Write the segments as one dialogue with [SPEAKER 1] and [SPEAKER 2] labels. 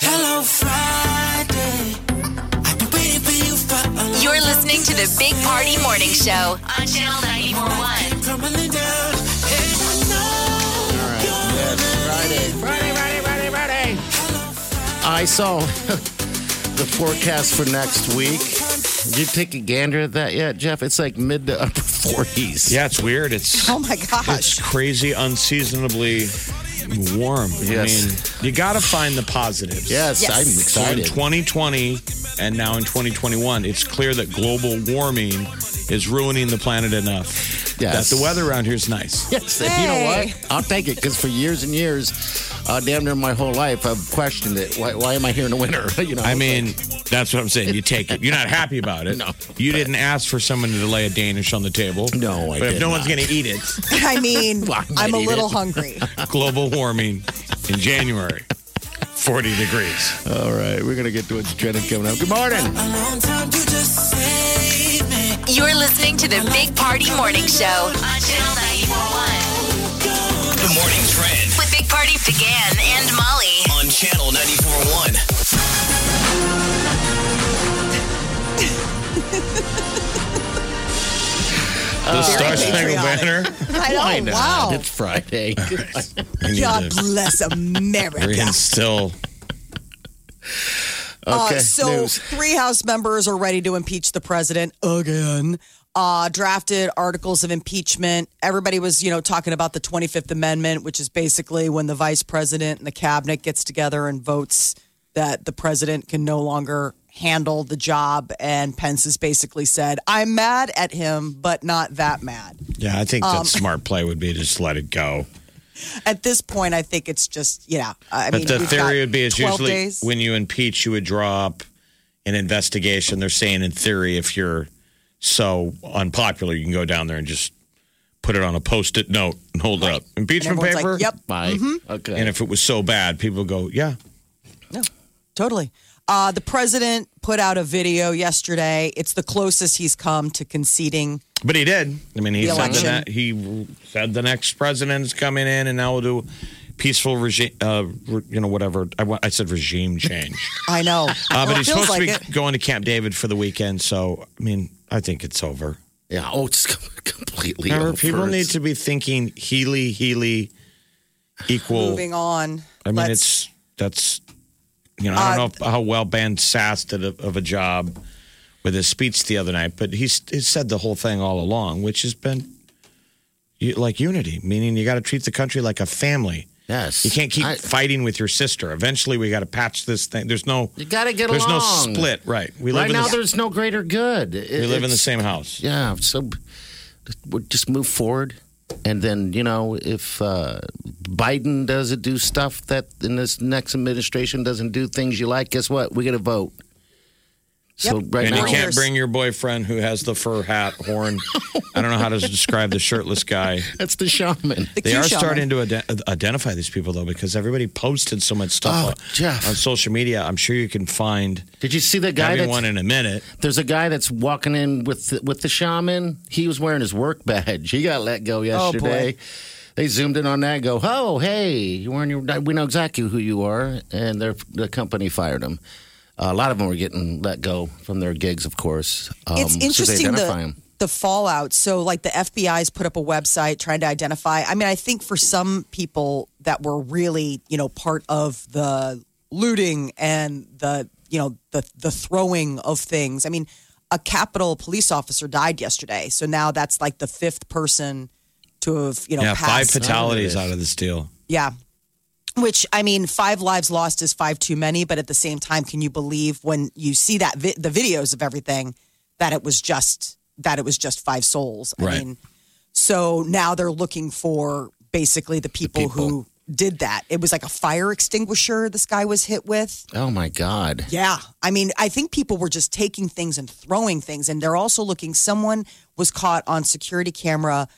[SPEAKER 1] Hello Friday. I've been waiting for you for a long
[SPEAKER 2] You're listening to the Big Party Morning Show on Channel 941.
[SPEAKER 1] Crumbling down. Hey, I know you're
[SPEAKER 3] Friday, Friday, Friday, Friday, Friday. I saw the forecast for next week. Did you take a gander at that yet, Jeff? It's like mid to upper 40s.
[SPEAKER 4] Yeah, it's weird. It's
[SPEAKER 5] Oh my gosh.
[SPEAKER 4] it's crazy, unseasonably warm.
[SPEAKER 3] Yes.
[SPEAKER 4] I mean, you got to find the positives.
[SPEAKER 3] Yes,
[SPEAKER 5] Yes.
[SPEAKER 3] I'm
[SPEAKER 4] So in
[SPEAKER 3] excited.
[SPEAKER 4] 2020 and now in 2021, it's clear that global warming is ruining the planet enough
[SPEAKER 3] Yes.
[SPEAKER 4] that the weather around here is nice.
[SPEAKER 3] Yes, and you know
[SPEAKER 5] Hey.
[SPEAKER 3] what? I'll take it because for years and years, uh, damn near my whole life, I've questioned it. Why, why am I here in the winter? you know,
[SPEAKER 4] I
[SPEAKER 3] it's
[SPEAKER 4] mean,
[SPEAKER 3] like,
[SPEAKER 4] that's what I'm saying. You take it. You're not happy about it.
[SPEAKER 3] No.
[SPEAKER 4] You didn't ask for someone to lay a Danish on the table.
[SPEAKER 3] No, I
[SPEAKER 4] But if
[SPEAKER 3] did
[SPEAKER 4] no
[SPEAKER 3] not.
[SPEAKER 4] one's going to eat it,
[SPEAKER 5] I mean,
[SPEAKER 3] Well, I might
[SPEAKER 5] I'm a
[SPEAKER 3] eat
[SPEAKER 5] little
[SPEAKER 3] it.
[SPEAKER 5] hungry.
[SPEAKER 4] global warming in January, 40 degrees.
[SPEAKER 3] all right, we're gonna get to what's trending coming up. Good morning.
[SPEAKER 1] a long time. You just saved me.
[SPEAKER 2] You're listening to the Big Party Morning Show on Channel 941
[SPEAKER 6] The morning trend
[SPEAKER 2] with Big Party began and Molly.
[SPEAKER 6] on channel 941.
[SPEAKER 4] the Star Spangled Banner.
[SPEAKER 5] patriotic. I know.
[SPEAKER 3] Why not?
[SPEAKER 5] wow.
[SPEAKER 3] It's Friday.
[SPEAKER 4] We need
[SPEAKER 5] God
[SPEAKER 4] to
[SPEAKER 5] bless America.
[SPEAKER 4] reinstill.
[SPEAKER 3] okay,
[SPEAKER 5] Uh, so
[SPEAKER 3] news.
[SPEAKER 5] three House members are ready to impeach the president again. Uh, drafted articles of impeachment. Everybody was, you know, talking about the 25th Amendment, which is basically when the vice president and the cabinet gets together and votes that the president can no longer handle the job. And Pence has basically said, I'm mad at him, but not that mad.
[SPEAKER 4] Yeah, I think
[SPEAKER 5] um,
[SPEAKER 4] that smart play would be to just let it go.
[SPEAKER 5] At this point, I think it's just, you know, I
[SPEAKER 4] But
[SPEAKER 5] mean,
[SPEAKER 4] the
[SPEAKER 5] we've
[SPEAKER 4] theory
[SPEAKER 5] got
[SPEAKER 4] would be it's
[SPEAKER 5] 12
[SPEAKER 4] usually
[SPEAKER 5] days.
[SPEAKER 4] when you impeach, you would draw up an investigation. They're saying in theory, if you're so unpopular, you can go down there and just put it on a post-it note and hold it up. Impeachment
[SPEAKER 5] Everyone's
[SPEAKER 4] paper.
[SPEAKER 5] like, yep, Mm-hmm.
[SPEAKER 3] Bye. Okay.
[SPEAKER 4] And if it was so bad, people would go, yeah,
[SPEAKER 5] Totally. Uh, the president put out a video yesterday. It's the closest he's come to conceding.
[SPEAKER 4] But he did. I mean, he
[SPEAKER 5] The
[SPEAKER 4] said the
[SPEAKER 5] election.
[SPEAKER 4] ne- he said the next president is coming in, and now we'll do peaceful regime. Uh, re- you know, whatever. I, wa- I said regime change.
[SPEAKER 5] I know.
[SPEAKER 4] Uh,
[SPEAKER 5] Well,
[SPEAKER 4] but
[SPEAKER 5] it
[SPEAKER 4] he's
[SPEAKER 5] feels
[SPEAKER 4] supposed
[SPEAKER 5] like
[SPEAKER 4] to be
[SPEAKER 5] it.
[SPEAKER 4] going to Camp David for the weekend. So, I mean, I think it's over.
[SPEAKER 3] yeah. Oh, it's completely.
[SPEAKER 4] Remember,
[SPEAKER 3] over.
[SPEAKER 4] people need
[SPEAKER 3] It's-
[SPEAKER 4] to be thinking Healy Healy equal.
[SPEAKER 5] Moving on.
[SPEAKER 4] I mean,
[SPEAKER 5] Let's-
[SPEAKER 4] it's that's you know I
[SPEAKER 3] Uh,
[SPEAKER 4] don't know how well Ben Sass did of, of a job with his speech the other night, but he's he said the whole thing all along, which has been you, like unity, meaning you got to treat the country like a family.
[SPEAKER 3] Yes.
[SPEAKER 4] You can't keep
[SPEAKER 3] I-
[SPEAKER 4] fighting with your sister. Eventually, we got to patch this thing. There's no
[SPEAKER 3] You gotta get
[SPEAKER 4] there's
[SPEAKER 3] along.
[SPEAKER 4] no split, right? We live
[SPEAKER 3] Right
[SPEAKER 4] in
[SPEAKER 3] now,
[SPEAKER 4] the,
[SPEAKER 3] there's no greater good. It-
[SPEAKER 4] we live in
[SPEAKER 3] it's-
[SPEAKER 4] the same house.
[SPEAKER 3] Yeah. So we'll just move forward. And then, you know, if uh, Biden doesn't do stuff that in this next administration doesn't do things you like, guess what? We're going to vote. So
[SPEAKER 5] Yep.
[SPEAKER 3] right
[SPEAKER 4] And you
[SPEAKER 3] now,
[SPEAKER 4] can't bring your boyfriend who has the fur hat, horn. I don't know how to describe the shirtless guy.
[SPEAKER 3] that's the shaman.
[SPEAKER 5] the
[SPEAKER 4] They
[SPEAKER 5] Q
[SPEAKER 4] are
[SPEAKER 5] shaman.
[SPEAKER 4] starting to ide- uh, identify these people though, because everybody posted so much
[SPEAKER 3] Oh,
[SPEAKER 4] stuff
[SPEAKER 3] Jeff.
[SPEAKER 4] on, on social media. I'm sure you can find
[SPEAKER 3] Did you see the guy
[SPEAKER 4] everyone
[SPEAKER 3] that's,
[SPEAKER 4] in a minute.
[SPEAKER 3] there's a guy that's walking in with the, with the shaman. He was wearing his work badge. He got let
[SPEAKER 5] Oh,
[SPEAKER 3] go yesterday. they zoomed in on that and go, "Oh, hey, you wearing your we know exactly who you are." And their the company fired him. a lot of them were getting let go from their gigs, of course. Um,
[SPEAKER 5] It's interesting
[SPEAKER 3] So they identify
[SPEAKER 5] the,
[SPEAKER 3] him.
[SPEAKER 5] the fallout. So, like the FBI's put up a website trying to identify. I mean, I think for some people that were really, you know, part of the looting and the, you know, the the throwing of things. I mean, a Capitol police officer died yesterday, so now that's like the fifth person to have, you know,
[SPEAKER 4] Yeah, five
[SPEAKER 5] passed.
[SPEAKER 3] Oh,
[SPEAKER 4] fatalities out of this deal.
[SPEAKER 5] Yeah. Which I mean, five lives lost is five too many. But at the same time, can you believe when you see that vi- the videos of everything that it was just that it was just five souls? I
[SPEAKER 4] Right.
[SPEAKER 5] mean, so now they're looking for basically the people, who did that. It was like a fire extinguisher this guy was hit with.
[SPEAKER 3] Oh my God.
[SPEAKER 5] Yeah. I mean, I think people were just taking things and throwing things. And they're also looking, someone was caught on security camera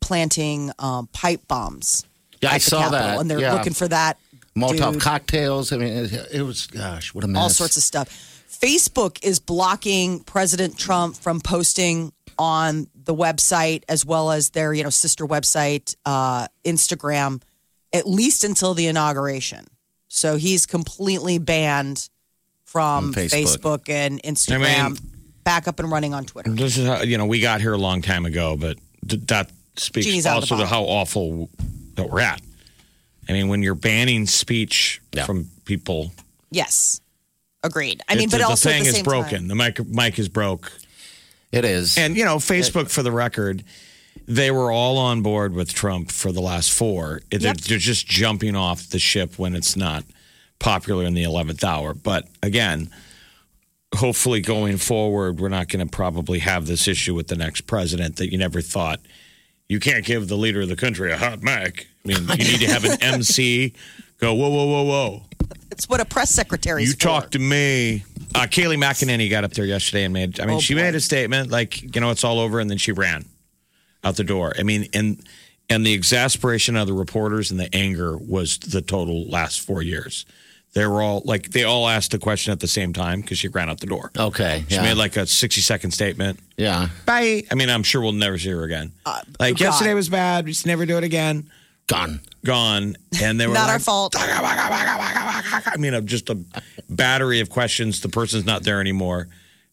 [SPEAKER 5] planting um, pipe bombs.
[SPEAKER 3] Yeah, I
[SPEAKER 5] at the
[SPEAKER 3] saw
[SPEAKER 5] Capitol,
[SPEAKER 3] that.
[SPEAKER 5] And they're
[SPEAKER 3] Yeah.
[SPEAKER 5] looking for that.
[SPEAKER 3] Molotov
[SPEAKER 5] dude.
[SPEAKER 3] cocktails. I mean, it, it was, gosh, what a mess.
[SPEAKER 5] all sorts of stuff. Facebook is blocking President Trump from posting on the website as well as their you know sister website, uh, Instagram, at least until the inauguration. So he's completely banned from
[SPEAKER 3] On Facebook.
[SPEAKER 5] Facebook. and Instagram.
[SPEAKER 4] I mean-
[SPEAKER 5] back up and running on Twitter.
[SPEAKER 4] This is how, you know, we got here a long time ago, but th- that speaks
[SPEAKER 5] Genie's out of the
[SPEAKER 4] also to how
[SPEAKER 5] bottle.
[SPEAKER 4] awful that we're at. I mean, when you're banning speech
[SPEAKER 3] Yeah.
[SPEAKER 4] from people,
[SPEAKER 5] Yes, agreed. I mean,
[SPEAKER 4] it-
[SPEAKER 5] but
[SPEAKER 4] the,
[SPEAKER 5] also
[SPEAKER 4] the
[SPEAKER 5] at
[SPEAKER 4] thing
[SPEAKER 5] the
[SPEAKER 4] is
[SPEAKER 5] same
[SPEAKER 4] broken.
[SPEAKER 5] time-
[SPEAKER 4] The mic, mic is broke.
[SPEAKER 3] It is.
[SPEAKER 4] And, you know, Facebook, for the record, they were all on board with Trump for the last four. It- They're,
[SPEAKER 5] Yep.
[SPEAKER 4] they're just jumping off the ship when it's not popular in the 11th hour. But again, hopefully going forward, we're not going to probably have this issue with the next president that you never thought. You can't give the leader of the country a hot mic. I mean, you need to have an MC go, whoa, whoa, whoa, whoa.
[SPEAKER 5] It's what a press secretary.
[SPEAKER 4] You talk to me. Uh, Kaylee McEnany got up there yesterday and made. I mean,
[SPEAKER 5] Oh,
[SPEAKER 4] she
[SPEAKER 5] boy.
[SPEAKER 4] made a statement like, you know, it's all over, and then she ran out the door. I mean, and and the exasperation of the reporters and the anger was the total last four years. They were all like, they all asked the question at the same time because she ran out the door.
[SPEAKER 3] okay.
[SPEAKER 4] She
[SPEAKER 3] yeah.
[SPEAKER 4] made like a sixty second statement.
[SPEAKER 3] yeah.
[SPEAKER 4] Bye. I mean, I'm sure we'll never see her again.
[SPEAKER 5] Uh,
[SPEAKER 4] like yesterday was bad. We should never do it again.
[SPEAKER 3] Gone.
[SPEAKER 4] Gone. And they were
[SPEAKER 5] Not our
[SPEAKER 4] like,
[SPEAKER 5] fault.
[SPEAKER 4] I mean, of just a battery of questions. The person's not there anymore,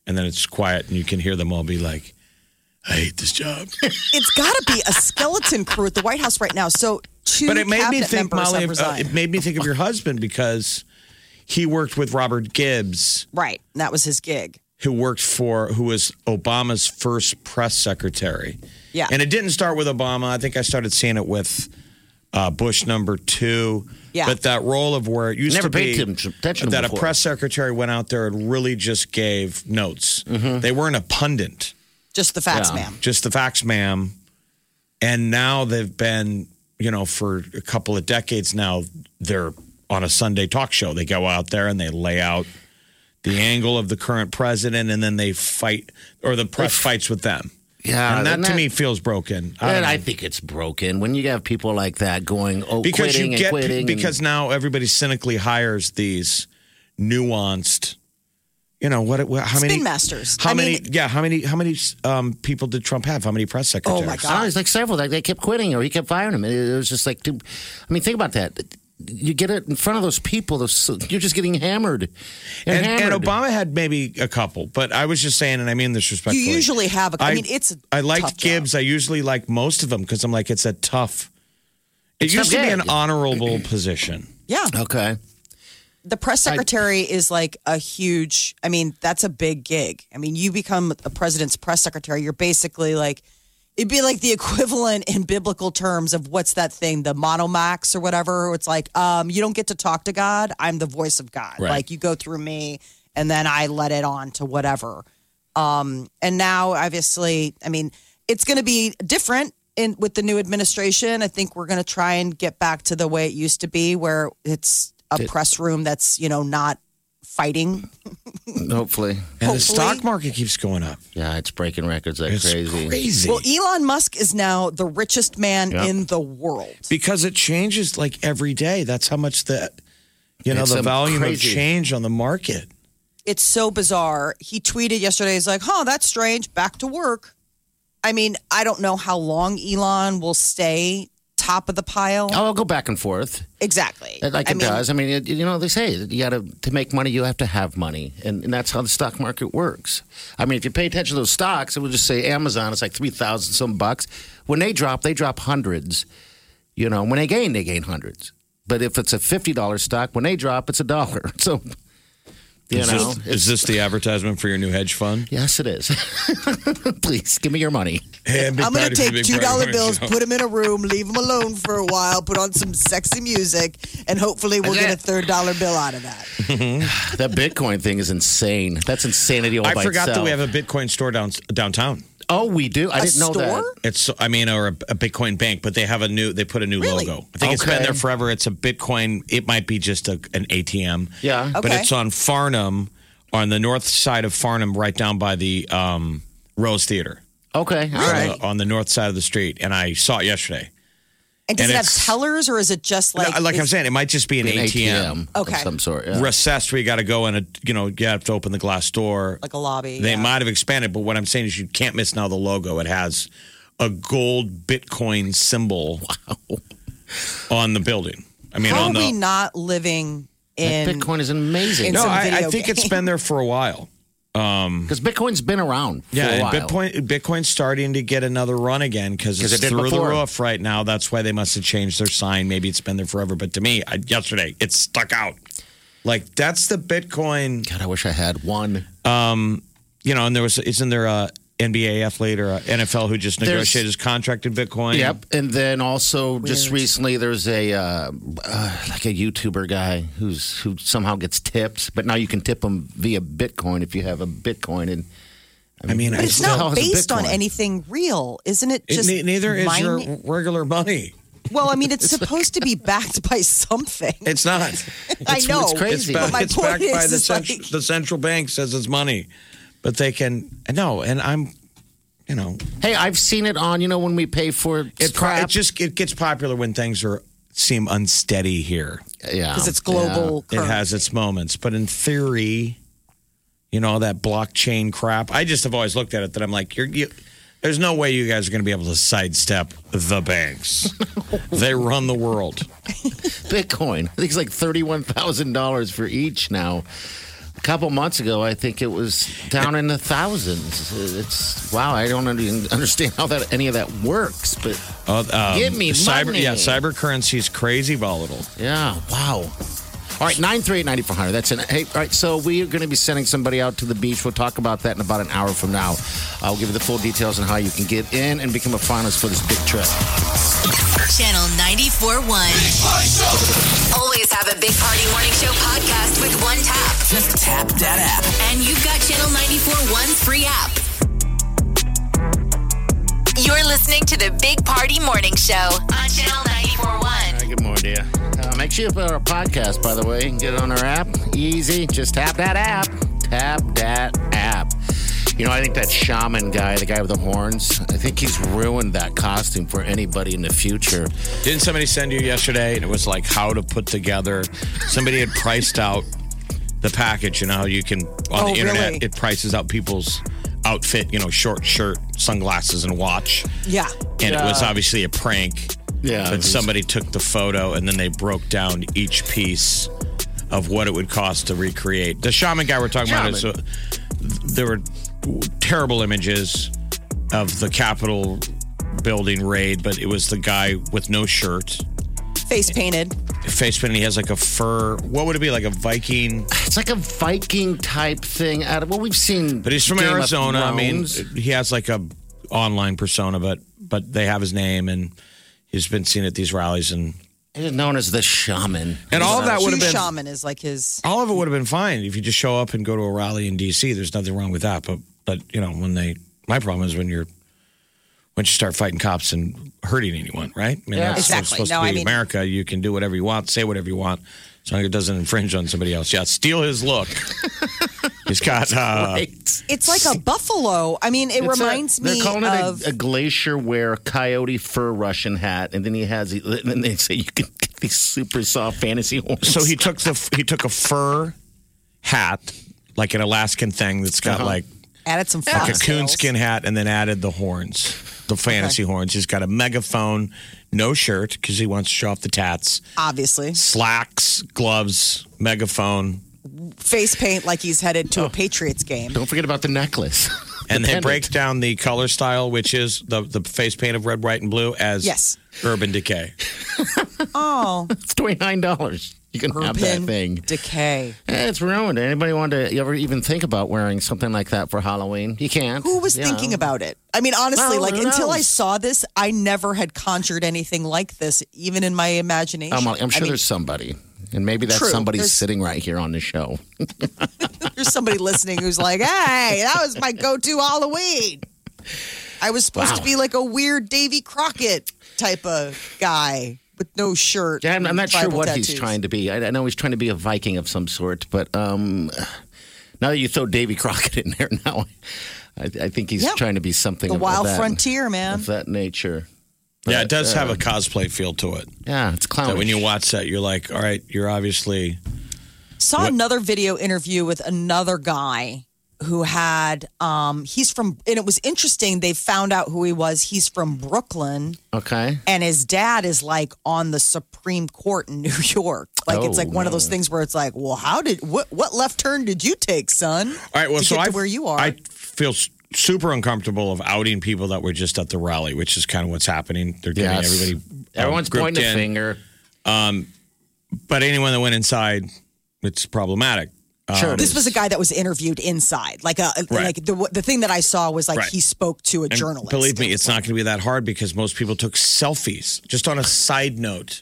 [SPEAKER 4] and then it's quiet, and you can hear them all be like, "I hate this job."
[SPEAKER 5] It's got to be a skeleton crew at the White House right now. So two
[SPEAKER 4] but it made me
[SPEAKER 5] cabinet
[SPEAKER 4] think,
[SPEAKER 5] members
[SPEAKER 4] Molly.
[SPEAKER 5] have
[SPEAKER 4] of- uh,
[SPEAKER 5] resigned.
[SPEAKER 4] it made me think of your husband because he worked with Robert Gibbs,
[SPEAKER 5] Right. And That was his gig.
[SPEAKER 4] who worked for who was Obama's first press secretary.
[SPEAKER 5] Yeah.
[SPEAKER 4] and it didn't start with Obama. I think I started seeing it with uh, Bush number two.
[SPEAKER 5] Yeah.
[SPEAKER 4] but that role of where it used
[SPEAKER 3] Never
[SPEAKER 4] to be
[SPEAKER 3] paid him attention
[SPEAKER 4] that
[SPEAKER 3] before.
[SPEAKER 4] a press secretary went out there and really just gave notes.
[SPEAKER 3] Mm-hmm.
[SPEAKER 4] They weren't a pundit,
[SPEAKER 5] Just the facts,
[SPEAKER 3] Yeah.
[SPEAKER 5] ma'am.
[SPEAKER 4] just the facts, ma'am. And now they've been, you know, for a couple of decades now, they're on a Sunday talk show. They go out there and they lay out the angle of the current president, and then they fight, or the press fights with them.
[SPEAKER 3] Yeah.
[SPEAKER 4] and that,
[SPEAKER 3] and
[SPEAKER 4] to me feels broken. I don't
[SPEAKER 3] And
[SPEAKER 4] know.
[SPEAKER 3] I think it's broken when you have people like that going, oh,
[SPEAKER 4] because
[SPEAKER 3] quitting
[SPEAKER 4] you get
[SPEAKER 3] and quitting.
[SPEAKER 4] because now everybody cynically hires these nuanced you know what, what how many
[SPEAKER 5] Spin masters.
[SPEAKER 4] how
[SPEAKER 5] I
[SPEAKER 4] many
[SPEAKER 5] mean-
[SPEAKER 4] yeah how many how many um, people did trump have how many press secretaries
[SPEAKER 5] Oh my
[SPEAKER 3] I don't know, it's like several. Like they kept quitting, or he kept firing him. It, it was just like, dude, I mean, think about that. You get it in front of those people. Those, you're just getting hammered. You're
[SPEAKER 4] and, and
[SPEAKER 3] hammered.
[SPEAKER 4] Obama had maybe a couple, but I was just saying, and I mean this
[SPEAKER 5] You
[SPEAKER 4] respectfully.
[SPEAKER 5] usually have. A, I mean, it's. a
[SPEAKER 4] I liked
[SPEAKER 5] tough job.
[SPEAKER 4] Gibbs. I usually like most of them because I'm like it's a tough. It
[SPEAKER 3] It's
[SPEAKER 4] used to
[SPEAKER 3] tough
[SPEAKER 4] be
[SPEAKER 3] gig.
[SPEAKER 4] an honorable position.
[SPEAKER 5] Yeah,
[SPEAKER 3] Okay.
[SPEAKER 5] the press secretary is like a huge. I mean, that's a big gig. I mean, you become the president's press secretary. You're basically like. It'd be like the equivalent in biblical terms of what's that thing, the monomax or whatever. It's like, um, you don't get to talk to God. I'm the voice of God.
[SPEAKER 3] Right.
[SPEAKER 5] Like you go through me and then I let it on to whatever. Um, and now, obviously, I mean, it's going to be different in with the new administration. I think we're going to try and get back to the way it used to be, where it's a press room that's you know not fighting.
[SPEAKER 3] Hopefully.
[SPEAKER 4] And the
[SPEAKER 5] Hopefully.
[SPEAKER 4] stock market keeps going up.
[SPEAKER 3] Yeah, it's breaking records like
[SPEAKER 4] It's
[SPEAKER 3] crazy.
[SPEAKER 4] crazy.
[SPEAKER 5] Well, Elon Musk is now the richest man
[SPEAKER 3] Yeah.
[SPEAKER 5] in the world.
[SPEAKER 4] because it changes like every day. That's how much the you know
[SPEAKER 3] It's
[SPEAKER 4] the
[SPEAKER 3] a
[SPEAKER 4] volume
[SPEAKER 3] crazy-
[SPEAKER 4] of change on the market.
[SPEAKER 5] It's so bizarre. He tweeted yesterday, he's like, huh, that's strange. Back to work. I mean, I don't know how long Elon will stay top of the pile.
[SPEAKER 3] Oh, I'll go back and forth.
[SPEAKER 5] Exactly.
[SPEAKER 3] Like it
[SPEAKER 5] I mean,
[SPEAKER 3] does. I mean, it, you know, they say that you got to to make money, you have to have money, and, and that's how the stock market works. I mean, if you pay attention to those stocks, it would just say Amazon. It's like three thousand some bucks. When they drop, they drop hundreds. You know, when they gain, they gain hundreds. But if it's a fifty dollar stock, when they drop, it's a dollar. So, you
[SPEAKER 4] Is
[SPEAKER 3] know,
[SPEAKER 4] this, is this the advertisement for your new hedge fund?
[SPEAKER 3] yes, it is. Please give me your money.
[SPEAKER 5] I'm going to take $2 bills, put them in a room, leave them alone for a while, put on some sexy music, and hopefully we'll
[SPEAKER 3] That's
[SPEAKER 5] get a
[SPEAKER 3] it.
[SPEAKER 5] third dollar bill out of that.
[SPEAKER 3] That Bitcoin thing is insane. That's insanity all
[SPEAKER 4] Mm-hmm.
[SPEAKER 3] by
[SPEAKER 4] I forgot that we
[SPEAKER 3] itself.
[SPEAKER 4] have a Bitcoin store down, downtown.
[SPEAKER 3] Oh, we do. I
[SPEAKER 5] A
[SPEAKER 3] didn't know that.
[SPEAKER 5] store?
[SPEAKER 4] It's I mean, or a, a Bitcoin bank, but they have a new. They put a new
[SPEAKER 5] Really?
[SPEAKER 4] logo. I think it's been
[SPEAKER 3] Okay.
[SPEAKER 4] there forever. It's a Bitcoin. It might be just a, an ATM.
[SPEAKER 3] Yeah.
[SPEAKER 4] but
[SPEAKER 5] Okay.
[SPEAKER 4] it's on Farnham, on the north side of Farnham, right down by the um, Rose Theater.
[SPEAKER 3] Okay. All right.
[SPEAKER 4] uh, on the north side of the street, and I saw it yesterday.
[SPEAKER 5] And does
[SPEAKER 4] And
[SPEAKER 5] it have
[SPEAKER 4] it's-
[SPEAKER 5] tellers or is it just like
[SPEAKER 4] Like, like I'm
[SPEAKER 5] is-
[SPEAKER 4] saying, it might just be an,
[SPEAKER 3] An
[SPEAKER 4] ATM.
[SPEAKER 3] of
[SPEAKER 5] Okay.
[SPEAKER 3] some sort. yeah.
[SPEAKER 4] Recessed where you got to go and, a, you know, you have to open the glass door.
[SPEAKER 5] like a lobby?
[SPEAKER 4] They
[SPEAKER 5] yeah.
[SPEAKER 4] might have expanded, but what I'm saying is you can't miss now the logo. It has a gold Bitcoin symbol on the building. I mean,
[SPEAKER 5] How
[SPEAKER 4] on
[SPEAKER 5] are
[SPEAKER 4] the.
[SPEAKER 5] we not living
[SPEAKER 3] Like,
[SPEAKER 5] in?
[SPEAKER 3] Bitcoin is amazing
[SPEAKER 5] in
[SPEAKER 4] no,
[SPEAKER 5] some
[SPEAKER 4] I, I
[SPEAKER 5] video
[SPEAKER 4] think it's
[SPEAKER 5] game?
[SPEAKER 4] been there for a while. Um,
[SPEAKER 3] because Bitcoin's been around. For
[SPEAKER 4] Yeah,
[SPEAKER 3] a
[SPEAKER 4] and
[SPEAKER 3] while.
[SPEAKER 4] Bitcoin Bitcoin's starting to get another run again because
[SPEAKER 3] 'Cause
[SPEAKER 4] it's
[SPEAKER 3] it did
[SPEAKER 4] through
[SPEAKER 3] before.
[SPEAKER 4] the roof right now. That's why they must have changed their sign. Maybe it's been there forever, but to me, I, yesterday it stuck out. Like that's the Bitcoin, Um,
[SPEAKER 3] God, I wish I had one.
[SPEAKER 4] you know. And there was isn't there a NBA athlete or a NFL who just
[SPEAKER 3] There's-
[SPEAKER 4] negotiated his contract in Bitcoin?
[SPEAKER 3] Yep. And then also just recently, there's a uh, uh, like a YouTuber guy who's who somehow gets tips, but now you can tip them via Bitcoin if you have a Bitcoin. And
[SPEAKER 4] I mean,
[SPEAKER 5] but
[SPEAKER 4] I
[SPEAKER 5] it's
[SPEAKER 3] still-
[SPEAKER 5] not
[SPEAKER 3] How is it
[SPEAKER 5] based on
[SPEAKER 3] Bitcoin?
[SPEAKER 5] anything real, isn't it?
[SPEAKER 4] it,
[SPEAKER 5] Just
[SPEAKER 4] ne- neither is your
[SPEAKER 5] mining-
[SPEAKER 4] regular money.
[SPEAKER 5] Well, I mean, it's supposed to be backed by something.
[SPEAKER 4] It's not.
[SPEAKER 5] I
[SPEAKER 4] It's-
[SPEAKER 5] know.
[SPEAKER 3] it's
[SPEAKER 4] It's,
[SPEAKER 3] crazy.
[SPEAKER 4] ba-
[SPEAKER 5] But my
[SPEAKER 4] it's
[SPEAKER 5] point
[SPEAKER 4] backed by
[SPEAKER 5] is,
[SPEAKER 4] the,
[SPEAKER 5] is
[SPEAKER 4] cent-
[SPEAKER 5] like-
[SPEAKER 4] the central bank says it's money, but they can no. And I'm, you know,
[SPEAKER 3] hey, I've seen it on you know when we pay for
[SPEAKER 4] it, pro-
[SPEAKER 3] crap.
[SPEAKER 4] it just it gets popular when things are seem unsteady here.
[SPEAKER 3] yeah,
[SPEAKER 5] because it's global.
[SPEAKER 4] It has its moments, but in theory, you know that blockchain crap. I just have always looked at it that I'm like, you're, you, there's no way you guys are going to be able to sidestep the banks. they run the world.
[SPEAKER 3] Bitcoin. I think it's like thirty-one thousand dollars for each now. A couple months ago, I think it was down in the thousands. It's wow. I don't under- understand how that any of that works, but
[SPEAKER 4] Oh, um,
[SPEAKER 3] Give me
[SPEAKER 4] cyber,
[SPEAKER 3] money.
[SPEAKER 4] Yeah, cyber currency is crazy volatile.
[SPEAKER 3] yeah, wow. All right, nine three eight ninety four hundred. That's it. Hey, all right. So we are going to be sending somebody out to the beach. We'll talk about that in about an hour from now. I'll give you the full details on how you can get in and become a finalist for this big trip.
[SPEAKER 2] Channel 94.1. Always have a Big Party Morning Show podcast with one tap.
[SPEAKER 6] Just tap that app.
[SPEAKER 2] And you've got Channel 94.1's free app. You're listening to the Big Party Morning Show on Channel 94.1.
[SPEAKER 3] All right, good morning, dear. Uh, make sure you put our podcast, by the way. You can get it on our app. Easy. Just tap that app. Tap that app. You know, I think that shaman guy, the guy with the horns, I think he's ruined that costume for anybody in the future.
[SPEAKER 4] Didn't somebody send you yesterday and it was like how to put together? Somebody had priced out the package and how you can on
[SPEAKER 5] Oh,
[SPEAKER 4] the internet
[SPEAKER 5] really?
[SPEAKER 4] it prices out people's outfit, you know, short shirt, sunglasses, and watch.
[SPEAKER 5] Yeah.
[SPEAKER 4] And it was obviously a prank.
[SPEAKER 3] Yeah, it
[SPEAKER 4] But
[SPEAKER 3] was-
[SPEAKER 4] somebody took the photo and then they broke down each piece of what it would cost to recreate. The shaman guy we're talking about is uh, there were terrible images of the Capitol building raid, but it was the guy with no shirt.
[SPEAKER 5] Face painted.
[SPEAKER 4] Face paint, and he has like a fur. What would it be like a Viking?
[SPEAKER 3] It's like a Viking type thing. Out of well, we've seen.
[SPEAKER 4] But he's from
[SPEAKER 3] Game of
[SPEAKER 4] Arizona. I mean,
[SPEAKER 3] Thrones.
[SPEAKER 4] he has like a online persona, but but they have his name, and he's been seen at these rallies, and
[SPEAKER 3] he's known as the shaman.
[SPEAKER 4] and all of that would
[SPEAKER 5] Jew
[SPEAKER 4] have been
[SPEAKER 5] shaman is like his.
[SPEAKER 4] all of it would have been fine if you just show up and go to a rally in D.C. There's nothing wrong with that, but but you know when they my problem is when you're when you start fighting cops and hurting anyone, right? I mean,
[SPEAKER 3] Yeah.
[SPEAKER 4] that's
[SPEAKER 5] Exactly.
[SPEAKER 4] supposed
[SPEAKER 5] No,
[SPEAKER 4] to be
[SPEAKER 5] I mean-
[SPEAKER 4] America. You can do whatever you want, say whatever you want, as long as it doesn't infringe on somebody else. Yeah, steal his look. He's got uh,
[SPEAKER 5] It's like a buffalo. I mean, it
[SPEAKER 3] It's a-
[SPEAKER 5] reminds me
[SPEAKER 3] They're calling
[SPEAKER 5] of.
[SPEAKER 3] it a, a glacier wear coyote fur Russian hat, and then he has. And then they say you can get these super soft fantasy horns.
[SPEAKER 4] so he took the he took a fur hat, like an Alaskan thing that's got
[SPEAKER 5] Uh-huh.
[SPEAKER 4] like
[SPEAKER 5] added some
[SPEAKER 4] like a
[SPEAKER 5] foxtails.
[SPEAKER 4] coonskin hat and then added the horns, the fantasy horns. He's got a megaphone, no shirt because he wants to show off the tats,
[SPEAKER 5] Obviously,
[SPEAKER 4] slacks, gloves, megaphone,
[SPEAKER 5] face paint like he's headed to a Patriots game.
[SPEAKER 3] Oh. Don't forget about the necklace.
[SPEAKER 4] and they
[SPEAKER 3] The
[SPEAKER 4] break
[SPEAKER 3] pendant.
[SPEAKER 4] down the color style, which is the the face paint of red, white, and blue as
[SPEAKER 5] Yes.
[SPEAKER 4] Urban Decay.
[SPEAKER 5] Oh,
[SPEAKER 3] It's twenty nine dollars. You can have that
[SPEAKER 5] urban
[SPEAKER 3] thing.
[SPEAKER 5] decay.
[SPEAKER 3] Eh, It's ruined. Anybody want to ever even think about wearing something like that for Halloween? You can't.
[SPEAKER 5] Who was
[SPEAKER 3] Yeah.
[SPEAKER 5] thinking about it? I mean, honestly,
[SPEAKER 3] Well,
[SPEAKER 5] like
[SPEAKER 3] who
[SPEAKER 5] until I
[SPEAKER 3] knows?
[SPEAKER 5] saw this, I never had conjured anything like this, even in my imagination.
[SPEAKER 3] I'm, I'm
[SPEAKER 5] I
[SPEAKER 3] sure
[SPEAKER 5] mean,
[SPEAKER 3] there's somebody, and maybe that
[SPEAKER 5] True.
[SPEAKER 3] somebody's
[SPEAKER 5] There's-
[SPEAKER 3] sitting right here on the show.
[SPEAKER 5] there's somebody listening who's like, "Hey, that was my go-to Halloween." I was supposed
[SPEAKER 3] Wow.
[SPEAKER 5] to be like a weird Davy Crockett type of guy with no shirt.
[SPEAKER 3] Yeah, I'm, I'm
[SPEAKER 5] and
[SPEAKER 3] not sure
[SPEAKER 5] tribal
[SPEAKER 3] what he's
[SPEAKER 5] tattoos.
[SPEAKER 3] trying to be. I, I know he's trying to be a Viking of some sort, but um, now that you throw Davy Crockett in there, now I, I think he's
[SPEAKER 5] Yeah.
[SPEAKER 3] trying to be something
[SPEAKER 5] The
[SPEAKER 3] of
[SPEAKER 5] wild
[SPEAKER 3] that,
[SPEAKER 5] frontier, man.
[SPEAKER 3] of that nature. um,
[SPEAKER 4] Yeah, it does have a cosplay feel to it.
[SPEAKER 3] Yeah, it's clown.
[SPEAKER 4] That when you watch that, you're like, all right, you're obviously
[SPEAKER 5] Saw another video interview with another guy who had um he's from and it was interesting they found out who he was. He's from Brooklyn
[SPEAKER 3] okay,
[SPEAKER 5] and his dad is like on the Supreme Court in New York. Like it's
[SPEAKER 3] Oh,
[SPEAKER 5] like one of those things where it's like, "Well, how did what what left turn did you take, son?"
[SPEAKER 4] All right, well,
[SPEAKER 5] to
[SPEAKER 4] so
[SPEAKER 5] get
[SPEAKER 4] I
[SPEAKER 5] to where you are.
[SPEAKER 4] I feel s- super uncomfortable of outing people that were just at the rally, which is kind of what's happening. They're getting
[SPEAKER 3] Yes.
[SPEAKER 4] everybody. um,
[SPEAKER 3] everyone's
[SPEAKER 4] grouped
[SPEAKER 3] pointing a
[SPEAKER 4] in. Um,
[SPEAKER 3] finger.
[SPEAKER 4] but anyone that went inside, it's problematic. Um,
[SPEAKER 3] Sure,
[SPEAKER 5] this was a guy that was interviewed inside. Like a
[SPEAKER 4] Right.
[SPEAKER 5] like the the thing that I saw was like
[SPEAKER 4] Right.
[SPEAKER 5] he spoke to a
[SPEAKER 4] And
[SPEAKER 5] journalist.
[SPEAKER 4] Believe me, it's not going to be that hard because most people took selfies. Just on a side note,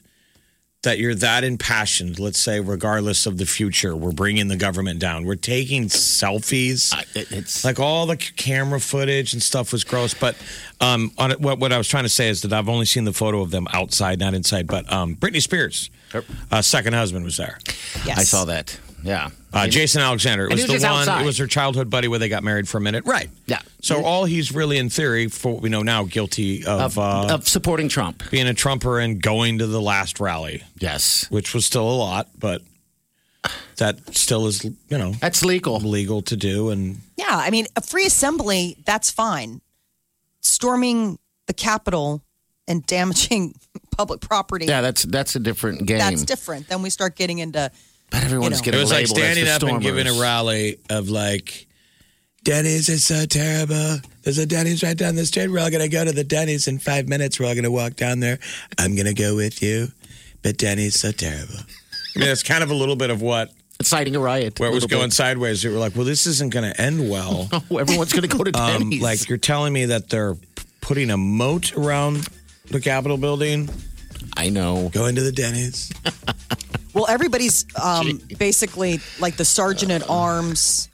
[SPEAKER 4] that you're that impassioned, let's say, regardless of the future, we're bringing the government down. We're taking selfies.
[SPEAKER 3] I- Uh, it- it's
[SPEAKER 4] like all the c- camera footage and stuff was gross. But um, on it, what what I was trying to say is that I've only seen the photo of them outside, not inside. But um, Britney Spears, her uh, second husband, was there.
[SPEAKER 5] Yes.
[SPEAKER 3] I saw that. Yeah,
[SPEAKER 4] Uh, Jason Alexander
[SPEAKER 3] And
[SPEAKER 4] it was
[SPEAKER 3] he
[SPEAKER 4] the
[SPEAKER 3] was just
[SPEAKER 4] one.
[SPEAKER 3] outside.
[SPEAKER 4] It was her childhood buddy where they got married for a minute, right?
[SPEAKER 3] Yeah.
[SPEAKER 4] So all he's really in theory, for what we know now, guilty
[SPEAKER 3] of,
[SPEAKER 4] of, uh,
[SPEAKER 3] of supporting Trump.
[SPEAKER 4] being a Trumper and going to the last rally,
[SPEAKER 3] Yes,
[SPEAKER 4] which was still a lot, but that still is you know
[SPEAKER 3] that's legal.
[SPEAKER 4] legal to do and
[SPEAKER 5] Yeah, I mean, a free assembly, that's fine. Storming the Capitol and damaging public property,
[SPEAKER 3] Yeah, that's that's a different game.
[SPEAKER 5] that's different. Then we start getting into
[SPEAKER 3] but everyone's
[SPEAKER 5] you know.
[SPEAKER 3] getting
[SPEAKER 4] It was like
[SPEAKER 3] labeled as
[SPEAKER 4] standing
[SPEAKER 3] the
[SPEAKER 4] up and giving a
[SPEAKER 3] stormers.
[SPEAKER 4] rally of like, Denny's is so terrible. There's a Denny's right down the street. We're all going to go to the Denny's in five minutes. We're all going to walk down there. I'm going to go with you. But Denny's so terrible. I mean, that's kind of a little bit of what,
[SPEAKER 3] inciting a riot.
[SPEAKER 4] where it
[SPEAKER 3] a
[SPEAKER 4] was
[SPEAKER 3] little
[SPEAKER 4] going
[SPEAKER 3] bit.
[SPEAKER 4] sideways. They were like, well, this isn't going to end well.
[SPEAKER 3] Oh, everyone's going to go to
[SPEAKER 4] Um,
[SPEAKER 3] Denny's.
[SPEAKER 4] like, you're telling me that they're putting a moat around the Capitol building?
[SPEAKER 3] I know.
[SPEAKER 4] Go into the Denny's.
[SPEAKER 5] well, everybody's um, basically like the sergeant at arms.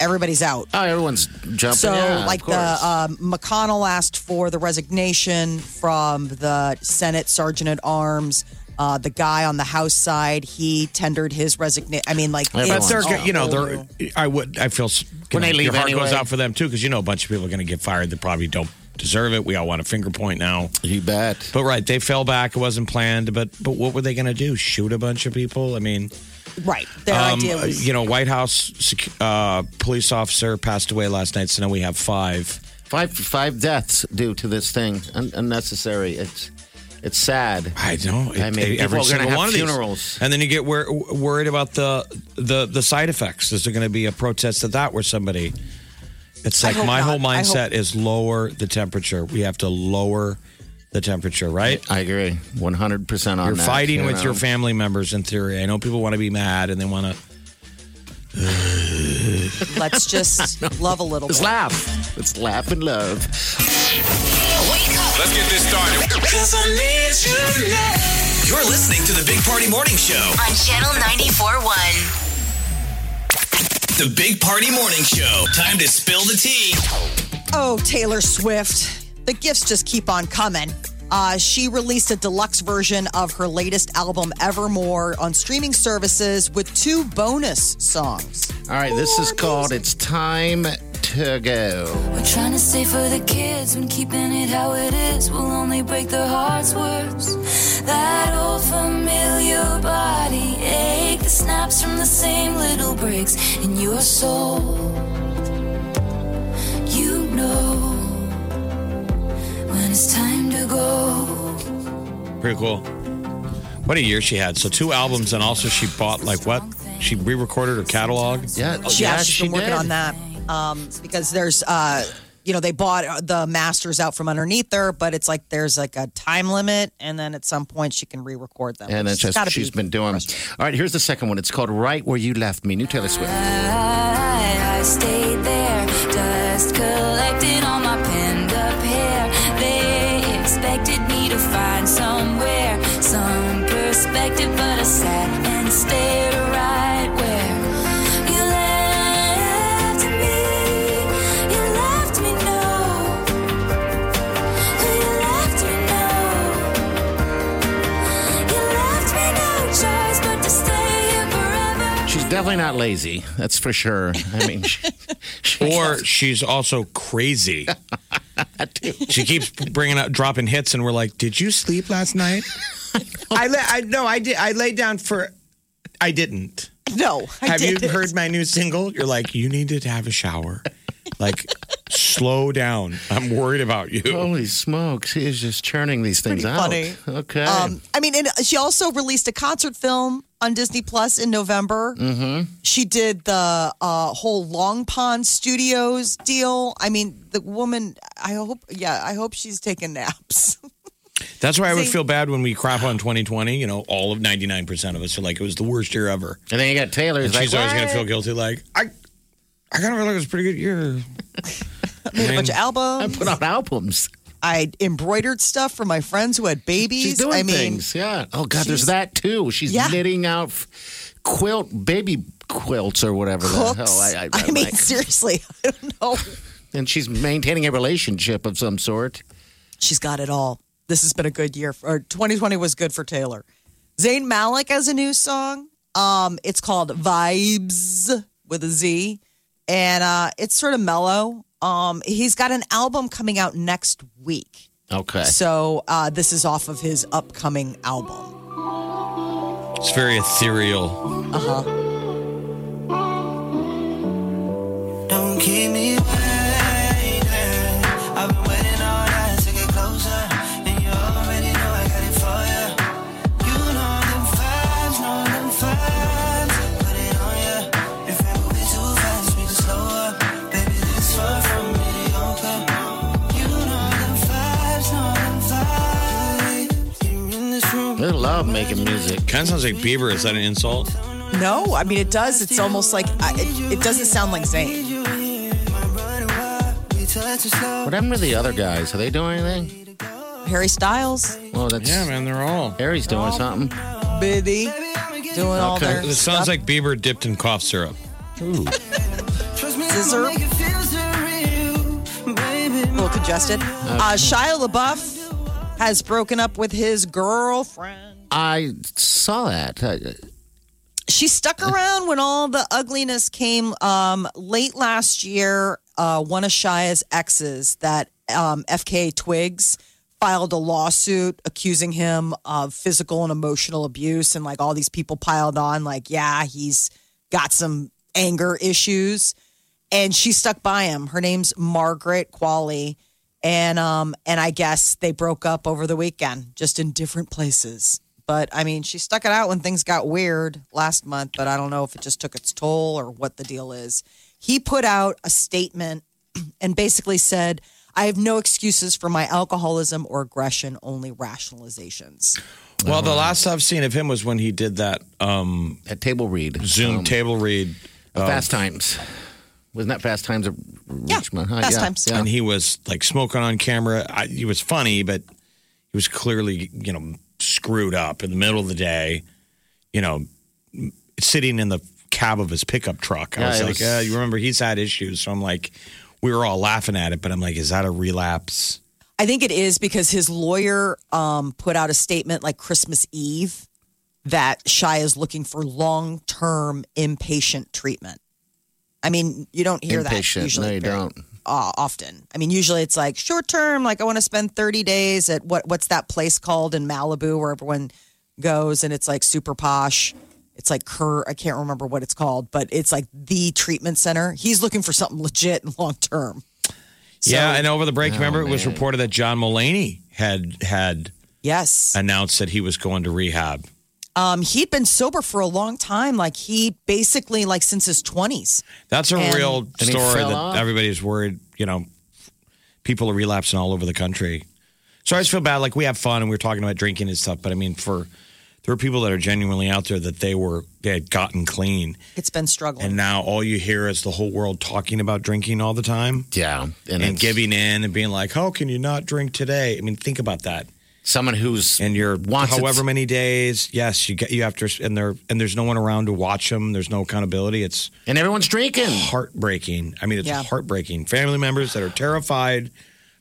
[SPEAKER 5] Everybody's out.
[SPEAKER 3] Oh, everyone's jumping.
[SPEAKER 5] So,
[SPEAKER 3] Yeah, of
[SPEAKER 5] like the
[SPEAKER 3] course.
[SPEAKER 5] um, McConnell asked for the resignation from the Senate sergeant at arms. Uh, the guy on the House side, he tendered his resignation. I mean, like
[SPEAKER 3] Yeah, but
[SPEAKER 5] it's
[SPEAKER 4] They're,
[SPEAKER 3] Oh,
[SPEAKER 4] you know,
[SPEAKER 5] all-
[SPEAKER 4] they're. I would. I feel s- you
[SPEAKER 3] When
[SPEAKER 4] know,
[SPEAKER 3] they leave
[SPEAKER 4] your heart
[SPEAKER 3] anyway.
[SPEAKER 4] goes out for them too, because you know a bunch of people are going to get fired that probably don't deserve it. We all want a finger point now,
[SPEAKER 3] you bet.
[SPEAKER 4] but right, they fell back. It wasn't planned, but but what were they going to do? Shoot a bunch of people? I mean,
[SPEAKER 5] right. Their
[SPEAKER 4] um,
[SPEAKER 5] idea
[SPEAKER 3] uh,
[SPEAKER 5] was
[SPEAKER 4] you know, White House sec- uh, police officer passed away last night, so now we have five.
[SPEAKER 3] Five five deaths due to this thing. Un- unnecessary. It's it's sad.
[SPEAKER 4] I know.
[SPEAKER 3] I mean,
[SPEAKER 4] every
[SPEAKER 3] people are
[SPEAKER 4] single
[SPEAKER 3] gonna have
[SPEAKER 4] one of these.
[SPEAKER 3] funerals.
[SPEAKER 4] and then you get wor- worried about the the the side effects. Is there going to be a protest at that where somebody? It's
[SPEAKER 5] I
[SPEAKER 4] like
[SPEAKER 5] hope
[SPEAKER 4] my
[SPEAKER 5] not.
[SPEAKER 4] whole
[SPEAKER 5] I
[SPEAKER 4] mindset is lower the temperature. We have to lower the temperature, right?
[SPEAKER 3] I agree, one hundred percent on
[SPEAKER 4] You're
[SPEAKER 3] that.
[SPEAKER 4] fighting
[SPEAKER 3] you
[SPEAKER 4] with
[SPEAKER 3] know?
[SPEAKER 4] your family members in theory. I know people want to be mad and they want to.
[SPEAKER 5] let's just love a little bit.
[SPEAKER 3] Let's laugh. Let's laugh and love.
[SPEAKER 2] Wake up.
[SPEAKER 6] Let's get this started.
[SPEAKER 1] Cause I need you now.
[SPEAKER 6] You're listening to the Big Party Morning Show.
[SPEAKER 2] on Channel 94.1.
[SPEAKER 6] The Big Party Morning Show. Time to spill the tea.
[SPEAKER 5] Oh, Taylor Swift. The gifts just keep on coming. Uh, she released a deluxe version of her latest album, Evermore, on streaming services with two bonus songs.
[SPEAKER 3] All right, this is called "It's Time to Go."
[SPEAKER 7] We're trying to stay for the kids when keeping it how it is will only break their hearts worse. That old familiar body ache that snaps from the same little breaks in your soul. You know when it's time to go.
[SPEAKER 4] Pretty cool. What a year she had. So two albums, and also she bought like what? She re-recorded her catalog.
[SPEAKER 3] Yeah,
[SPEAKER 5] yeah,
[SPEAKER 3] Oh, yeah,
[SPEAKER 5] she's
[SPEAKER 3] she
[SPEAKER 5] been working
[SPEAKER 3] did.
[SPEAKER 5] on that um, because there's, uh, you know, they bought the masters out from underneath her, but it's like there's like a time limit, and then at some point she can re-record them.
[SPEAKER 3] and
[SPEAKER 5] which has
[SPEAKER 3] that's just
[SPEAKER 5] gotta
[SPEAKER 3] she's
[SPEAKER 5] be
[SPEAKER 3] been doing. All right, here's the second one. It's called "Right Where You Left Me." New Taylor Swift.
[SPEAKER 7] I, I stayed there, dust collected on my pinned up hair. They expected me to find somewhere, some perspective, but I sat and stared right where you left me. You left me, no.
[SPEAKER 3] definitely not lazy. That's for sure. I mean, she, she-
[SPEAKER 4] Or she's also crazy. she keeps bringing up dropping hits, and we're like, "Did you sleep last night?" I, la- I no, I did. I laid down for. I didn't.
[SPEAKER 5] No. I
[SPEAKER 4] have you
[SPEAKER 5] didn't.
[SPEAKER 4] heard my new single? You're like, you need to have a shower. Like, slow down. I'm worried about you.
[SPEAKER 3] holy smokes, he is just churning these things
[SPEAKER 5] Pretty
[SPEAKER 3] out.
[SPEAKER 5] funny.
[SPEAKER 3] Okay.
[SPEAKER 5] Um, I mean, and she also released a concert film on Disney Plus in November. Mm-hmm. She did the uh, whole Long Pond Studios deal. I mean, the woman. I hope. Yeah, I hope she's taking naps.
[SPEAKER 4] That's why I would
[SPEAKER 5] See-
[SPEAKER 4] feel bad when we crap on 2020. You know, all of 99% of us are like, it was the worst year ever.
[SPEAKER 3] and then you got Taylor.
[SPEAKER 4] And
[SPEAKER 3] who's
[SPEAKER 4] she's
[SPEAKER 3] like,
[SPEAKER 4] always going to
[SPEAKER 3] "What?"
[SPEAKER 4] feel guilty. Like, I, I kind of feel like it was a pretty good year.
[SPEAKER 5] Made a bunch of
[SPEAKER 3] I
[SPEAKER 5] albums.
[SPEAKER 3] put out albums.
[SPEAKER 5] I embroidered stuff for my friends who had babies.
[SPEAKER 3] She's doing
[SPEAKER 5] I mean,
[SPEAKER 3] things. Yeah. Oh God, there's
[SPEAKER 5] she's-
[SPEAKER 3] that too. She's
[SPEAKER 5] Yeah.
[SPEAKER 3] knitting out f- quilt baby quilts or whatever
[SPEAKER 5] cooks.
[SPEAKER 3] the hell.
[SPEAKER 5] I, mean,
[SPEAKER 3] like.
[SPEAKER 5] seriously, I don't know.
[SPEAKER 3] and she's maintaining a relationship of some sort.
[SPEAKER 5] She's got it all. This has been a good year. For, or 2020 was good for Taylor. Zayn Malik has a new song. Um, it's called Vibes with a Z, and uh, it's sort of mellow. Um, he's got an album coming out next week,
[SPEAKER 3] Okay.
[SPEAKER 5] so uh, this is off of his upcoming album.
[SPEAKER 4] It's very ethereal.
[SPEAKER 3] Uh-huh.
[SPEAKER 1] Don't keep me waiting. I've been waiting all night to get closer. And you already know I got it for you. You know them vibes, know them vibes. Put it on ya. If it moving too fast, we can slow up. Baby, this far from mediocre. You know them vibes, know them vibes. You're in this room.
[SPEAKER 3] They love making music.
[SPEAKER 4] Kind of sounds like Bieber. Is that an insult?
[SPEAKER 5] No, I mean it does. It's almost like I, it, it doesn't sound like Zayn.
[SPEAKER 1] You here, my brother, why we touch it slow?
[SPEAKER 3] What happened to the other guys? Are they doing anything?
[SPEAKER 5] Harry Styles,
[SPEAKER 3] Well, that's
[SPEAKER 4] Yeah, man, they're all.
[SPEAKER 3] Harry's doing something.
[SPEAKER 5] Biddy, doing all
[SPEAKER 3] Okay.
[SPEAKER 5] their
[SPEAKER 4] It
[SPEAKER 5] stuff.
[SPEAKER 4] sounds like Bieber dipped in cough syrup.
[SPEAKER 1] Trust me,
[SPEAKER 5] Scissor.
[SPEAKER 1] I'ma make it feel so real, baby.
[SPEAKER 5] a little congested. Uh, Shia LaBeouf has broken up with his girlfriend.
[SPEAKER 3] I saw that. I- uh,
[SPEAKER 5] She stuck around when all the ugliness came um, late last year. Uh, one of Shia's exes, that um, FKA Twigs, filed a lawsuit accusing him of physical and emotional abuse, and like all these people piled on, like, yeah, he's got some anger issues. and she stuck by him. Her name's Margaret Qualley. And um and I guess they broke up over the weekend, just in different places. But I mean, she stuck it out when things got weird last month, but I don't know if it just took its toll or what the deal is. He put out a statement and basically said, I have no excuses for my alcoholism or aggression, only rationalizations.
[SPEAKER 4] Well, the last I've seen of him was when he did that um,
[SPEAKER 3] That table read.
[SPEAKER 4] Zoom
[SPEAKER 3] Um,
[SPEAKER 4] table read. of-
[SPEAKER 3] Fast Times. Wasn't that Fast Times of
[SPEAKER 5] Yeah,
[SPEAKER 3] Richmond? huh?
[SPEAKER 5] Fast
[SPEAKER 3] yeah,
[SPEAKER 5] Times.
[SPEAKER 3] Yeah.
[SPEAKER 4] and he was like smoking on camera. I, he was funny, but he was clearly, you know, screwed up in the middle of the day, you know, m- sitting in the cab of his pickup truck. I
[SPEAKER 3] Yeah,
[SPEAKER 4] was
[SPEAKER 3] it
[SPEAKER 4] like,
[SPEAKER 3] was-
[SPEAKER 4] uh, you remember he's had issues. So I'm like, we were all laughing at it, but I'm like, is that a relapse?
[SPEAKER 5] I think it is because his lawyer um, put out a statement like Christmas Eve that Shia is looking for long term inpatient treatment. I mean, you don't hear
[SPEAKER 3] Inpatient.
[SPEAKER 5] that usually.
[SPEAKER 3] No, you
[SPEAKER 5] very,
[SPEAKER 3] don't.
[SPEAKER 5] Uh, often. I mean, usually it's like short term, like I want to spend 30 days at what what's that place called in Malibu where everyone goes and it's like super posh. It's like Kerr, I can't remember what it's called, but it's like the treatment center. He's looking for something legit and long term.
[SPEAKER 4] yeah. And over the break,
[SPEAKER 3] oh,
[SPEAKER 4] remember it was reported that John Mullaney had had
[SPEAKER 5] Yes.
[SPEAKER 4] announced that he was going to rehab.
[SPEAKER 5] um, he'd been sober for a long time. Like he basically, like since his twenties.
[SPEAKER 4] That's a
[SPEAKER 5] And-
[SPEAKER 4] real
[SPEAKER 3] he
[SPEAKER 4] story
[SPEAKER 3] fell
[SPEAKER 4] that
[SPEAKER 3] off?
[SPEAKER 4] everybody's worried, you know, people are relapsing all over the country. So I just feel bad. Like we have fun and we are talking about drinking and stuff, but I mean, for there are people that are genuinely out there that they were, they had gotten clean.
[SPEAKER 5] It's been struggling.
[SPEAKER 4] And now all you hear is the whole world talking about drinking all the time
[SPEAKER 3] Yeah. And,
[SPEAKER 4] and
[SPEAKER 3] it's
[SPEAKER 4] giving in and being like, how can you not drink today? I mean, think about that.
[SPEAKER 3] someone who's
[SPEAKER 4] And you're
[SPEAKER 3] wants it-
[SPEAKER 4] however many days. Yes, you get, you have to, and there, and there's no one around to watch them. There's no accountability. It's,
[SPEAKER 3] and everyone's drinking.
[SPEAKER 4] heartbreaking. I mean, it's
[SPEAKER 5] Yeah.
[SPEAKER 4] heartbreaking. Family members that are terrified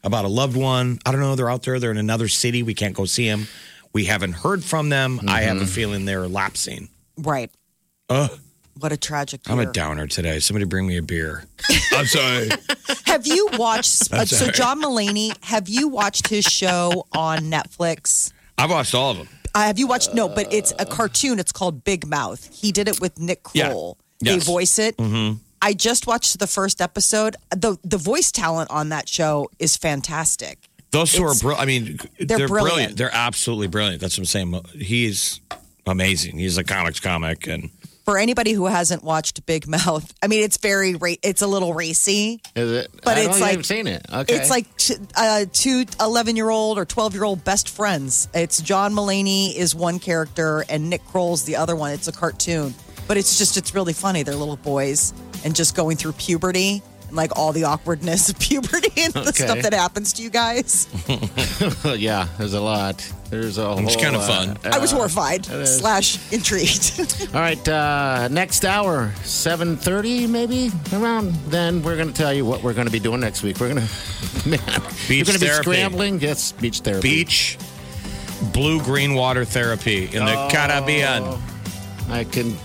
[SPEAKER 4] about a loved one. I don't know. They're out there. They're in another city. We can't go see them. Mm-hmm. We haven't heard from them. I have a feeling they're lapsing.
[SPEAKER 5] right. What a tragic year.
[SPEAKER 4] I'm a downer today. Somebody bring me a beer. I'm sorry.
[SPEAKER 5] Have you watched? uh,
[SPEAKER 4] That's
[SPEAKER 5] so
[SPEAKER 4] all right.
[SPEAKER 5] John Mulaney, have you watched his show on Netflix?
[SPEAKER 4] I watched all of them.
[SPEAKER 5] Uh, have you watched? No, but it's a cartoon. It's called Big Mouth. He did it with Nick
[SPEAKER 4] Yeah.
[SPEAKER 5] Kroll. They
[SPEAKER 4] Yes.
[SPEAKER 5] voice it.
[SPEAKER 4] Mm-hmm.
[SPEAKER 5] I just watched the first episode. the The voice talent on that show is fantastic.
[SPEAKER 4] Those two
[SPEAKER 5] It's-
[SPEAKER 4] are brilliant. I mean,
[SPEAKER 5] They're
[SPEAKER 4] they're,
[SPEAKER 5] brilliant.
[SPEAKER 4] brilliant. They're absolutely brilliant. That's what I'm saying. He's amazing. He's a comics comic, and
[SPEAKER 5] For anybody who hasn't watched Big Mouth, I mean, it's very ra- it's a little racy.
[SPEAKER 3] Is it?
[SPEAKER 5] But
[SPEAKER 3] I
[SPEAKER 5] it's
[SPEAKER 3] don't-
[SPEAKER 5] like-
[SPEAKER 3] I haven't seen it. Okay.
[SPEAKER 5] It's like t- uh, two 11 year old or 12 year old best friends. It's John Mullaney is one character and Nick Kroll's the other one. It's a cartoon, but it's just, it's really funny. They're little boys and just going through puberty and like all the awkwardness of puberty and the
[SPEAKER 3] Okay.
[SPEAKER 5] stuff that happens to you guys.
[SPEAKER 3] yeah, there's a lot. There's a whole
[SPEAKER 4] It's kinda
[SPEAKER 3] lot.
[SPEAKER 4] fun.
[SPEAKER 5] I was horrified
[SPEAKER 3] is.
[SPEAKER 5] slash intrigued.
[SPEAKER 3] All right, uh, next hour, 7.30 maybe, around then, we're going to tell you what we're going to be doing next week. We're going to, man, you're
[SPEAKER 4] Beach
[SPEAKER 3] going to be
[SPEAKER 4] therapy.
[SPEAKER 3] scrambling. Yes, beach therapy.
[SPEAKER 4] beach blue green water therapy in
[SPEAKER 5] Oh.
[SPEAKER 4] the Caribbean.
[SPEAKER 3] I can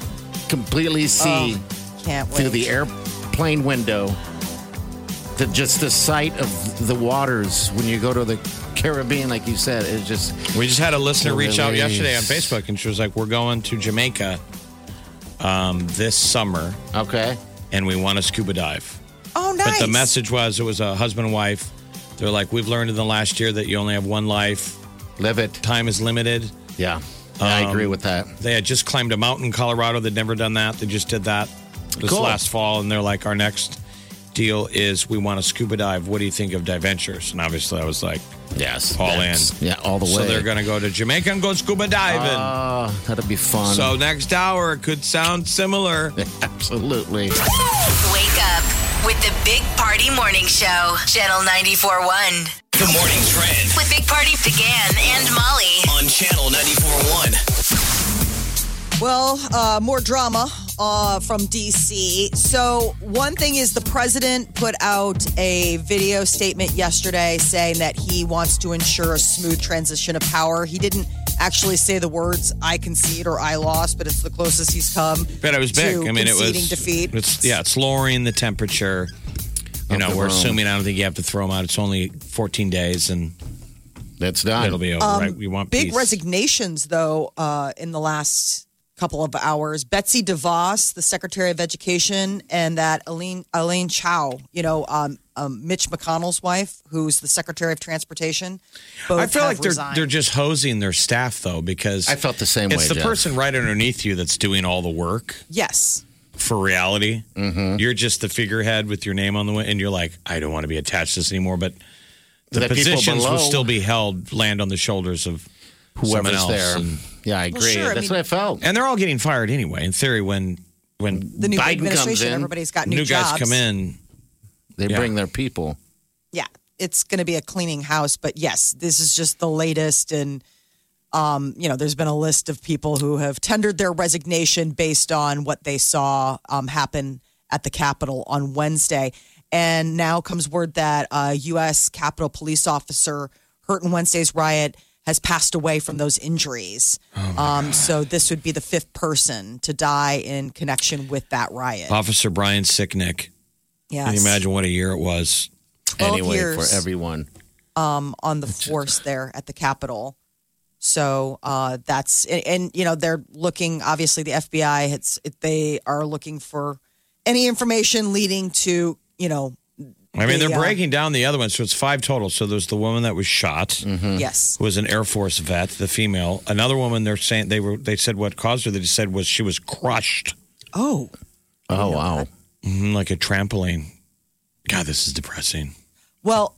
[SPEAKER 3] completely see
[SPEAKER 5] Oh, Can't wait.
[SPEAKER 3] through the airplane window the, just the sight of the waters when you go to the Caribbean, like you said, is just,
[SPEAKER 4] We just had a listener reach out
[SPEAKER 3] Release.
[SPEAKER 4] yesterday on Facebook, and she was like, "We're going to Jamaica um, this summer,
[SPEAKER 3] okay.
[SPEAKER 4] and we want to scuba dive."
[SPEAKER 5] Oh, nice.
[SPEAKER 4] But the message was, it was a husband and wife. They're like, "We've learned in the last year that you only have one life.
[SPEAKER 3] Live it.
[SPEAKER 4] Time is limited."
[SPEAKER 3] Yeah. I
[SPEAKER 4] Um,
[SPEAKER 3] agree with that.
[SPEAKER 4] They had just climbed a mountain in Colorado. They'd never done that. They just did that this
[SPEAKER 3] Cool.
[SPEAKER 4] last fall, and they're like, "Our next deal is we want to scuba dive. What do you think of diventures?" And obviously, I was like,
[SPEAKER 3] Yes.
[SPEAKER 4] all
[SPEAKER 3] that's-
[SPEAKER 4] in.
[SPEAKER 3] Yeah, all the way.
[SPEAKER 4] So they're going to go to Jamaica and go scuba diving.
[SPEAKER 3] Ah, that'll be fun.
[SPEAKER 4] so next hour could sound similar.
[SPEAKER 3] Absolutely.
[SPEAKER 2] Wake up with the Big Party Morning Show, Channel 94.1.
[SPEAKER 6] The morning trend
[SPEAKER 2] With Big Party began and Molly.
[SPEAKER 6] on channel 941.
[SPEAKER 5] Well, uh, more drama uh, from DC. So, one thing is the president put out a video statement yesterday saying that he wants to ensure a smooth transition of power. He didn't actually say the words "I concede" or "I lost," but it's the closest he's come.
[SPEAKER 4] But it was big.
[SPEAKER 5] to
[SPEAKER 4] I mean, it
[SPEAKER 5] conceding
[SPEAKER 4] was.
[SPEAKER 5] defeat.
[SPEAKER 4] It's, yeah, it's lowering the temperature. You
[SPEAKER 3] Of
[SPEAKER 4] know,
[SPEAKER 3] the
[SPEAKER 4] we're
[SPEAKER 3] room.
[SPEAKER 4] assuming I don't think you have to throw them out. It's only 14 days, and
[SPEAKER 3] That's done.
[SPEAKER 4] it'll be over. right? We want
[SPEAKER 5] Um, Big
[SPEAKER 4] peace.
[SPEAKER 5] resignations, though, uh, in the last couple of hours. Betsy DeVos, the Secretary of Education, and that Elaine, Elaine Chao, you know, um, um, Mitch McConnell's wife, who's the Secretary of Transportation. Both
[SPEAKER 4] I feel
[SPEAKER 5] have
[SPEAKER 4] like they're
[SPEAKER 5] resigned.
[SPEAKER 4] they're just hosing their staff though because
[SPEAKER 3] I felt the same
[SPEAKER 4] It's
[SPEAKER 3] way,
[SPEAKER 4] the
[SPEAKER 3] Jeff.
[SPEAKER 4] person right underneath you that's doing all the work.
[SPEAKER 5] yes.
[SPEAKER 4] for reality.
[SPEAKER 3] Mm-hmm.
[SPEAKER 4] You're just the figurehead with your name on the win, and you're like, I don't want to be attached to this anymore. But the,
[SPEAKER 3] The people
[SPEAKER 4] positions will
[SPEAKER 3] below-
[SPEAKER 4] still be held, land on the shoulders of someone
[SPEAKER 3] whoever's
[SPEAKER 4] else.
[SPEAKER 3] there.
[SPEAKER 4] And,
[SPEAKER 3] yeah, I agree.
[SPEAKER 5] sure, I
[SPEAKER 3] That's
[SPEAKER 5] mean-
[SPEAKER 3] what I felt.
[SPEAKER 4] and they're all getting fired anyway. In theory, when when
[SPEAKER 5] The new
[SPEAKER 3] Biden comes
[SPEAKER 5] administration,
[SPEAKER 3] in,
[SPEAKER 5] everybody's got new,
[SPEAKER 4] new, guys
[SPEAKER 5] jobs.
[SPEAKER 4] come in,
[SPEAKER 3] They
[SPEAKER 4] Yeah.
[SPEAKER 3] bring their people.
[SPEAKER 5] yeah, it's going to be a cleaning house. But yes, this is just the latest. And, um, you know, there's been a list of people who have tendered their resignation based on what they saw um, happen at the Capitol on Wednesday. And now comes word that a U.S. Capitol police officer hurt in Wednesday's riot has passed away from those injuries.
[SPEAKER 4] Oh
[SPEAKER 5] um, so this would be the fifth person to die in connection with that riot.
[SPEAKER 4] Officer Brian Sicknick.
[SPEAKER 5] yes.
[SPEAKER 4] Can you imagine what a year it was?
[SPEAKER 5] 12
[SPEAKER 3] anyway,
[SPEAKER 5] years.
[SPEAKER 3] for everyone.
[SPEAKER 5] um, on the force there at the Capitol. So uh, that's and, and you know they're looking obviously the FBI it's it, they are looking for any information leading to you know
[SPEAKER 4] I mean, they're
[SPEAKER 5] The, uh,
[SPEAKER 4] breaking down the other one, so it's five total. So there's the woman that was shot.
[SPEAKER 5] Mm-hmm. yes
[SPEAKER 4] who was an Air Force vet, the female. Another woman, they're saying they were. They said what caused her. They just said was she was crushed
[SPEAKER 5] oh
[SPEAKER 3] Oh, wow.
[SPEAKER 4] Mhm, like a trampoline. God, this is depressing.
[SPEAKER 5] Well,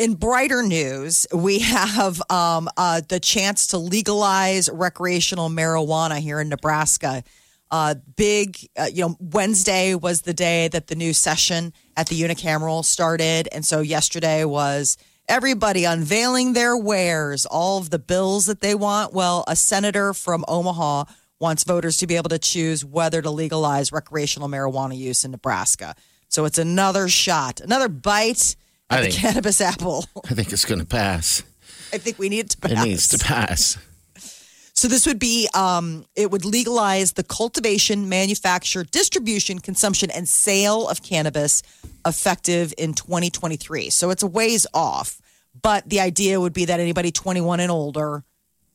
[SPEAKER 5] in brighter news, we have um, uh, the chance to legalize recreational marijuana here in Nebraska. Uh, big, uh, you know, Wednesday was the day that the new session at the unicameral started. And so yesterday was everybody unveiling their wares, all of the bills that they want. Well, a senator from Omaha wants voters to be able to choose whether to legalize recreational marijuana use in Nebraska. So it's another shot, another bite
[SPEAKER 3] I
[SPEAKER 5] the
[SPEAKER 3] think-
[SPEAKER 5] cannabis apple.
[SPEAKER 3] I think it's going to pass.
[SPEAKER 5] I think we need it to
[SPEAKER 3] It
[SPEAKER 5] pass.
[SPEAKER 3] needs to pass.
[SPEAKER 5] So this would be um, it would legalize the cultivation, manufacture, distribution, consumption, and sale of cannabis, effective in 2023. So it's a ways off, but the idea would be that anybody 21 and older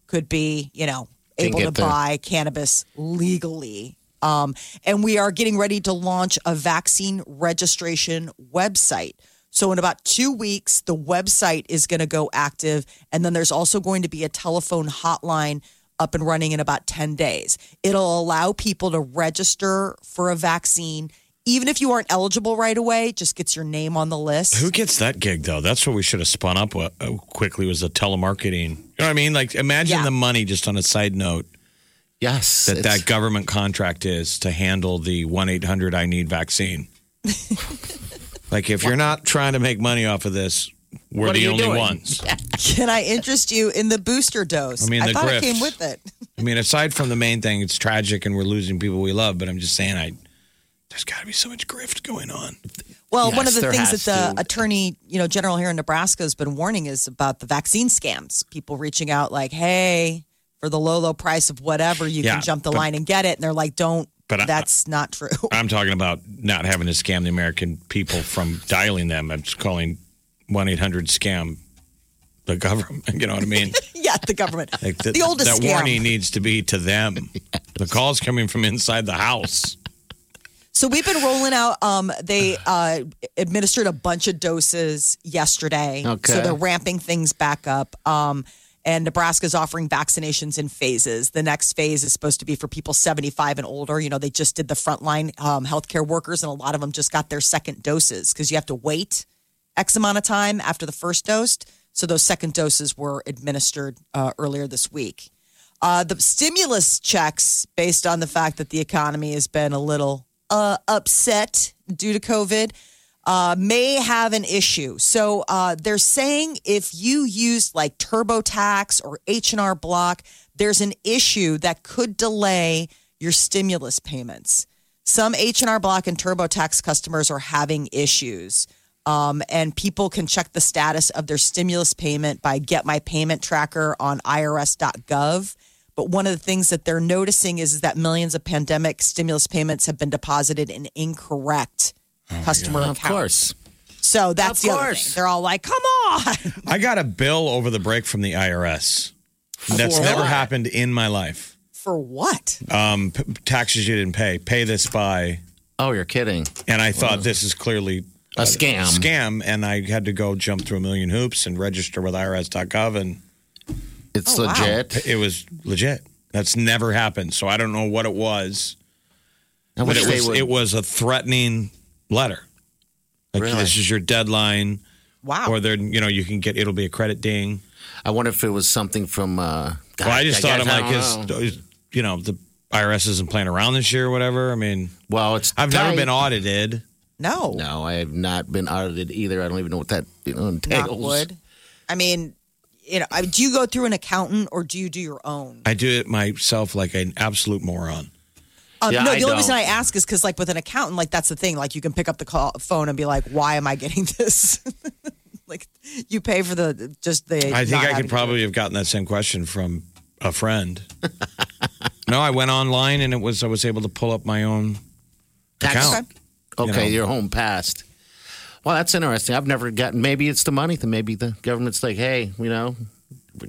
[SPEAKER 5] could be, you know,
[SPEAKER 3] Can
[SPEAKER 5] able to
[SPEAKER 3] get there.
[SPEAKER 5] buy cannabis legally. Um, and we are getting ready to launch a vaccine registration website. So, in about two weeks, the website is going to go active. And then there's also going to be a telephone hotline up and running in about 10 days. It'll allow people to register for a vaccine, even if you aren't eligible right away, just gets your name on the list.
[SPEAKER 4] Who gets that gig though? That's what we should have spun up uh, uh, quickly was the telemarketing. You know what I mean? Like imagine
[SPEAKER 5] Yeah.
[SPEAKER 4] the money just on a side note
[SPEAKER 3] Yes.
[SPEAKER 4] that
[SPEAKER 3] it's-
[SPEAKER 4] that government contract is to handle the 1-800 I need vaccine. like if you're not trying to make money off of this, we're
[SPEAKER 3] What are
[SPEAKER 4] the
[SPEAKER 3] you
[SPEAKER 4] only
[SPEAKER 3] doing?
[SPEAKER 4] ones.
[SPEAKER 5] Can I interest you in the booster dose?
[SPEAKER 4] I mean, the
[SPEAKER 5] thought
[SPEAKER 4] grifts.
[SPEAKER 5] it came with it.
[SPEAKER 4] I mean, aside from the main thing, it's tragic and we're losing people we love, but I'm just saying I there's got to be so much grift going on.
[SPEAKER 5] Well,
[SPEAKER 3] Yes,
[SPEAKER 5] one of the
[SPEAKER 3] there
[SPEAKER 5] things that
[SPEAKER 3] has
[SPEAKER 5] the
[SPEAKER 3] to.
[SPEAKER 5] attorney, you know, general here in Nebraska has been warning is about the vaccine scams. People reaching out like, "Hey, for the low, low price of whatever, you
[SPEAKER 4] Yeah,
[SPEAKER 5] can jump the
[SPEAKER 4] but-
[SPEAKER 5] line and get it," and they're like, "Don't."
[SPEAKER 4] But I-
[SPEAKER 5] that's not true.
[SPEAKER 4] I'm talking about not having to scam the American people from dialing them. I'm just calling 1 800 scam the government. You know what I mean?
[SPEAKER 5] yeah, the government.
[SPEAKER 4] Like
[SPEAKER 5] the oldest
[SPEAKER 4] That
[SPEAKER 5] scam.
[SPEAKER 4] warning needs to be to them. The call's coming from inside the house.
[SPEAKER 5] So we've been rolling out. Um, they uh, administered a bunch of doses yesterday,
[SPEAKER 3] Okay.
[SPEAKER 5] so they're ramping things back up. Um, and Nebraska's offering vaccinations in phases. The next phase is supposed to be for people 75 and older. You know, they just did the frontline um, healthcare workers, and a lot of them just got their second doses because you have to wait X amount of time after the first dose. So those second doses were administered uh, earlier this week. Uh, the stimulus checks, based on the fact that the economy has been a little uh, upset due to COVID, uh, may have an issue. So uh, they're saying if you use like TurboTax or H and R Block, there's an issue that could delay your stimulus payments. Some H and R Block and TurboTax customers are having issues. Um, and people can check the status of their stimulus payment by Get My Payment Tracker on IRS.gov. But one of the things that they're noticing is, is that millions of pandemic stimulus payments have been deposited in incorrect customer
[SPEAKER 3] Of
[SPEAKER 5] accounts.
[SPEAKER 3] course.
[SPEAKER 5] So that's the
[SPEAKER 3] Of
[SPEAKER 5] other
[SPEAKER 3] course.
[SPEAKER 5] thing. They're all like, "Come on!"
[SPEAKER 4] I got a bill over the break from the IRS. That's
[SPEAKER 3] For
[SPEAKER 4] never
[SPEAKER 3] what?
[SPEAKER 4] happened in my life.
[SPEAKER 5] For what?
[SPEAKER 4] Um, p- taxes you didn't pay. Pay this by.
[SPEAKER 3] Oh, you're kidding.
[SPEAKER 4] And I thought this is clearly
[SPEAKER 3] A scam.
[SPEAKER 4] scam. And I had to go jump through a million hoops and register with IRS.gov and.
[SPEAKER 3] It's
[SPEAKER 5] Oh, wow.
[SPEAKER 3] legit.
[SPEAKER 4] It was legit. That's never happened. So I don't know what it was,
[SPEAKER 3] I
[SPEAKER 4] but
[SPEAKER 3] wish
[SPEAKER 4] it
[SPEAKER 3] they
[SPEAKER 4] was
[SPEAKER 3] would-
[SPEAKER 4] it was a threatening letter. Like
[SPEAKER 3] Really?
[SPEAKER 4] this is your deadline,
[SPEAKER 5] Wow.
[SPEAKER 4] or then you know you can get it'll be a credit ding.
[SPEAKER 3] I wonder if it was something from. Uh,
[SPEAKER 4] Well, I just thought
[SPEAKER 3] guess
[SPEAKER 4] I'm
[SPEAKER 3] I
[SPEAKER 4] like,
[SPEAKER 3] don't know.
[SPEAKER 4] is, is- you know, the IRS isn't playing around this year or whatever. I mean,
[SPEAKER 3] well, it's.
[SPEAKER 4] I've never
[SPEAKER 3] tight.
[SPEAKER 4] been audited.
[SPEAKER 5] no,
[SPEAKER 3] No, I have not been audited either. I don't even know what that you know,
[SPEAKER 5] not
[SPEAKER 3] entails.
[SPEAKER 5] wood. I mean, you know, I- do you go through an accountant or do you do your own?
[SPEAKER 4] I do it myself like an absolute moron.
[SPEAKER 5] Um,
[SPEAKER 3] Yeah,
[SPEAKER 5] no,
[SPEAKER 3] I
[SPEAKER 5] the only reason I
[SPEAKER 3] don't.
[SPEAKER 5] ask is because, like, with an accountant, like that's the thing. Like, you can pick up the call, phone and be like, "Why am I getting this?" like, you pay for the just the.
[SPEAKER 4] I think
[SPEAKER 5] not
[SPEAKER 4] I
[SPEAKER 5] having
[SPEAKER 4] could
[SPEAKER 5] to do it.
[SPEAKER 4] probably have gotten that same question from a friend. no, I went online and it was I was able to pull up my own
[SPEAKER 3] That's-
[SPEAKER 4] account.
[SPEAKER 3] Okay,
[SPEAKER 4] You know.
[SPEAKER 3] your home passed. Well, that's interesting. I've never gotten. Maybe it's the money thing. Maybe the government's like, hey, you know,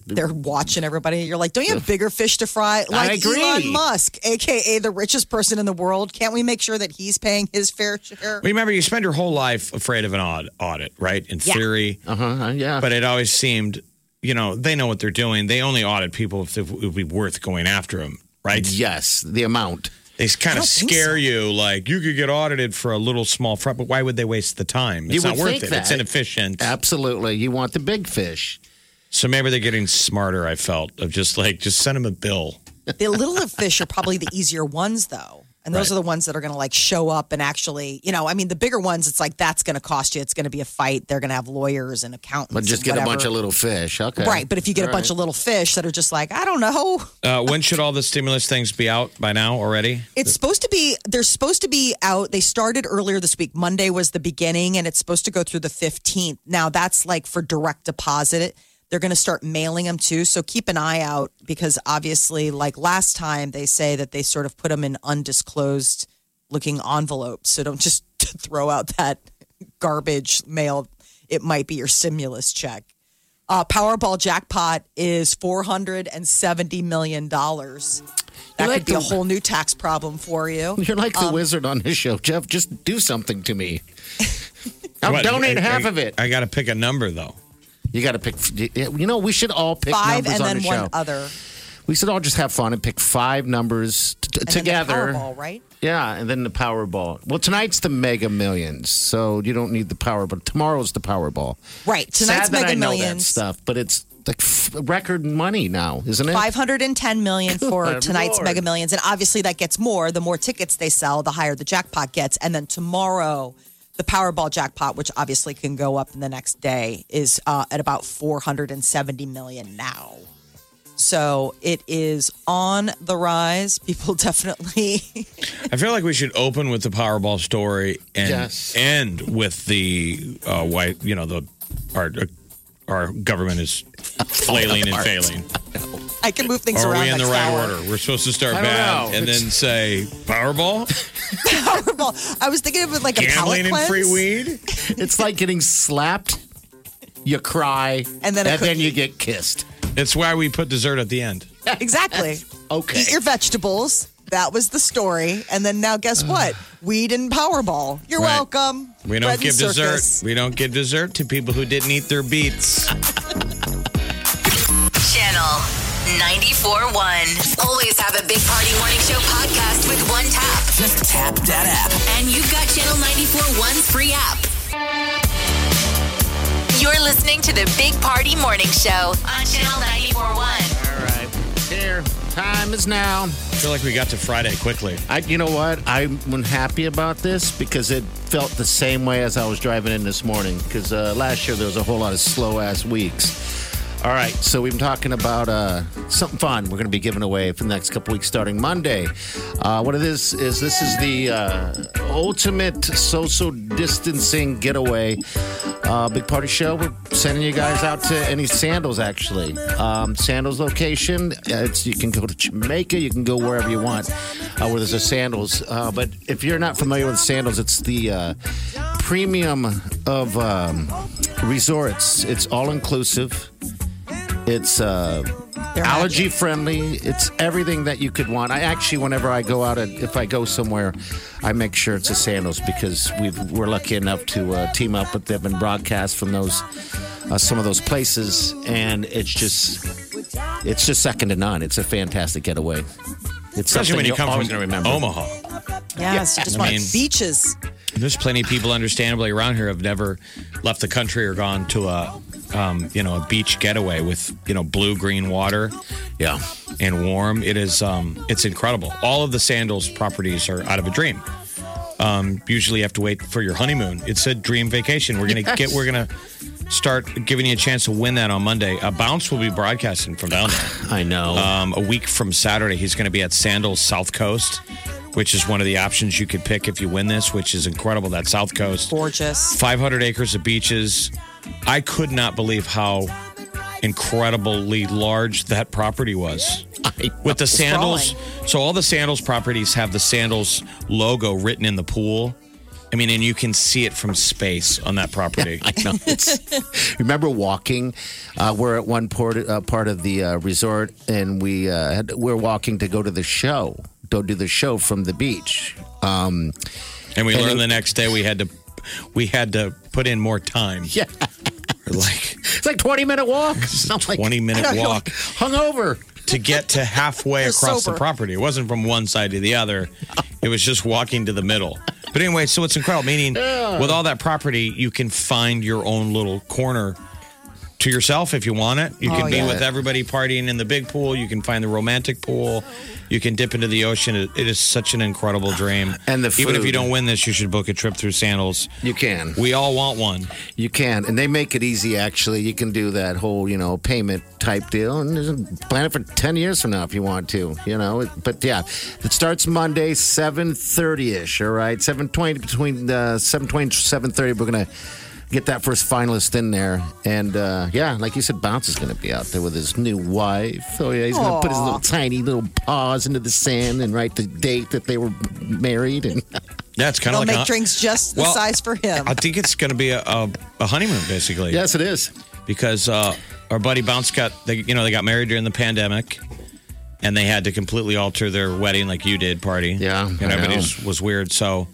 [SPEAKER 5] They're watching everybody. You're like, don't you have bigger fish to fry? Like
[SPEAKER 3] agree.
[SPEAKER 5] Elon Musk, aka the richest person in the world. Can't we make sure that he's paying his fair share?
[SPEAKER 4] Well, Remember, you spend your whole life afraid of an aud- audit, right? In theory,
[SPEAKER 3] uh huh, yeah.
[SPEAKER 4] but it always seemed, you know, they know what they're doing. They only audit people if it would be worth going after them, right?
[SPEAKER 3] yes, the amount.
[SPEAKER 4] They kind of
[SPEAKER 5] don't think
[SPEAKER 4] scare you, like you could get audited for a little small front, but why would they waste the time? It's
[SPEAKER 3] You
[SPEAKER 4] not
[SPEAKER 3] would
[SPEAKER 4] worth
[SPEAKER 3] think
[SPEAKER 4] it. It's
[SPEAKER 3] that.
[SPEAKER 4] inefficient.
[SPEAKER 3] Absolutely, you want the big fish.
[SPEAKER 4] So maybe they're getting smarter. I felt of just like just send them a bill.
[SPEAKER 5] the littler fish are probably the easier ones though and those
[SPEAKER 4] Right.
[SPEAKER 5] are the ones that are going to like show up and actually you know i mean the bigger ones it's like that's going to cost you it's going to be a fight they're going to have lawyers and accountants
[SPEAKER 3] But just
[SPEAKER 5] and
[SPEAKER 3] get a
[SPEAKER 5] whatever.
[SPEAKER 3] bunch of little fish. Okay,
[SPEAKER 5] right but if you get a bunch of little fish that are just like i don't know
[SPEAKER 4] Uh, when should all the stimulus things be out by now already?
[SPEAKER 5] It's supposed to be, they're supposed to be out. They started earlier this week. Monday was the beginning, and it's supposed to go through the 15th. Now, that's like for direct deposit. They're going to start mailing them too. So keep an eye out because obviously, like last time, they say that they sort of put them in undisclosed looking envelopes. So don't just throw out that garbage mail. It might be your stimulus check. Uh, Powerball jackpot is $470 million. That
[SPEAKER 3] like
[SPEAKER 5] could be a
[SPEAKER 3] the-
[SPEAKER 5] whole new tax problem for you. Um,
[SPEAKER 3] You're like the wizard on this show, Jeff. Just do something to me. I'll
[SPEAKER 4] What,
[SPEAKER 3] donate
[SPEAKER 4] I-
[SPEAKER 3] half
[SPEAKER 4] I-
[SPEAKER 3] of it.
[SPEAKER 4] I got to pick a number though.
[SPEAKER 3] You got to pick. You know, we should all pick
[SPEAKER 5] Five
[SPEAKER 3] numbers
[SPEAKER 5] and
[SPEAKER 3] on
[SPEAKER 5] then
[SPEAKER 3] the
[SPEAKER 5] one
[SPEAKER 3] show.
[SPEAKER 5] other.
[SPEAKER 3] we should all just have fun and pick five numbers t-
[SPEAKER 5] And
[SPEAKER 3] together.
[SPEAKER 5] Then the Powerball, right?
[SPEAKER 3] Yeah, and then the Powerball. Well, tonight's the Mega Millions, so you don't need the Powerball. Tomorrow's the Powerball.
[SPEAKER 5] Right. Tonight's
[SPEAKER 3] Sad that
[SPEAKER 5] Mega
[SPEAKER 3] I know that
[SPEAKER 5] Millions.
[SPEAKER 3] stuff, but it's like f- record money now, isn't it?
[SPEAKER 5] 510 million for
[SPEAKER 3] Good
[SPEAKER 5] tonight's
[SPEAKER 3] Lord.
[SPEAKER 5] Mega Millions. And obviously, that gets more. The more tickets they sell, the higher the jackpot gets. And then tomorrow, the Powerball jackpot, which obviously can go up in the next day, is uh, at about 470 million now. So it is on the rise. People definitely.
[SPEAKER 4] I feel like we should open with the Powerball story and
[SPEAKER 3] Yes.
[SPEAKER 4] end with the uh, why you know the our uh, our government is flailing and failing.
[SPEAKER 5] I can move things
[SPEAKER 4] Are
[SPEAKER 5] around.
[SPEAKER 4] we in the
[SPEAKER 5] next
[SPEAKER 4] right
[SPEAKER 5] hour.
[SPEAKER 4] order? We're supposed to start
[SPEAKER 3] I don't
[SPEAKER 4] bad
[SPEAKER 3] know.
[SPEAKER 4] and then say Powerball,
[SPEAKER 5] Powerball. I was thinking of it like a palate
[SPEAKER 4] gambling and
[SPEAKER 5] cleanse.
[SPEAKER 4] free weed.
[SPEAKER 3] It's like getting slapped. You cry,
[SPEAKER 5] And then a
[SPEAKER 3] then you
[SPEAKER 5] cookie.
[SPEAKER 3] get kissed.
[SPEAKER 4] It's why we put dessert at the end.
[SPEAKER 5] Exactly.
[SPEAKER 3] Okay.
[SPEAKER 5] Eat your vegetables. That was the story. And then now, guess what? Weed and Powerball. You're
[SPEAKER 4] Right.
[SPEAKER 5] welcome.
[SPEAKER 4] We don't
[SPEAKER 5] Bread and
[SPEAKER 4] give
[SPEAKER 5] circus.
[SPEAKER 4] dessert. We don't give dessert to people who didn't eat their beets.
[SPEAKER 2] Channel 94.1. Always have a Big Party Morning Show podcast with one tap.
[SPEAKER 6] Just tap that app.
[SPEAKER 2] And you've got Channel 94.1's free app. You're listening to the Big Party Morning Show on Channel 94.1.
[SPEAKER 3] All right, here. Time is now.
[SPEAKER 4] I feel like we got to Friday quickly.
[SPEAKER 3] I, you know what? I'm happy about this because it felt the same way as I was driving in this morning. Because uh, last year there was a whole lot of slow ass weeks. All right, so we've been talking about uh, something fun. We're going to be giving away for the next couple weeks, starting Monday. Uh, what it is is this is the uh, ultimate social distancing getaway. Uh, big party show. We're sending you guys out to any sandals actually. Um, sandals location. uh, It's you can go to Jamaica. You can go wherever you want uh, where there's a sandals. Uh, but if you're not familiar with sandals, it's the uh, premium of um, resorts. It's all inclusive. It's uh, allergy friendly. It's everything that you could want. I actually, whenever I go out, and if I go somewhere, I make sure it's a sandals because we've, we're lucky enough to uh, team up with them and broadcast from those uh, some of those places, and it's just it's just second to none. It's a fantastic getaway. It's
[SPEAKER 4] Especially
[SPEAKER 3] something
[SPEAKER 4] when you
[SPEAKER 3] you're
[SPEAKER 4] come
[SPEAKER 3] always
[SPEAKER 4] from
[SPEAKER 3] gonna remember.
[SPEAKER 4] Omaha.
[SPEAKER 5] Yes, you just
[SPEAKER 4] I
[SPEAKER 5] want
[SPEAKER 4] mean-
[SPEAKER 5] beaches.
[SPEAKER 4] There's plenty of people, understandably, around here have never left the country or gone to a, um, you know, a beach getaway with you know blue green water
[SPEAKER 3] Yeah.
[SPEAKER 4] and warm. It is, um, it's incredible. All of the sandals properties are out of a dream. Um, usually, you have to wait for your honeymoon. It's a dream vacation. We're gonna get. We're gonna start giving you a chance to win that on Monday. A bounce will be broadcasting from down there.
[SPEAKER 3] I know.
[SPEAKER 4] Um, a week from Saturday, he's going to be at Sandals South Coast, which is one of the options you could pick if you win this, which is incredible. That South Coast,
[SPEAKER 5] Gorgeous.
[SPEAKER 4] 500 acres of beaches. I could not believe how incredibly large that property was. With the sandals, so all the sandals properties have the sandals logo written in the pool. I mean, and you can see it from space on that property.
[SPEAKER 3] I know. It's, remember walking? Uh, we're at one port, uh, part of the uh, resort, and we uh, had, we're walking to go to the show. Go do the show from the beach. Um,
[SPEAKER 4] And we
[SPEAKER 3] And
[SPEAKER 4] learned
[SPEAKER 3] it-
[SPEAKER 4] the next day we had to we had to put in more time.
[SPEAKER 3] yeah,
[SPEAKER 4] Like
[SPEAKER 3] it's like twenty minute walk. I'm like,
[SPEAKER 4] 20 minute
[SPEAKER 3] I don't know,
[SPEAKER 4] walk.
[SPEAKER 3] hungover.
[SPEAKER 4] to get to halfway
[SPEAKER 5] They're
[SPEAKER 4] across
[SPEAKER 5] sober.
[SPEAKER 4] the property. It wasn't from one side to the other. It was just walking to the middle. But anyway, so it's incredible. Meaning, with all that property, you can find your own little corner to yourself if you want it. You can
[SPEAKER 5] Oh,
[SPEAKER 4] be
[SPEAKER 5] yeah.
[SPEAKER 4] with everybody partying in the big pool. You can find the romantic pool. You can dip into the ocean. It, it is such an incredible dream.
[SPEAKER 3] And the
[SPEAKER 4] even if you
[SPEAKER 3] food.
[SPEAKER 4] don't win this, you should book a trip through Sandals.
[SPEAKER 3] You can.
[SPEAKER 4] We all want one.
[SPEAKER 3] You can, and they make it easy. Actually, you can do that whole you know payment type deal, and just plan it for ten years from now if you want to. You know, but yeah, it starts Monday seven thirty ish. All right, seven twenty between uh, seven twenty and seven thirty. We're gonna get that first finalist in there. And uh, yeah, like you said, Bounce is going to be out there with his new wife. Oh yeah, he's going to put his little tiny little paws into the sand and write the date that they were married. And
[SPEAKER 4] That's kind
[SPEAKER 5] They'll
[SPEAKER 4] of like
[SPEAKER 5] make
[SPEAKER 4] a,
[SPEAKER 5] drinks just the
[SPEAKER 4] Well,
[SPEAKER 5] size for him.
[SPEAKER 4] I think it's going to be a, a, a honeymoon, basically.
[SPEAKER 3] yes, it is.
[SPEAKER 4] because uh, our buddy Bounce got they you know they got married during the pandemic, and they had to completely alter their wedding like you did party.
[SPEAKER 3] Yeah,
[SPEAKER 4] and
[SPEAKER 3] I know.
[SPEAKER 4] everybody was- was weird. So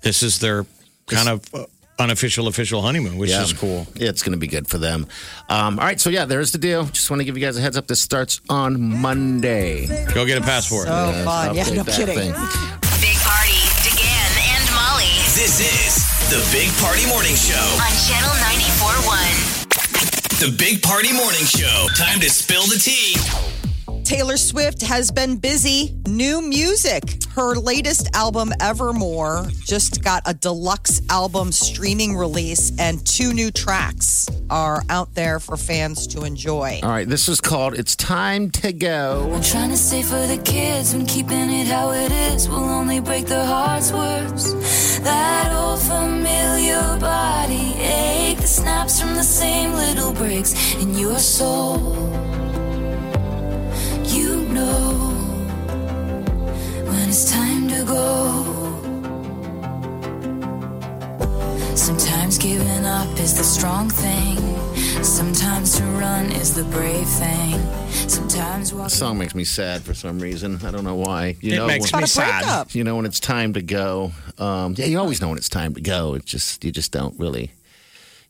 [SPEAKER 4] this is their kind of uh, unofficial official honeymoon, which is cool.
[SPEAKER 3] Yeah, it's going to be good for them. Um, all right, so yeah, there's the deal. Just want to give you guys a heads up. This starts on Monday.
[SPEAKER 4] Go get a passport.
[SPEAKER 5] oh, fun. Yeah,
[SPEAKER 3] Update
[SPEAKER 5] no
[SPEAKER 3] that
[SPEAKER 5] kidding.
[SPEAKER 3] thing.
[SPEAKER 2] Big Party, DeGan and Molly
[SPEAKER 6] This is the Big Party Morning Show.
[SPEAKER 2] on Channel 94.1.
[SPEAKER 6] The Big Party Morning Show. Time to spill the tea.
[SPEAKER 5] Taylor Swift has been busy. New music. Her latest album, Evermore, just got a deluxe album streaming release, and two new tracks are out there for fans to enjoy.
[SPEAKER 3] All right, this is called It's Time to Go.
[SPEAKER 7] I'm trying to stay for the kids when keeping it how it is will only break their hearts worse. That old familiar body ache that snaps from the same little breaks in your soul. You know when it's time to go. Sometimes giving up is the strong thing. Sometimes to run is the brave thing. Sometimes walking.
[SPEAKER 3] This song makes me sad for some reason. I don't know why. You
[SPEAKER 4] It
[SPEAKER 3] know,
[SPEAKER 4] makes
[SPEAKER 3] when,
[SPEAKER 5] About
[SPEAKER 4] me
[SPEAKER 5] a
[SPEAKER 4] sad.
[SPEAKER 5] breakup.
[SPEAKER 3] You know when it's time to go. Um, yeah, you always know when it's time to go. It's just you just don't really.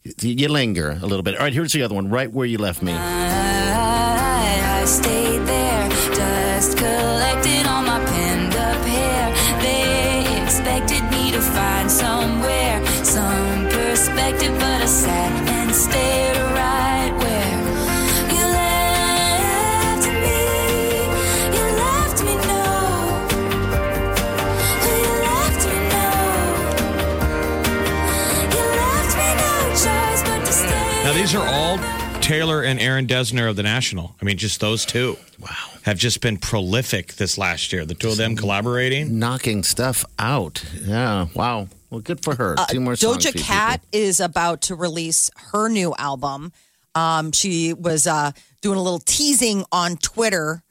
[SPEAKER 3] You you linger a little bit. All right, here's the other one. Right where you left me.
[SPEAKER 7] I, I stayed there, dust collected on my pinned up hair. They expected me to find somewhere, some perspective, but I sat and stared right where you left me. You left me no. You left me no. You left me no choice but to stay.
[SPEAKER 4] Now these are all Taylor and Aaron Desner of the National. I mean, just those two. Wow, have just been prolific this last year. The two of them collaborating.
[SPEAKER 3] Knocking stuff out. Yeah. Uh, Wow. Well, good for her. Two more
[SPEAKER 5] Uh,
[SPEAKER 3] songs.
[SPEAKER 5] Doja
[SPEAKER 3] for you
[SPEAKER 5] Cat is about to release her new album. Um, she was uh, doing a little teasing on Twitter,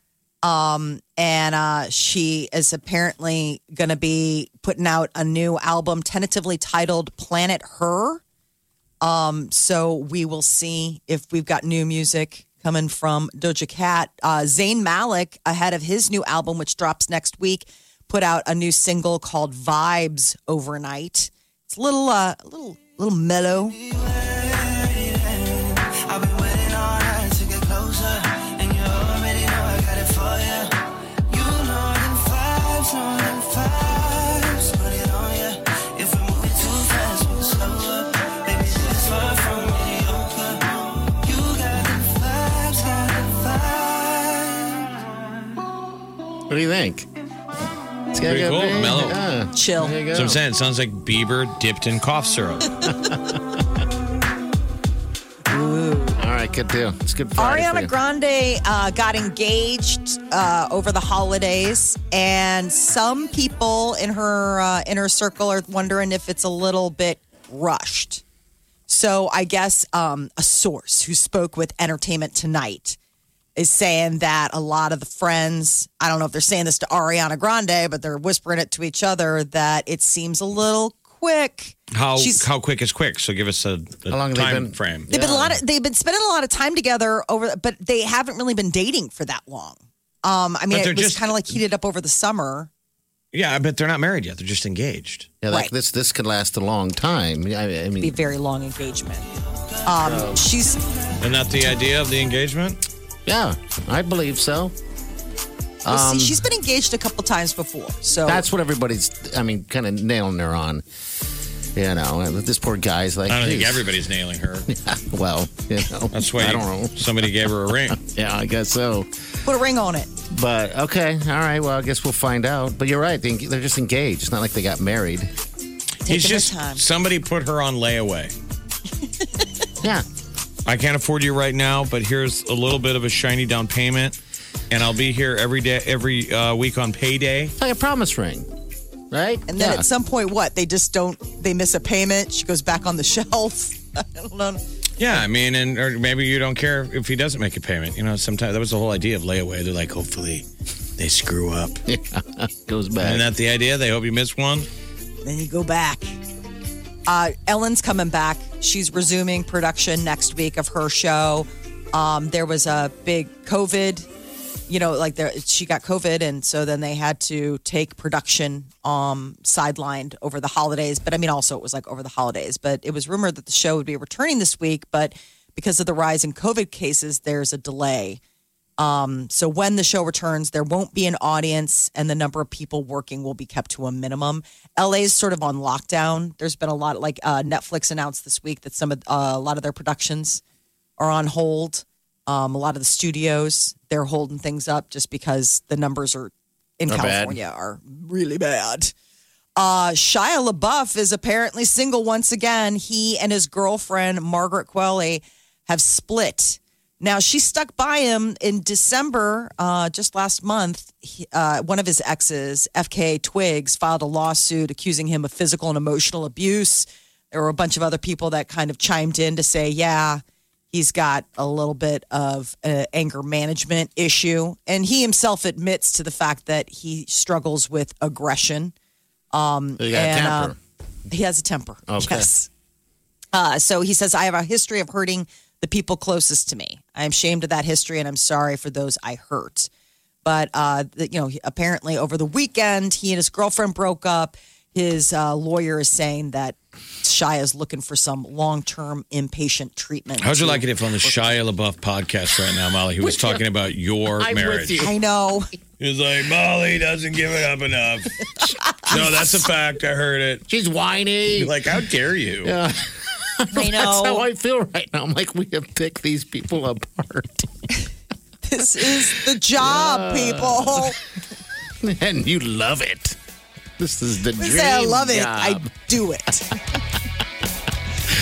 [SPEAKER 5] um, and uh, she is apparently going to be putting out a new album tentatively titled Planet Her. Um, so we will see if we've got new music coming from Doja Cat. Uh, Zayn Malik, ahead of his new album, which drops next week, put out a new single called Vibes Overnight. It's a little, uh, a little, little mellow.
[SPEAKER 1] I've been waiting all night to get closer, and you already know I got it for you. You know them vibes, know them vibes. Put it on ya. If we're moving too fast, we can slow up. Baby, this far from mediocre. You got them vibes, got them vibes.
[SPEAKER 3] people. What do you think? It's
[SPEAKER 4] Pretty
[SPEAKER 3] gotta
[SPEAKER 4] cool.
[SPEAKER 3] be-
[SPEAKER 4] Mellow.
[SPEAKER 3] Yeah.
[SPEAKER 5] Chill.
[SPEAKER 3] There you
[SPEAKER 4] That's what
[SPEAKER 3] go.
[SPEAKER 4] I'm saying. It sounds like Bieber dipped in cough syrup.
[SPEAKER 3] All right, good deal. It's good. Friday for
[SPEAKER 5] Ariana
[SPEAKER 3] you.
[SPEAKER 5] Grande uh, got engaged uh, over the holidays, and some people in her uh, inner circle are wondering if it's a little bit rushed. So I guess um, a source who spoke with Entertainment Tonight is saying that a lot of the friends, I don't know if they're saying this to Ariana Grande, but they're whispering it to each other that it seems a little quick.
[SPEAKER 4] How
[SPEAKER 5] She's-
[SPEAKER 4] how quick is quick? So give us a, a
[SPEAKER 3] How long have they
[SPEAKER 4] time
[SPEAKER 3] been-
[SPEAKER 4] frame.
[SPEAKER 5] They've been a lot of they've been spending a lot of time together over, but they haven't really been dating for that long. Um, I mean,
[SPEAKER 4] But
[SPEAKER 5] it
[SPEAKER 4] they're
[SPEAKER 5] was
[SPEAKER 4] just-
[SPEAKER 5] kind of like heated up over the summer.
[SPEAKER 4] Yeah, I bet they're not married yet. They're just engaged.
[SPEAKER 3] Yeah, like
[SPEAKER 5] Right.
[SPEAKER 3] this. This could last a long time. I, I
[SPEAKER 5] Be a
[SPEAKER 3] mean,
[SPEAKER 5] very long engagement. Um, she's
[SPEAKER 4] Isn't that the idea of the engagement?
[SPEAKER 3] yeah, I believe so. Um,
[SPEAKER 5] well, see, she's been engaged a couple times before, so
[SPEAKER 3] That's what everybody's. I mean, kind of nailing her on. You know, and this poor guy's like.
[SPEAKER 4] I don't think
[SPEAKER 3] "Geez."
[SPEAKER 4] everybody's nailing her.
[SPEAKER 3] Well, you know,
[SPEAKER 4] That's why
[SPEAKER 3] I don't know.
[SPEAKER 4] somebody gave her a ring.
[SPEAKER 3] Yeah, I guess so.
[SPEAKER 5] put a ring on it.
[SPEAKER 3] But okay, all right. Well, I guess we'll find out. But you're right. they- They're just engaged. It's not like they got married.
[SPEAKER 4] He's
[SPEAKER 5] their
[SPEAKER 4] just
[SPEAKER 5] time.
[SPEAKER 4] somebody put her on layaway.
[SPEAKER 3] Yeah.
[SPEAKER 4] I can't afford you right now, but here's a little bit of a shiny down payment, and I'll be here every day, every uh, week on payday.
[SPEAKER 3] It's like a promise ring. right?
[SPEAKER 5] And then
[SPEAKER 3] Yeah.
[SPEAKER 5] at some point, what? They just don't, they miss a payment. She goes back on the shelf. I don't know.
[SPEAKER 4] Yeah, I mean, and or maybe you don't care if he doesn't make a payment. You know, sometimes that was the whole idea of layaway. They're like, hopefully, they screw up.
[SPEAKER 3] goes
[SPEAKER 4] Isn't
[SPEAKER 3] back.
[SPEAKER 4] that the idea? They hope you miss one.
[SPEAKER 5] Then you go back. Uh, Ellen's coming back. She's resuming production next week of her show. Um, there was a big COVID, you know, like there, she got COVID, and so then they had to take production um, sidelined over the holidays. But I mean, also it was like over the holidays. But it was rumored that the show would be returning this week, but because of the rise in COVID cases, there's a delay. Um, so when the show returns, there won't be an audience, and the number of people working will be kept to a minimum. LA is sort of on lockdown. There's been a lot, like uh, Netflix announced this week that some of uh, a lot of their productions are on hold. Um, a lot of the studios they're holding things up just because the numbers are in
[SPEAKER 3] Are bad.
[SPEAKER 5] California are really bad. Uh, Shia LaBeouf is apparently single once again. He and his girlfriend, Margaret Qualley, have split. Now, she stuck by him in December, uh, just last month. He, uh, one of his exes, FK Twigs, filed a lawsuit accusing him of physical and emotional abuse. There were a bunch of other people that kind of chimed in to say, yeah, he's got a little bit of uh, anger management issue. And he himself admits to the fact that he struggles with aggression Um,
[SPEAKER 3] You got
[SPEAKER 5] and,
[SPEAKER 3] temper.
[SPEAKER 5] uh, he has a temper.
[SPEAKER 3] Okay.
[SPEAKER 5] Yes. Uh, so he says, I have a history of hurting the people closest to me. I am ashamed of that history, and I'm sorry for those I hurt. But uh, the, you know, he- apparently over the weekend, he and his girlfriend broke up. His uh, lawyer is saying that Shia is looking for some long-term inpatient treatment.
[SPEAKER 4] How'd you like it if on the Shia LaBeouf podcast right now, Molly, he was talking about your
[SPEAKER 3] I'm
[SPEAKER 4] marriage?
[SPEAKER 3] with you.
[SPEAKER 5] I know.
[SPEAKER 4] He was like, Molly doesn't give it up enough. no, that's a fact. I heard it.
[SPEAKER 3] She's whiny.
[SPEAKER 4] Like, how dare you?
[SPEAKER 3] Yeah.
[SPEAKER 5] I
[SPEAKER 3] That's how
[SPEAKER 5] know.
[SPEAKER 3] I feel right now. I'm like, we have picked these people apart.
[SPEAKER 5] this is the job, people.
[SPEAKER 3] and you love it. This is the
[SPEAKER 5] I
[SPEAKER 3] dream.
[SPEAKER 5] say I love it. I
[SPEAKER 3] job.
[SPEAKER 5] do it.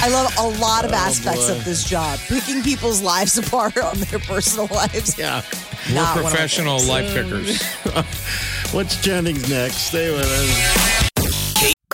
[SPEAKER 5] I love a lot
[SPEAKER 4] Oh,
[SPEAKER 5] of aspects of this job. Picking people's lives apart on their personal lives.
[SPEAKER 3] yeah.
[SPEAKER 4] We're
[SPEAKER 5] Not one of my
[SPEAKER 4] professional
[SPEAKER 5] things.
[SPEAKER 4] life pickers.
[SPEAKER 3] What's Jennings next? Stay with us.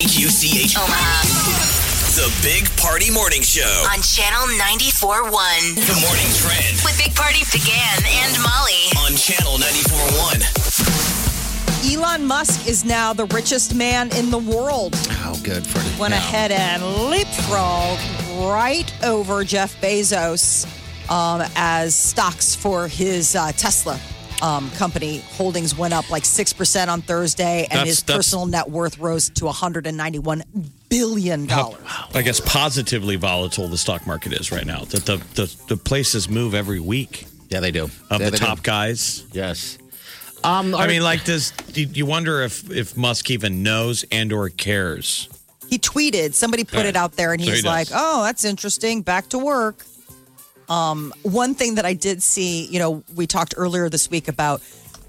[SPEAKER 6] QCH,
[SPEAKER 2] Omaha
[SPEAKER 6] the Big Party Morning Show.
[SPEAKER 2] on Channel 94.1
[SPEAKER 6] The Morning Trend
[SPEAKER 2] with Big Party began and Molly.
[SPEAKER 6] on Channel 94.1.
[SPEAKER 5] Elon Musk is now the richest man in the world.
[SPEAKER 3] How good for you.
[SPEAKER 5] Went ahead and leapfrog right over Jeff Bezos um, as stocks for his uh, Tesla. Um, company holdings went up like 6% on Thursday, and
[SPEAKER 4] That's-
[SPEAKER 5] his
[SPEAKER 4] that's-
[SPEAKER 5] personal net worth rose to $191 billion.
[SPEAKER 4] I guess positively volatile the stock market is right now. That the, the, the places move every week
[SPEAKER 3] Yeah, they do.
[SPEAKER 4] of
[SPEAKER 3] Yeah,
[SPEAKER 4] the
[SPEAKER 3] they do.
[SPEAKER 4] top guys.
[SPEAKER 3] Yes. Um,
[SPEAKER 4] I mean, like, does you- you wonder if if Musk even knows and or cares?
[SPEAKER 5] he tweeted somebody put it out there and
[SPEAKER 4] So he
[SPEAKER 5] he's like
[SPEAKER 4] does.
[SPEAKER 5] oh that's interesting back to work um, one thing that i did see you know we talked earlier this week about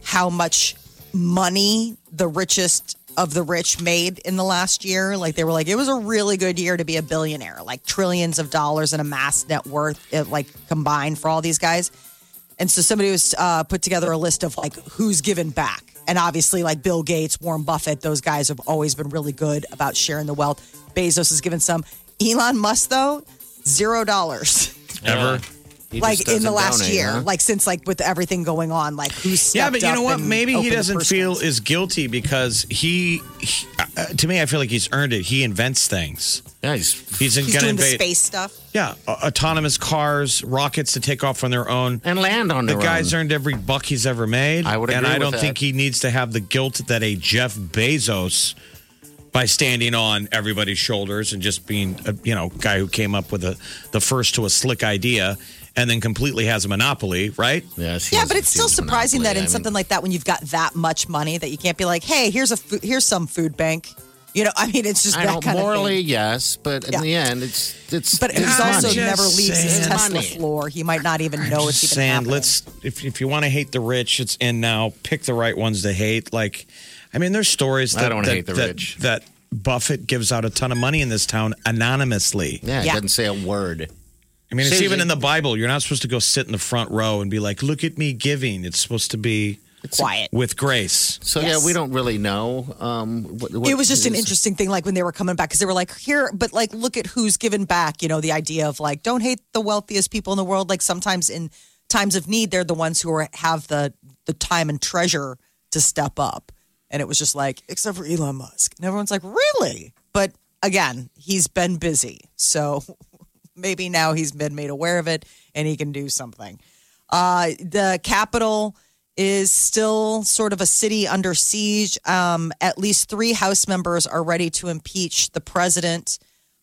[SPEAKER 5] how much money the richest of the rich made in the last year like they were like it was a really good year to be a billionaire like trillions of dollars in a mass net worth it, like combined for all these guys and so somebody was uh, put together a list of like who's given back. And obviously, like Bill Gates, Warren Buffett, those guys have always been really good about sharing the wealth. Bezos has given some. Elon Musk, though, zero dollars.
[SPEAKER 4] Ever?
[SPEAKER 3] He
[SPEAKER 5] like
[SPEAKER 3] just
[SPEAKER 5] in the
[SPEAKER 3] doesn't
[SPEAKER 5] last
[SPEAKER 3] donate,
[SPEAKER 5] year,
[SPEAKER 3] huh?
[SPEAKER 5] like since like with everything going on, like who stepped
[SPEAKER 4] Yeah, but you
[SPEAKER 5] up
[SPEAKER 4] know what?
[SPEAKER 5] and
[SPEAKER 4] Maybe he
[SPEAKER 5] opened the
[SPEAKER 4] doesn't
[SPEAKER 5] purse
[SPEAKER 4] feel
[SPEAKER 5] strings?
[SPEAKER 4] as guilty because he, he- uh, to me, I feel like he's earned it. He invents things.
[SPEAKER 3] Yeah, he's-
[SPEAKER 4] He's,
[SPEAKER 5] He's
[SPEAKER 4] going to
[SPEAKER 5] doing the
[SPEAKER 4] invent.
[SPEAKER 5] space stuff.
[SPEAKER 4] Yeah, a- autonomous cars, rockets to take off on their own.
[SPEAKER 3] and land on
[SPEAKER 4] The
[SPEAKER 3] their
[SPEAKER 4] guy's
[SPEAKER 3] own.
[SPEAKER 4] earned every buck he's ever made.
[SPEAKER 3] I would
[SPEAKER 4] And
[SPEAKER 3] agree
[SPEAKER 4] I
[SPEAKER 3] with
[SPEAKER 4] don't
[SPEAKER 3] that.
[SPEAKER 4] think he needs to have the guilt that a Jeff Bezos by standing on everybody's shoulders and just being a you know guy who came up with a, the first to a slick idea and then completely has a monopoly, right?
[SPEAKER 3] Yes, he
[SPEAKER 5] Yeah,
[SPEAKER 3] has
[SPEAKER 5] but
[SPEAKER 3] a
[SPEAKER 5] it's still
[SPEAKER 3] huge
[SPEAKER 5] surprising that
[SPEAKER 3] monopoly.
[SPEAKER 5] in
[SPEAKER 3] I mean,
[SPEAKER 5] something like that, when you've got that much money, that you can't be like, "Hey, here's a fo- here's some food bank." You know, I mean, it's just
[SPEAKER 3] I
[SPEAKER 5] that
[SPEAKER 3] don't
[SPEAKER 5] kind
[SPEAKER 3] morally,
[SPEAKER 5] of thing.
[SPEAKER 3] yes, but in
[SPEAKER 5] Yeah.
[SPEAKER 3] the end, it's it's.
[SPEAKER 5] But
[SPEAKER 3] it's
[SPEAKER 5] he's also
[SPEAKER 3] money.
[SPEAKER 4] just
[SPEAKER 5] never leaves his
[SPEAKER 4] saying.
[SPEAKER 5] Tesla
[SPEAKER 3] Money.
[SPEAKER 5] floor. He might not even know it's even
[SPEAKER 4] saying,
[SPEAKER 5] happening.
[SPEAKER 4] let's if if you want to hate the rich, it's in now. Pick the right ones to hate. Like, I mean, there's stories
[SPEAKER 3] I
[SPEAKER 4] that
[SPEAKER 3] don't
[SPEAKER 4] that,
[SPEAKER 3] hate the
[SPEAKER 4] that,
[SPEAKER 3] rich.
[SPEAKER 4] that Buffett gives out a ton of money in this town anonymously.
[SPEAKER 3] Yeah, it
[SPEAKER 5] Yeah.
[SPEAKER 3] doesn't say a word.
[SPEAKER 4] I mean, it's
[SPEAKER 3] Susie.
[SPEAKER 4] even in the Bible. You're not supposed to go sit in the front row and be like, "Look at me giving." It's supposed to be
[SPEAKER 5] quiet.
[SPEAKER 4] with grace.
[SPEAKER 3] So
[SPEAKER 5] Yes.
[SPEAKER 3] yeah, we don't really know. Um, what, what
[SPEAKER 5] It was just an
[SPEAKER 3] is-
[SPEAKER 5] interesting thing, like when they were coming back, because they were like, here, but like, look at who's given back. You know, the idea of like, don't hate the wealthiest people in the world. Like sometimes in times of need, they're the ones who are, have the the time and treasure to step up. And it was just like, except for Elon Musk, and everyone's like, really? But again, he's been busy, so maybe now he's been made aware of it and he can do something. Uh, the capital is still sort of a city under siege. Um, at least three House members are ready to impeach the president.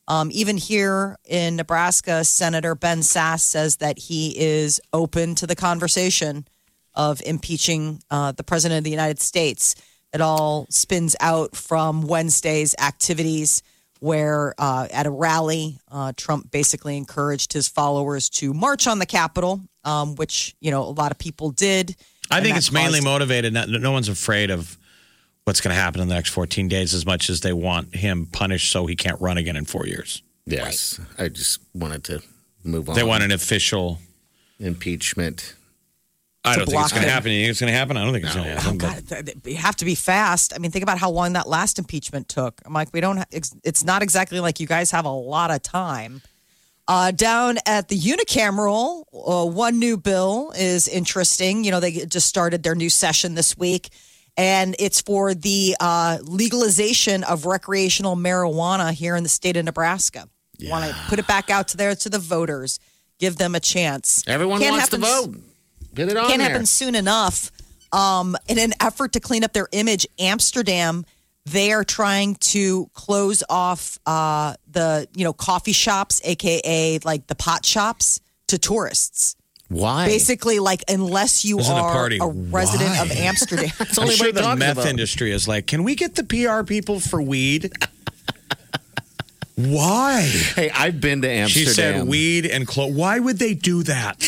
[SPEAKER 5] Um, even here in Nebraska, Senator Ben Sass says that he is open to the conversation of impeaching uh, the president of the United States. It all spins out from Wednesday's activities, where uh, at a rally, uh, Trump basically encouraged his followers to march on the Capitol, um, which you know a lot of people did.
[SPEAKER 4] I
[SPEAKER 5] And
[SPEAKER 4] think
[SPEAKER 5] that
[SPEAKER 4] it's mainly
[SPEAKER 5] caused-
[SPEAKER 4] motivated. Not, no one's afraid of what's going to happen in the next 14 days as much as they want him punished so he can't run again in four years.
[SPEAKER 3] Yes, I just wanted to move on.
[SPEAKER 4] They want an official.
[SPEAKER 3] impeachment.
[SPEAKER 4] I
[SPEAKER 5] To
[SPEAKER 4] don't think it's
[SPEAKER 5] block
[SPEAKER 4] going to
[SPEAKER 5] them.
[SPEAKER 4] happen. You think it's going to happen? I don't think it's going to happen. but-
[SPEAKER 5] God, th- th- you have to be fast. I mean, think about how long that last impeachment took. I'm like, we don't. Ha- it's- it's not exactly like you guys have a lot of time. Uh, down at the unicameral, uh, one new bill is interesting. You know, they just started their new session this week, and it's for the uh, legalization of recreational marijuana here in the state of Nebraska. Want to put it back out to there to the voters, give them a chance.
[SPEAKER 3] Everyone
[SPEAKER 5] Can't
[SPEAKER 3] wants
[SPEAKER 5] happen
[SPEAKER 3] to
[SPEAKER 5] s-
[SPEAKER 3] vote. Get it on
[SPEAKER 5] can't
[SPEAKER 3] there.
[SPEAKER 5] happen soon enough. Um, in an effort to clean up their image, Amsterdam, they are trying to close off uh, the you know coffee shops, aka like the pot shops, to tourists.
[SPEAKER 3] Why?
[SPEAKER 5] Basically, like unless you
[SPEAKER 4] Isn't a
[SPEAKER 5] are
[SPEAKER 4] party.
[SPEAKER 5] a resident of
[SPEAKER 8] Why?
[SPEAKER 5] Amsterdam,
[SPEAKER 3] That's all
[SPEAKER 4] I'm sure
[SPEAKER 3] anybody
[SPEAKER 4] the
[SPEAKER 3] talks
[SPEAKER 4] meth
[SPEAKER 3] about.
[SPEAKER 4] industry is like, can we get the PR people for weed?
[SPEAKER 8] Why?
[SPEAKER 3] Hey, I've been to
[SPEAKER 4] She
[SPEAKER 3] Amsterdam.
[SPEAKER 4] said weed and clo Why would they do that?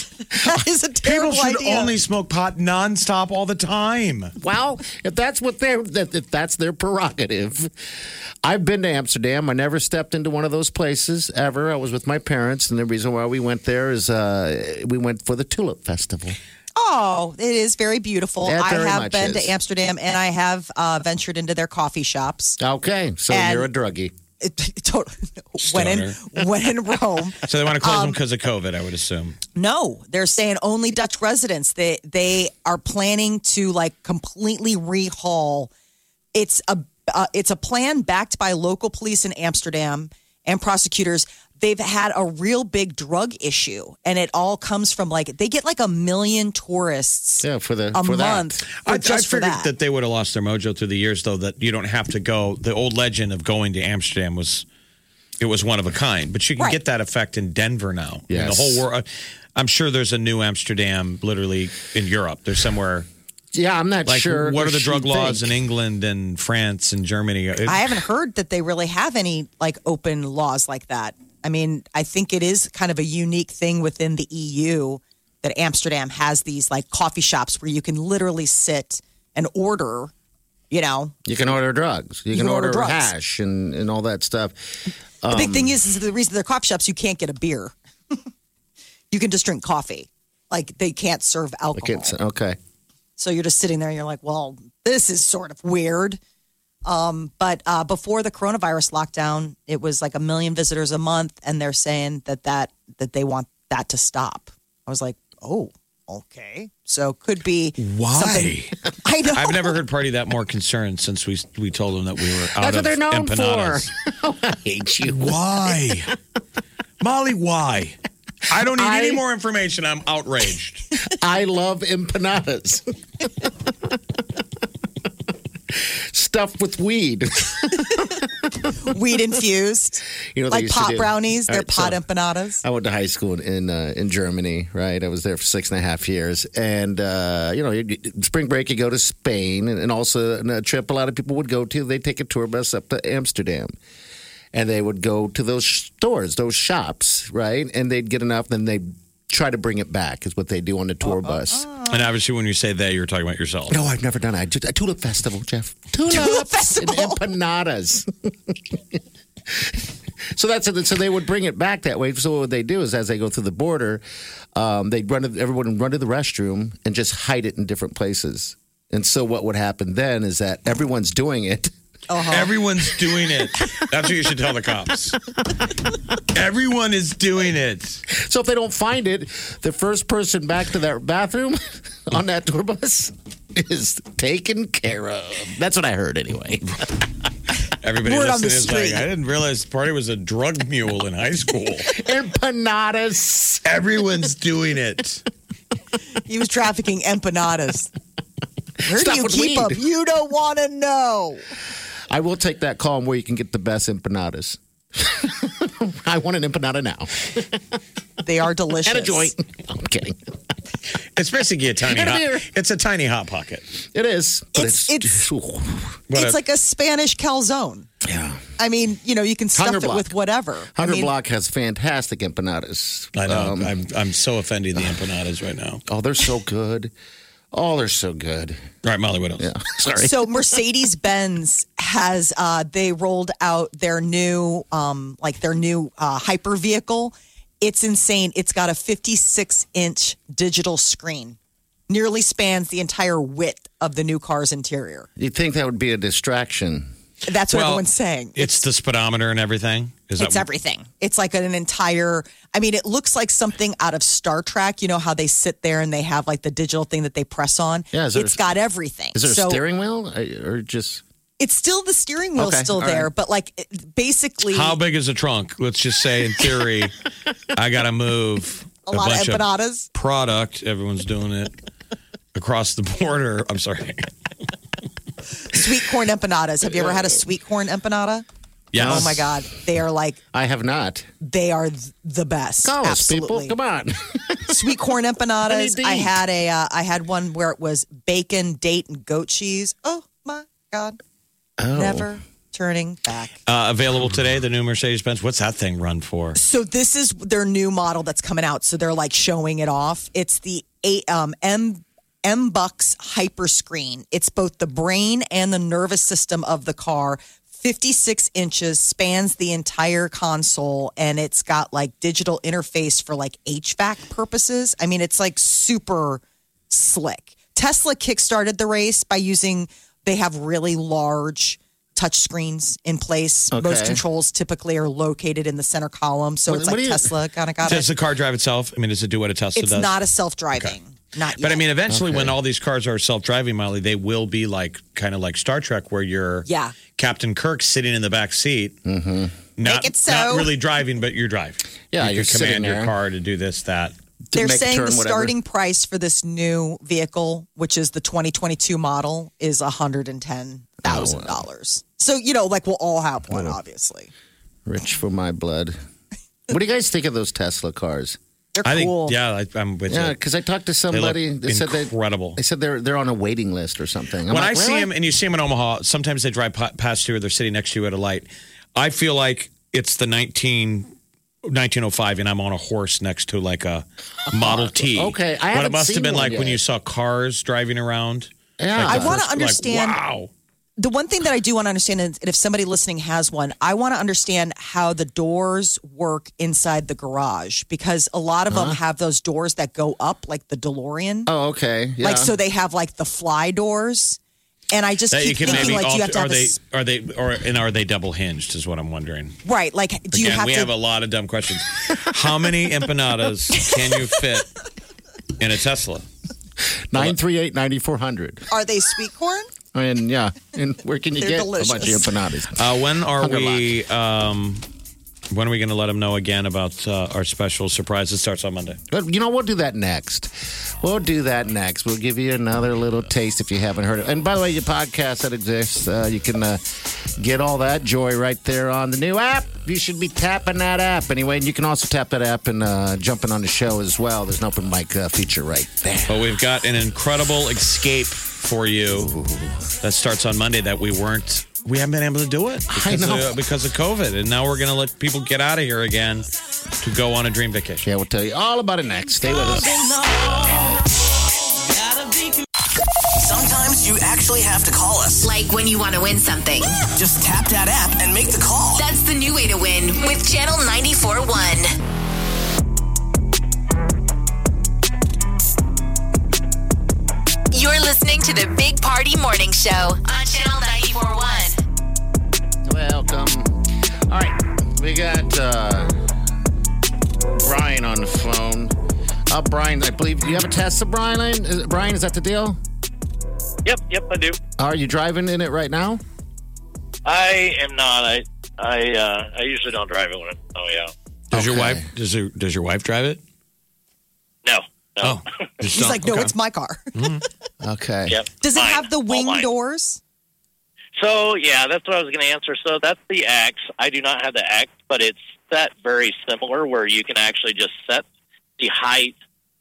[SPEAKER 5] that is a
[SPEAKER 4] People
[SPEAKER 5] terrible
[SPEAKER 4] should
[SPEAKER 5] idea.
[SPEAKER 4] only smoke pot nonstop all the time.
[SPEAKER 3] Well, if that's what they're that, if that's their prerogative, I've been to Amsterdam. I never stepped into one of those places ever. I was with my parents, and the reason why we went there is uh, we went for the Tulip Festival.
[SPEAKER 5] Oh, it is very beautiful.
[SPEAKER 3] That
[SPEAKER 5] I
[SPEAKER 3] very
[SPEAKER 5] have
[SPEAKER 3] much
[SPEAKER 5] been
[SPEAKER 3] is.
[SPEAKER 5] to Amsterdam and I have uh, ventured into their coffee shops.
[SPEAKER 3] Okay, so
[SPEAKER 5] And-
[SPEAKER 3] you're a druggie.
[SPEAKER 5] It, totally, when in Um, when in Rome,
[SPEAKER 4] So they want to close them because of COVID, I would assume.
[SPEAKER 5] No, they're saying only Dutch residents. They they are planning to like completely rehaul. It's a uh, it's a plan backed by local police in Amsterdam and prosecutors. They've had a real big drug issue, and it all comes from like they get like a million tourists
[SPEAKER 3] Yeah, for the
[SPEAKER 5] a
[SPEAKER 3] Uh, for
[SPEAKER 5] month
[SPEAKER 3] that.
[SPEAKER 5] for- just for
[SPEAKER 4] figured
[SPEAKER 5] that.
[SPEAKER 4] they would have lost their mojo through the years, though. That you don't have to go. The old legend of going to Amsterdam was it was one of a kind, but you can
[SPEAKER 5] Right.
[SPEAKER 4] get that effect in Denver now. Yeah, the
[SPEAKER 3] Yes.
[SPEAKER 4] whole world. I'm sure there's a new Amsterdam, literally in Europe. There's somewhere
[SPEAKER 3] Yeah, I'm not
[SPEAKER 4] like
[SPEAKER 3] sure.
[SPEAKER 4] what are the
[SPEAKER 3] she
[SPEAKER 4] drug laws
[SPEAKER 3] think.
[SPEAKER 4] in England and France and Germany? It-
[SPEAKER 5] I haven't heard that they really have any like open laws like that. I mean, I think it is kind of a unique thing within the EU that Amsterdam has these like coffee shops where you can literally sit and order, you know.
[SPEAKER 3] You can order drugs. You, can, order, hash and, and all that stuff.
[SPEAKER 5] the big thing is, is the reason they're coffee shops you can't get a beer. you can just drink coffee. Like they can't serve alcohol.
[SPEAKER 3] Like it's okay.
[SPEAKER 5] So you're just sitting there and you're like, well, this is sort of weird. Um, but uh, before the coronavirus lockdown, it was like a million visitors a month, and they're saying that that that they want that to stop. I was like, oh, okay. So could be
[SPEAKER 4] Why?
[SPEAKER 5] something- I know.
[SPEAKER 4] I've never heard Party that more concerned since we we told them that we were out
[SPEAKER 3] That's
[SPEAKER 4] of
[SPEAKER 3] what they're known
[SPEAKER 4] empanadas.
[SPEAKER 3] for. I hate you.
[SPEAKER 4] Why, Molly? Why? I don't need
[SPEAKER 3] I-
[SPEAKER 4] any more information. I'm outraged.
[SPEAKER 3] I love empanadas. Stuffed with weed.
[SPEAKER 5] weed infused,
[SPEAKER 3] You know, they
[SPEAKER 5] like
[SPEAKER 3] used to
[SPEAKER 5] pot
[SPEAKER 3] do-
[SPEAKER 5] brownies.
[SPEAKER 3] All
[SPEAKER 5] They're
[SPEAKER 3] right,
[SPEAKER 5] pot
[SPEAKER 3] so
[SPEAKER 5] empanadas.
[SPEAKER 3] I went to high school in in, uh, in Germany, right? I was there for six and a half years, and uh, you know, you- you- spring break you go to Spain, and, and also on a trip a lot of people would go to. They take a tour bus up to Amsterdam, and they would go to those stores, those shops, right? And they'd get enough, then they would try to bring it back. Is what they do on the tour
[SPEAKER 5] Uh-huh.
[SPEAKER 3] bus.
[SPEAKER 4] and obviously, when you say that, you're talking about yourself.
[SPEAKER 3] No, I've never done it. I just- A tulip festival, Jeff. Tulips
[SPEAKER 5] Tulip
[SPEAKER 3] and
[SPEAKER 5] festival.
[SPEAKER 3] empanadas. so that's it. So they would bring it back that way. So what they do is, as they go through the border, um, they'd run to, everyone would run to the restroom and just hide it in different places. And so what would happen then is that everyone's doing it. Uh-huh.
[SPEAKER 4] Everyone's doing it. That's what you should tell the cops. Everyone is doing it.
[SPEAKER 3] So if they don't find it, the first person back to that bathroom on that tour bus is taken care of. That's what I heard anyway.
[SPEAKER 4] Everybody
[SPEAKER 5] Word on
[SPEAKER 4] listening
[SPEAKER 5] the
[SPEAKER 4] is like,
[SPEAKER 5] street.
[SPEAKER 4] I didn't realize Party was a drug mule in high school.
[SPEAKER 3] Empanadas.
[SPEAKER 4] Everyone's doing it.
[SPEAKER 5] He was trafficking empanadas. Where
[SPEAKER 3] Stuffed
[SPEAKER 5] do you
[SPEAKER 3] with
[SPEAKER 5] keep
[SPEAKER 3] weed.
[SPEAKER 5] them? You don't want to know.
[SPEAKER 3] I will take that column where you can get the best empanadas. I want an empanada now.
[SPEAKER 5] They are delicious.
[SPEAKER 3] And a joint. I'm kidding.
[SPEAKER 4] It's basically a tiny
[SPEAKER 3] It'll
[SPEAKER 4] hot.
[SPEAKER 3] be there.
[SPEAKER 4] It's a tiny hot pocket.
[SPEAKER 3] It is. But
[SPEAKER 5] It's-
[SPEAKER 3] it's,
[SPEAKER 4] But
[SPEAKER 5] It's like a Spanish calzone.
[SPEAKER 3] yeah.
[SPEAKER 5] I mean, you know, you can stuff
[SPEAKER 3] Hunger
[SPEAKER 5] it
[SPEAKER 3] block.
[SPEAKER 5] with whatever. I
[SPEAKER 3] Hunter
[SPEAKER 5] mean,
[SPEAKER 3] Block has fantastic empanadas.
[SPEAKER 4] I know.
[SPEAKER 3] Um,
[SPEAKER 4] I'm I'm so offending the empanadas right now.
[SPEAKER 3] oh, they're so good. Oh, they're so good.
[SPEAKER 4] All right, Molly, what else?
[SPEAKER 3] Yeah. Sorry.
[SPEAKER 5] So Mercedes Benz has uh, they rolled out their new um, like their new uh, hyper vehicle. It's insane. It's got a 56 inch digital screen, nearly spans the entire width of the new car's interior.
[SPEAKER 3] You'd think that would be a distraction.
[SPEAKER 5] That's what
[SPEAKER 4] Well,
[SPEAKER 5] everyone's saying.
[SPEAKER 4] It's the speedometer and everything. Is
[SPEAKER 5] It's everything. It's like an entire. I mean, it looks like something out of Star Trek. You know how they sit there and they have like the digital thing that they press on.
[SPEAKER 3] Yeah, is there-
[SPEAKER 5] it's got everything.
[SPEAKER 3] Is there
[SPEAKER 5] so
[SPEAKER 3] a steering wheel I, or just?
[SPEAKER 5] It's still the steering wheel
[SPEAKER 3] Okay,
[SPEAKER 5] still
[SPEAKER 3] all
[SPEAKER 5] there,
[SPEAKER 3] right.
[SPEAKER 5] but like it- basically,
[SPEAKER 4] How big is a trunk? Let's just say, in theory, I got to move
[SPEAKER 5] a lot of
[SPEAKER 4] bunch
[SPEAKER 5] empanadas.
[SPEAKER 4] product. Everyone's doing it across the border. I'm sorry.
[SPEAKER 5] Sweet corn empanadas. Have you ever had a sweet corn empanada?
[SPEAKER 4] Yes.
[SPEAKER 5] Oh my God, they are like
[SPEAKER 3] I have not.
[SPEAKER 5] they are th- the best.
[SPEAKER 3] Call us,
[SPEAKER 5] Absolutely,
[SPEAKER 3] people. Come on.
[SPEAKER 5] sweet corn
[SPEAKER 3] I
[SPEAKER 5] empanadas.
[SPEAKER 3] need to
[SPEAKER 5] I
[SPEAKER 3] eat.
[SPEAKER 5] had a uh, I had one where it was bacon, date, and goat cheese. Oh my God,
[SPEAKER 3] Oh.
[SPEAKER 5] never turning back.
[SPEAKER 4] Uh, available today, the new Mercedes Benz. What's that thing run for?
[SPEAKER 5] So this is their new model that's coming out. So they're like showing it off. It's the A- um, M M Bucks Hyper Screen. It's both the brain and the nervous system of the car. 56 inches spans the entire console and it's got like digital interface for like HVAC purposes. I mean, it's like super slick. Tesla kickstarted the race by using they have really large touch screens in place. Most
[SPEAKER 3] Okay.
[SPEAKER 5] controls typically are located in the center column, so
[SPEAKER 3] What-
[SPEAKER 5] it's
[SPEAKER 3] what
[SPEAKER 5] like
[SPEAKER 3] do you-
[SPEAKER 5] Tesla kind of got
[SPEAKER 4] Does
[SPEAKER 5] it.
[SPEAKER 4] the car drive itself? I mean, does it do what a Tesla
[SPEAKER 5] It's
[SPEAKER 4] does?
[SPEAKER 5] not a self-driving, not yet.
[SPEAKER 4] but I mean, eventually, when all these cars are self-driving, Molly, they will be like kind of like Star Trek, where you're
[SPEAKER 5] Yeah.
[SPEAKER 4] Captain Kirk sitting in the back seat, mm-hmm. not
[SPEAKER 5] Make it so.
[SPEAKER 4] not really driving, but you're driving.
[SPEAKER 3] Yeah,
[SPEAKER 4] you
[SPEAKER 3] you're
[SPEAKER 4] can command
[SPEAKER 3] sitting
[SPEAKER 4] your
[SPEAKER 3] there.
[SPEAKER 4] car to do this, that.
[SPEAKER 3] to
[SPEAKER 5] they're
[SPEAKER 3] make a
[SPEAKER 5] saying
[SPEAKER 3] turn,
[SPEAKER 5] the
[SPEAKER 3] whatever.
[SPEAKER 5] starting price for this new vehicle, which is the 2022 model, is $110,000. So, you know, like we'll all have one, obviously.
[SPEAKER 3] Rich for my blood. What do you guys think of those Tesla cars?
[SPEAKER 5] They're
[SPEAKER 4] I
[SPEAKER 5] cool.
[SPEAKER 4] think, yeah, I, I'm with
[SPEAKER 3] Yeah,
[SPEAKER 4] you.
[SPEAKER 3] because I talked to
[SPEAKER 4] They look
[SPEAKER 3] somebody. They, said they
[SPEAKER 4] incredible.
[SPEAKER 3] they said they're they're on a waiting list or something. I'm
[SPEAKER 4] when I
[SPEAKER 3] like,
[SPEAKER 4] see
[SPEAKER 3] really?
[SPEAKER 4] them and you see them in Omaha, sometimes they drive pa- past you or they're sitting next to you at a light. I feel like it's the 19, 1905 and I'm on a horse next to like a Model T.
[SPEAKER 3] Okay, I
[SPEAKER 4] What it
[SPEAKER 3] haven't
[SPEAKER 4] must have
[SPEAKER 3] seen
[SPEAKER 4] been like
[SPEAKER 3] one
[SPEAKER 4] when
[SPEAKER 3] yet.
[SPEAKER 4] you saw cars driving around.
[SPEAKER 3] yeah,
[SPEAKER 5] I want
[SPEAKER 4] First,
[SPEAKER 5] to
[SPEAKER 4] like,
[SPEAKER 5] understand.
[SPEAKER 4] wow.
[SPEAKER 5] the one thing that I do want to understand is and if somebody listening has one, I want to understand how the doors work inside the garage because a lot of them have those doors that go up, like the DeLorean.
[SPEAKER 3] Uh-huh. Oh, okay. Yeah.
[SPEAKER 5] Like, so they have like the fly doors. And I just
[SPEAKER 4] That you
[SPEAKER 5] keep
[SPEAKER 4] can
[SPEAKER 5] thinking,
[SPEAKER 4] maybe
[SPEAKER 5] like, do you have
[SPEAKER 4] alter,
[SPEAKER 5] to have a
[SPEAKER 4] are they
[SPEAKER 5] s-
[SPEAKER 4] are they or and are they double hinged is what I'm wondering.
[SPEAKER 5] right. Like, do you
[SPEAKER 4] Again,
[SPEAKER 5] have
[SPEAKER 4] we
[SPEAKER 5] to
[SPEAKER 4] have a lot of dumb questions. How many empanadas can you fit and a Tesla.
[SPEAKER 3] 938 9400.
[SPEAKER 5] Are they sweet corn?
[SPEAKER 3] And yeah, and where can you
[SPEAKER 5] They're
[SPEAKER 3] get
[SPEAKER 5] delicious.
[SPEAKER 3] a bunch of empanadas?
[SPEAKER 4] Uh, when are
[SPEAKER 3] Hunger
[SPEAKER 4] we? Um, when are we going to let them know again about uh, our special surprise? It starts on Monday.
[SPEAKER 3] But you know, we'll do that next. We'll do that next. We'll give you another little taste if you haven't heard it. And by the way, your podcast that exists, uh, you can uh, get all that joy right there on the new app. You should be tapping that app anyway. And you can also tap that app and uh, jumping on the show as well. There's an open mic uh, feature right there.
[SPEAKER 4] But we've got an incredible escape for you that starts on Monday that we weren't. We haven't been able to do it
[SPEAKER 3] I
[SPEAKER 4] because,
[SPEAKER 3] know.
[SPEAKER 4] Of, because of COVID, and now we're going to let people get out of here again to go on a dream vacation.
[SPEAKER 3] Yeah, we'll tell you all about it next. Stay with us.
[SPEAKER 6] Sometimes you actually have to call us.
[SPEAKER 2] Like when you want to win something.
[SPEAKER 6] Just tap that app and make the call.
[SPEAKER 2] That's the new way to win with Channel 94.1. You're listening to the Big Party Morning Show on Channel 94.1.
[SPEAKER 3] Welcome. All right, we got uh, Brian on the phone. Uh, Brian, I believe do you have a Tesla, Brian. Is it- Brian, is that the deal?
[SPEAKER 9] Yep, yep, I do.
[SPEAKER 3] Are you driving in it right now?
[SPEAKER 9] I am not. I I uh, I usually don't drive it when I'm oh yeah.
[SPEAKER 4] Does your
[SPEAKER 3] Okay.
[SPEAKER 4] wife? Does your, Does your wife drive it?
[SPEAKER 9] No. No.
[SPEAKER 4] Oh, Hmm. just
[SPEAKER 5] He's
[SPEAKER 4] don't.
[SPEAKER 5] like, no,
[SPEAKER 4] Okay.
[SPEAKER 5] it's my car.
[SPEAKER 3] Okay.
[SPEAKER 9] Yep.
[SPEAKER 5] Does it
[SPEAKER 9] mine.
[SPEAKER 5] have the
[SPEAKER 9] All
[SPEAKER 5] wing
[SPEAKER 9] mine.
[SPEAKER 5] doors?
[SPEAKER 9] So yeah, that's what I was going to answer. So that's the X. I do not have the X, but it's set very similar where you can actually just set the height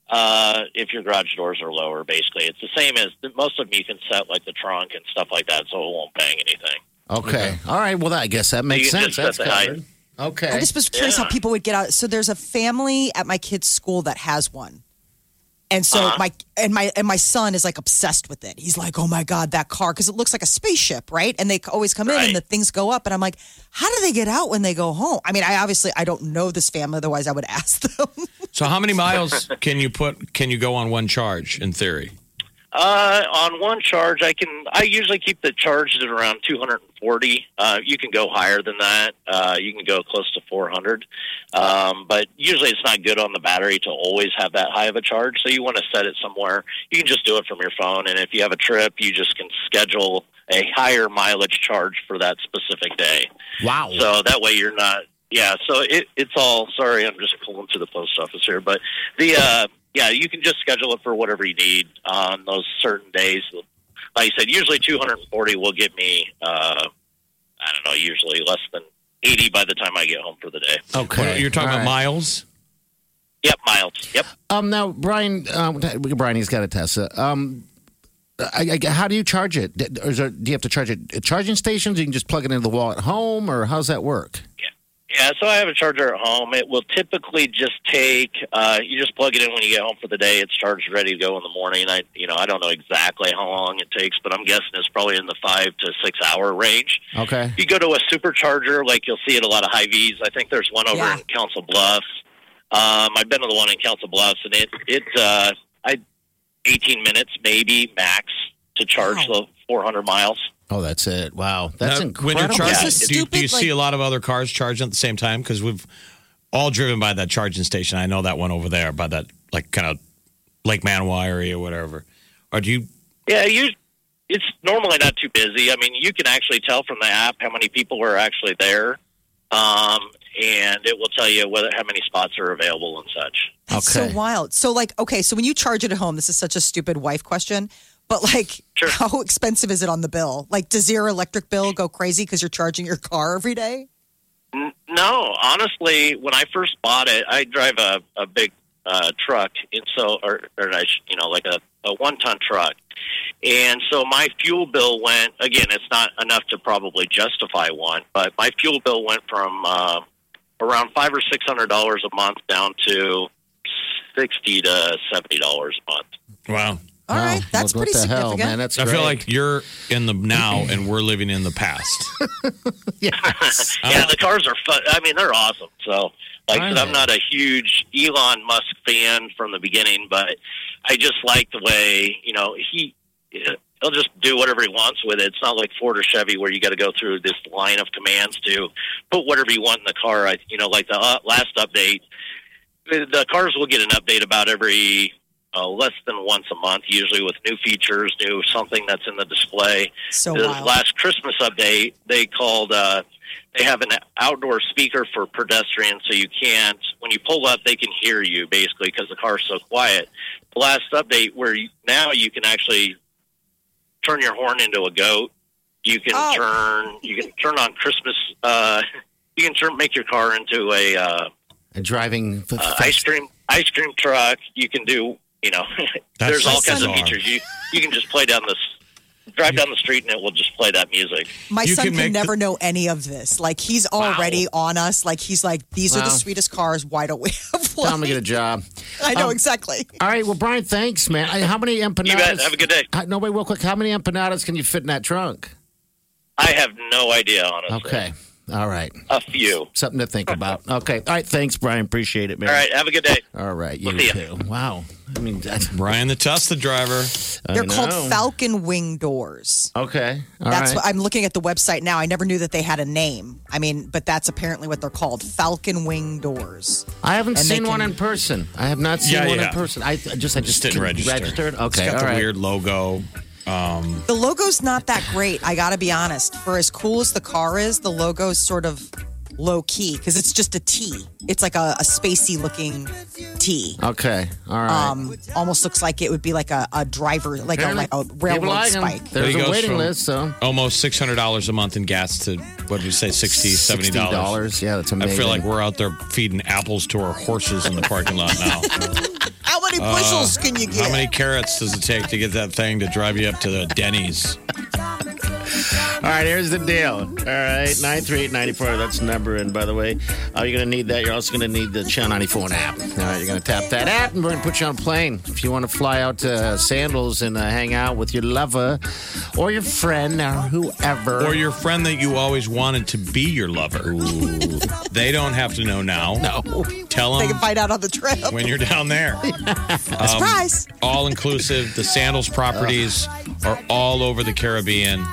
[SPEAKER 9] uh, if your garage doors are lower. Basically, it's the same as most of them. You can set like the trunk and stuff like that, so it won't bang anything.
[SPEAKER 3] Okay. All right. Well, that, I guess that makes
[SPEAKER 9] You can just
[SPEAKER 3] sense.
[SPEAKER 9] set
[SPEAKER 3] That's
[SPEAKER 9] the height.
[SPEAKER 3] covered. Okay.
[SPEAKER 5] I just was curious how
[SPEAKER 9] Yeah.
[SPEAKER 5] people would get out. So there's a family at my kid's school that has one. And so
[SPEAKER 9] Uh-huh.
[SPEAKER 5] my and my and my son is like obsessed with it. He's like, "Oh my god, that car because it looks like a spaceship, right?" And they always come in and
[SPEAKER 9] Right.
[SPEAKER 5] the things go up and I'm like, "How do they get out when they go home?" I mean, I obviously I don't know this family otherwise I would ask them.
[SPEAKER 4] So how many miles can you put? Can you go on one charge in theory?
[SPEAKER 9] Uh, on one charge, I can. I usually keep the charge at around 240. Uh, you can go higher than that. Uh, you can go close to 400. Um, but usually, it's not good on the battery to always have that high of a charge. So you want to set it somewhere. You can just do it from your phone. And if you have a trip, you just can schedule a higher mileage charge for that specific day.
[SPEAKER 3] wow.
[SPEAKER 9] So that way you're not. Yeah. So it, it's all. Sorry, I'm just pulling to the post office here, but the uh, yeah, you can just schedule it for whatever you need on those certain days. Like I said, usually 240 will get me. Uh, I don't know. Usually less than 80 by the time I get home for the day.
[SPEAKER 3] okay.
[SPEAKER 4] Well, You're talking
[SPEAKER 3] All
[SPEAKER 4] about
[SPEAKER 3] right.
[SPEAKER 4] miles.
[SPEAKER 9] Yep, miles. Yep.
[SPEAKER 3] Um. Now, Brian. Um, Brian, he's got a Tesla. Um. I, I, how do you charge it? D- Is there, do you have to charge it at charging stations? You can just plug it into the wall at home, or how's that work?
[SPEAKER 9] Yeah, so I have a charger at home. It will typically just take. Uh, you just plug it in when you get home for the day. It's charged, ready to go in the morning. I, you know, I don't know exactly how long it takes, but I'm guessing it's probably in the five to six hour range.
[SPEAKER 3] Okay.
[SPEAKER 9] If you go to a supercharger, like you'll see at a lot of high V's. I think there's one over
[SPEAKER 5] Yeah.
[SPEAKER 9] in Council Bluffs. Um, I've been to the one in Council Bluffs, and it it uh, I 18 minutes maybe max to charge the 400 miles.
[SPEAKER 3] Oh, that's it. Wow. That's
[SPEAKER 4] Now,
[SPEAKER 3] incredible.
[SPEAKER 4] When you're charging,
[SPEAKER 5] This is
[SPEAKER 4] do you, do you
[SPEAKER 5] stupid,
[SPEAKER 4] see a lot of other cars charging at the same time? Because we've all driven by that charging station. I know that one over there by that like kind of Lake Manoa area or whatever. Or do you?
[SPEAKER 9] Yeah, you. It's normally not too busy. I mean, you can actually tell from the app how many people are actually there, um, and it will tell you whether how many spots are available and such.
[SPEAKER 5] That's
[SPEAKER 3] Okay.
[SPEAKER 5] so wild. So like, okay, so when you charge it at home, this is such a stupid wife question, but like
[SPEAKER 9] Sure.
[SPEAKER 5] how expensive is it on the bill? Like does your electric bill go crazy cuz you're charging your car every day?
[SPEAKER 9] N- No, honestly, when I first bought it, I drive a, a big uh, truck, and so or, or I sh- you know like a, a one ton truck, and so my fuel bill went again. It's not enough to probably justify one, but my fuel bill went from uh, around five or six hundred dollars a month down to sixty to seventy dollars a month.
[SPEAKER 4] Wow.
[SPEAKER 5] All
[SPEAKER 3] Wow.
[SPEAKER 5] right, that's
[SPEAKER 3] Look
[SPEAKER 5] pretty
[SPEAKER 3] what the hell,
[SPEAKER 5] significant.
[SPEAKER 3] man. That's
[SPEAKER 4] I feel
[SPEAKER 3] great.
[SPEAKER 4] like you're in the now and we're living in the past.
[SPEAKER 3] Yes.
[SPEAKER 9] Yeah, the cars are fun. I mean, they're awesome. So, like I said,
[SPEAKER 3] Aren't
[SPEAKER 9] I'm not a huge Elon Musk fan from the beginning, but I just like the way you know he he'll just do whatever he wants with it. It's not like Ford or Chevy where you got to go through this line of commands to put whatever you want in the car. I, you know, like the uh, last update, the, the cars will get an update about every uh, less than once a month, usually with new features, new something that's in the display.
[SPEAKER 5] So
[SPEAKER 9] the
[SPEAKER 5] wild.
[SPEAKER 9] last Christmas update, they called. Uh, they have an outdoor speaker for pedestrians, so you can't. When you pull up, they can hear you basically because the car's so quiet. The last update where you, now you can actually turn your horn into a goat. You can
[SPEAKER 5] Oh.
[SPEAKER 9] turn. You can turn on Christmas. Uh, you can turn make your car into a. Uh,
[SPEAKER 3] A driving f-
[SPEAKER 9] uh,
[SPEAKER 3] f-
[SPEAKER 9] ice cream ice cream truck. You can do you know.
[SPEAKER 3] That's
[SPEAKER 9] there's all kinds of
[SPEAKER 3] bizarre.
[SPEAKER 9] features. You you can just play down this drive down the street and it will just play that music.
[SPEAKER 5] My son can, never know any of this. Like he's already on us. Like he's like, these are the
[SPEAKER 3] Wow.
[SPEAKER 5] sweetest cars. Why don't we have
[SPEAKER 3] Tell him
[SPEAKER 5] one?
[SPEAKER 3] to get a job.
[SPEAKER 5] I know
[SPEAKER 3] Um,
[SPEAKER 5] exactly.
[SPEAKER 3] All right. Well, Brian, thanks, man. I- How many empanadas?
[SPEAKER 9] You bet. Have a good day.
[SPEAKER 3] Uh, No, wait, real quick. How many empanadas can you fit in that trunk?
[SPEAKER 9] I have no idea, honestly.
[SPEAKER 3] Okay. All right.
[SPEAKER 9] A few.
[SPEAKER 3] Something to think about. Okay. All right. Thanks, Brian. Appreciate it, man.
[SPEAKER 9] All right. Have a good day.
[SPEAKER 3] All right. You
[SPEAKER 9] see ya.
[SPEAKER 3] too. Oh, Wow. I mean, that's,
[SPEAKER 4] Brian the Tesla driver.
[SPEAKER 3] I
[SPEAKER 5] They're
[SPEAKER 3] know.
[SPEAKER 5] called Falcon Wing doors.
[SPEAKER 3] Okay. All
[SPEAKER 5] that's
[SPEAKER 3] right.
[SPEAKER 5] what I'm looking at the website now. I never knew that they had a name. I mean, but that's apparently what they're called, Falcon Wing doors.
[SPEAKER 3] I haven't
[SPEAKER 5] And they
[SPEAKER 3] seen one
[SPEAKER 5] can-
[SPEAKER 3] in person. I have not seen
[SPEAKER 4] Yeah,
[SPEAKER 3] one
[SPEAKER 4] yeah.
[SPEAKER 3] in person. I I just I just
[SPEAKER 4] Just didn't
[SPEAKER 3] couldn't
[SPEAKER 4] register.
[SPEAKER 3] Registered.
[SPEAKER 4] It's
[SPEAKER 3] Okay.
[SPEAKER 4] got
[SPEAKER 3] all
[SPEAKER 4] the
[SPEAKER 3] right.
[SPEAKER 4] weird logo. Um,
[SPEAKER 5] The logo's not that great. I got to be honest. For as cool as the car is, the logo's sort of low key because it's just a T. It's like a, a spacey looking T.
[SPEAKER 3] Okay. All right.
[SPEAKER 5] Um, almost looks like it would be like a, a driver, like a like a
[SPEAKER 3] People
[SPEAKER 5] railroad
[SPEAKER 3] like 'em.
[SPEAKER 5] spike.
[SPEAKER 3] There's
[SPEAKER 4] he
[SPEAKER 3] a
[SPEAKER 4] goes
[SPEAKER 3] waiting
[SPEAKER 4] from
[SPEAKER 3] list, so
[SPEAKER 4] almost $600 a month in gas to, what did we say, 60 $70.
[SPEAKER 3] $60. Yeah, that's
[SPEAKER 4] I
[SPEAKER 3] amazing.
[SPEAKER 4] feel like we're out there feeding apples to our horses in the parking lot now. Uh,
[SPEAKER 5] How many bushels can you get?
[SPEAKER 4] How many carrots does it take to get that thing to drive you up to the Denny's?
[SPEAKER 3] All right, here's the deal. All right, 93894, that's the number. And by the way, uh, you're going to need that. You're also going to need the Channel 94 app. All right, you're going to tap that app, and we're going to put you on a plane. If you want to fly out to Sandals and uh, hang out with your lover or your friend or whoever.
[SPEAKER 4] Or your friend that you always wanted to be your lover. They don't have to know now.
[SPEAKER 3] No.
[SPEAKER 4] Tell
[SPEAKER 5] They
[SPEAKER 4] them
[SPEAKER 5] can find out on the trip.
[SPEAKER 4] when you're down there.
[SPEAKER 3] Um,
[SPEAKER 5] Surprise!
[SPEAKER 4] all inclusive. Um, The Sandals properties are all over the Caribbean,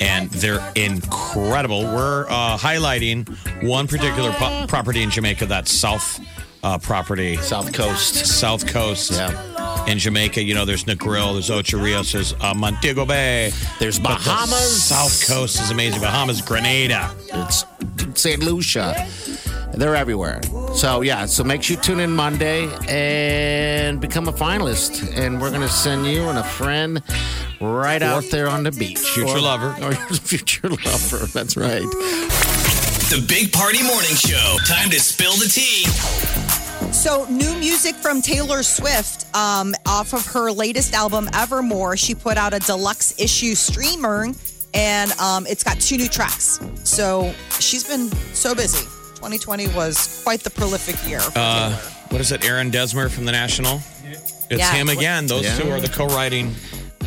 [SPEAKER 4] and they're incredible. We're uh, highlighting one particular po- property in Jamaica. That's South uh, property,
[SPEAKER 3] South Coast.
[SPEAKER 4] South Coast.
[SPEAKER 3] Yeah.
[SPEAKER 4] In Jamaica, you know, there's Negril, there's Ocho Rios, there's uh, Montego Bay.
[SPEAKER 3] There's
[SPEAKER 4] But the
[SPEAKER 3] Bahamas.
[SPEAKER 4] South Coast is amazing. Bahamas, Grenada.
[SPEAKER 3] It's St. Lucia. They're everywhere. So, yeah, so make sure you tune in Monday and become a finalist. And we're going to send you and a friend right out there on the beach.
[SPEAKER 4] Future lover.
[SPEAKER 3] Or your future lover. That's right.
[SPEAKER 6] The Big Party Morning Show. Time to spill the tea.
[SPEAKER 5] So, new music from Taylor Swift um, off of her latest album, Evermore. She put out a deluxe issue streamer, and um, it's got two new tracks. So, she's been so busy. 2020 was quite the prolific year. For
[SPEAKER 3] Uh,
[SPEAKER 5] Taylor.
[SPEAKER 4] uh, What is it? Aaron Desmer from The National. It's
[SPEAKER 5] Yeah.
[SPEAKER 4] him again. Those
[SPEAKER 3] Yeah.
[SPEAKER 4] two are the co-writing.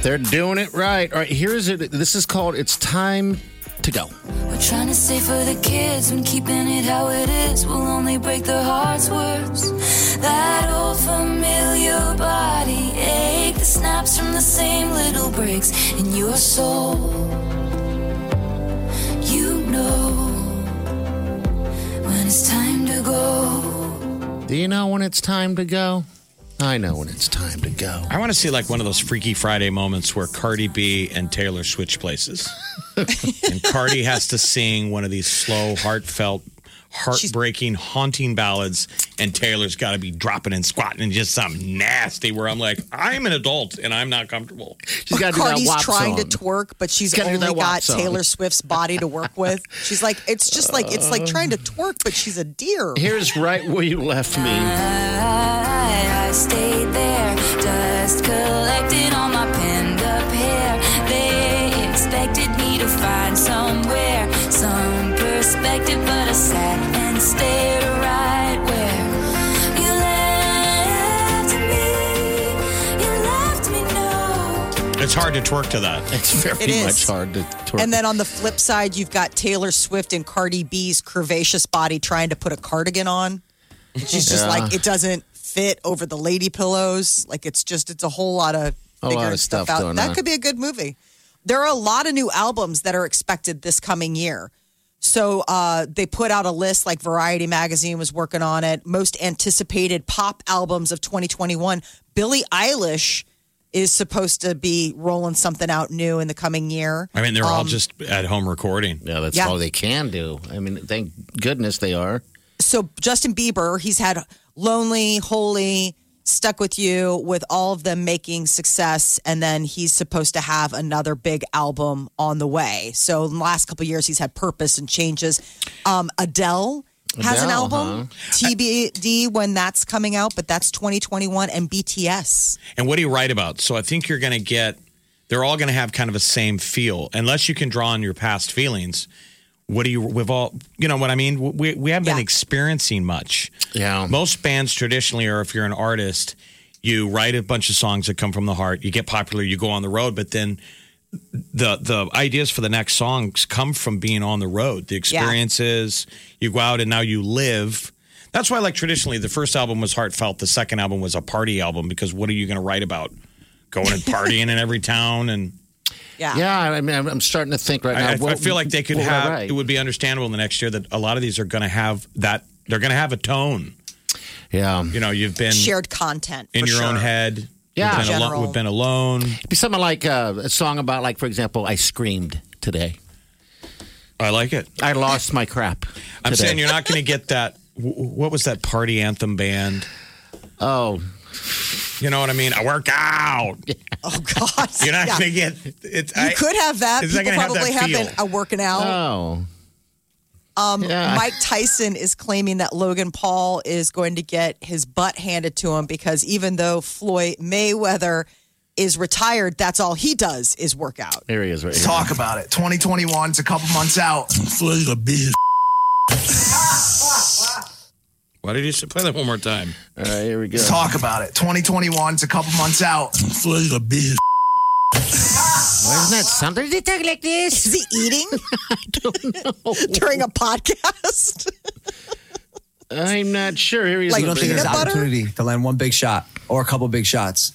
[SPEAKER 3] They're doing it right. All right, here's it. This is called It's Time to Go.
[SPEAKER 7] We're trying to save for the kids when keeping it how it is will only break their hearts worse. That old familiar body ache that snaps from the same little breaks in your soul. You know when it's time to go.
[SPEAKER 3] Do you know when it's time to go? I know when it's time to go.
[SPEAKER 4] I want to see like one of those Freaky Friday moments where Cardi B and Taylor switch places, and Cardi has to sing one of these slow, heartfelt, heartbreaking, haunting ballads, and Taylor's got to be dropping and squatting and just something nasty. Where I'm like, I'm an adult and I'm not comfortable.
[SPEAKER 3] She's got to do that
[SPEAKER 5] Cardi's
[SPEAKER 3] WAP
[SPEAKER 5] trying
[SPEAKER 3] song.
[SPEAKER 5] to twerk, but she's
[SPEAKER 3] gotta do
[SPEAKER 5] only
[SPEAKER 3] that WAP
[SPEAKER 5] got
[SPEAKER 3] song.
[SPEAKER 5] Taylor Swift's body to work with. She's like, it's just like, it's like trying to twerk, but she's a deer.
[SPEAKER 3] Here's right where you left me.
[SPEAKER 7] I, I stayed there, dust collected on my pinned up hair. They expected me to find somewhere, some perspective, but I sat and stared right where you left me. You left me no.
[SPEAKER 4] It's hard to twerk to that.
[SPEAKER 3] It's very
[SPEAKER 5] It is.
[SPEAKER 3] much hard to twerk.
[SPEAKER 5] And then on the flip side, you've got Taylor Swift and Cardi B's curvaceous body trying to put a cardigan on. And she's just
[SPEAKER 3] Yeah.
[SPEAKER 5] like, it doesn't fit over the lady pillows. Like it's just, it's a whole lot of
[SPEAKER 3] A lot
[SPEAKER 5] figuring
[SPEAKER 3] of
[SPEAKER 5] stuff,
[SPEAKER 3] stuff
[SPEAKER 5] out.
[SPEAKER 3] going
[SPEAKER 5] that
[SPEAKER 3] on.
[SPEAKER 5] could be a good movie. There are a lot of new albums that are expected this coming year. So uh, they put out a list, like Variety magazine was working on it. Most anticipated pop albums of 2021. Billie Eilish is supposed to be rolling something out new in the coming year.
[SPEAKER 4] I mean, they're all
[SPEAKER 5] Um,
[SPEAKER 4] just at home recording.
[SPEAKER 3] Yeah, that's
[SPEAKER 5] Yeah.
[SPEAKER 3] all they can do. I mean, thank goodness they are.
[SPEAKER 5] so Justin Bieber, he's had Lonely, Holy, Stuck with You, with all of them making success, and then he's supposed to have another big album on the way. So in the last couple of years, he's had Purpose and Changes. Um, Adele has an
[SPEAKER 4] Adele,
[SPEAKER 5] album, TBD, when that's coming out, but that's 2021, and BTS.
[SPEAKER 4] And what do you write about? So I think you're going to get, they're all going to have kind of a same feel, unless you can draw on your past feelings. What do you, we've all, you know what I mean? We, we haven't been experiencing much.
[SPEAKER 3] Yeah.
[SPEAKER 4] Most bands traditionally are, if you're an artist, you write a bunch of songs that come from the heart, you get popular, you go on the road, but then the the ideas for the next songs come from being on the road. The experiences you go out and now you live. That's why, like traditionally, the first album was heartfelt. The second album was a party album because what are you going to write about? Going and partying in every town, and
[SPEAKER 5] Yeah.
[SPEAKER 3] Yeah, I mean, I'm I'm starting to think right now.
[SPEAKER 4] I, I, I
[SPEAKER 3] what-
[SPEAKER 4] feel like they could
[SPEAKER 3] what would I
[SPEAKER 4] have.
[SPEAKER 3] write?
[SPEAKER 4] It would be understandable in the next year that a lot of these are going to have that. They're going to have a tone.
[SPEAKER 3] Yeah,
[SPEAKER 4] you know, you've been
[SPEAKER 5] Shared content.
[SPEAKER 4] in
[SPEAKER 5] for
[SPEAKER 4] your own
[SPEAKER 5] sure.
[SPEAKER 4] head.
[SPEAKER 3] Yeah.
[SPEAKER 4] we've been, alo-
[SPEAKER 5] General.
[SPEAKER 4] we've been alone.
[SPEAKER 3] It'd be something like uh, a song about, like, for example, I screamed today.
[SPEAKER 4] I like it.
[SPEAKER 3] I lost my crap.
[SPEAKER 4] I'm
[SPEAKER 3] today.
[SPEAKER 4] saying you're not going to get that. wh- What was that party anthem band?
[SPEAKER 3] Oh,
[SPEAKER 4] You know what I mean? I work out.
[SPEAKER 5] Oh, God.
[SPEAKER 4] You're not
[SPEAKER 5] Yeah.
[SPEAKER 4] going to get it's.
[SPEAKER 5] You could have that.
[SPEAKER 4] It's not
[SPEAKER 5] People
[SPEAKER 4] gonna have
[SPEAKER 5] probably
[SPEAKER 4] that
[SPEAKER 5] have,
[SPEAKER 4] feel.
[SPEAKER 5] been uh, working out.
[SPEAKER 3] oh,
[SPEAKER 5] Um,
[SPEAKER 3] Yeah.
[SPEAKER 5] Mike Tyson is claiming that Logan Paul is going to get his butt handed to him because even though Floyd Mayweather is retired, that's all he does is work out.
[SPEAKER 3] there he is right
[SPEAKER 10] Let's
[SPEAKER 3] here.
[SPEAKER 10] talk about it. 2021's a couple months out. Flood's a bitch.
[SPEAKER 4] Why did you say, play that one more time?
[SPEAKER 3] All right, here we go.
[SPEAKER 10] Let's talk about it. 2021's a couple months out. Flood's a bitch.
[SPEAKER 3] Why isn't that something? Did he talk like this?
[SPEAKER 5] Is he eating during a podcast?
[SPEAKER 3] I'm not sure. Here he is.
[SPEAKER 5] Like
[SPEAKER 3] over
[SPEAKER 5] peanut
[SPEAKER 3] here.
[SPEAKER 5] butter?
[SPEAKER 11] to land one big shot or a couple big shots.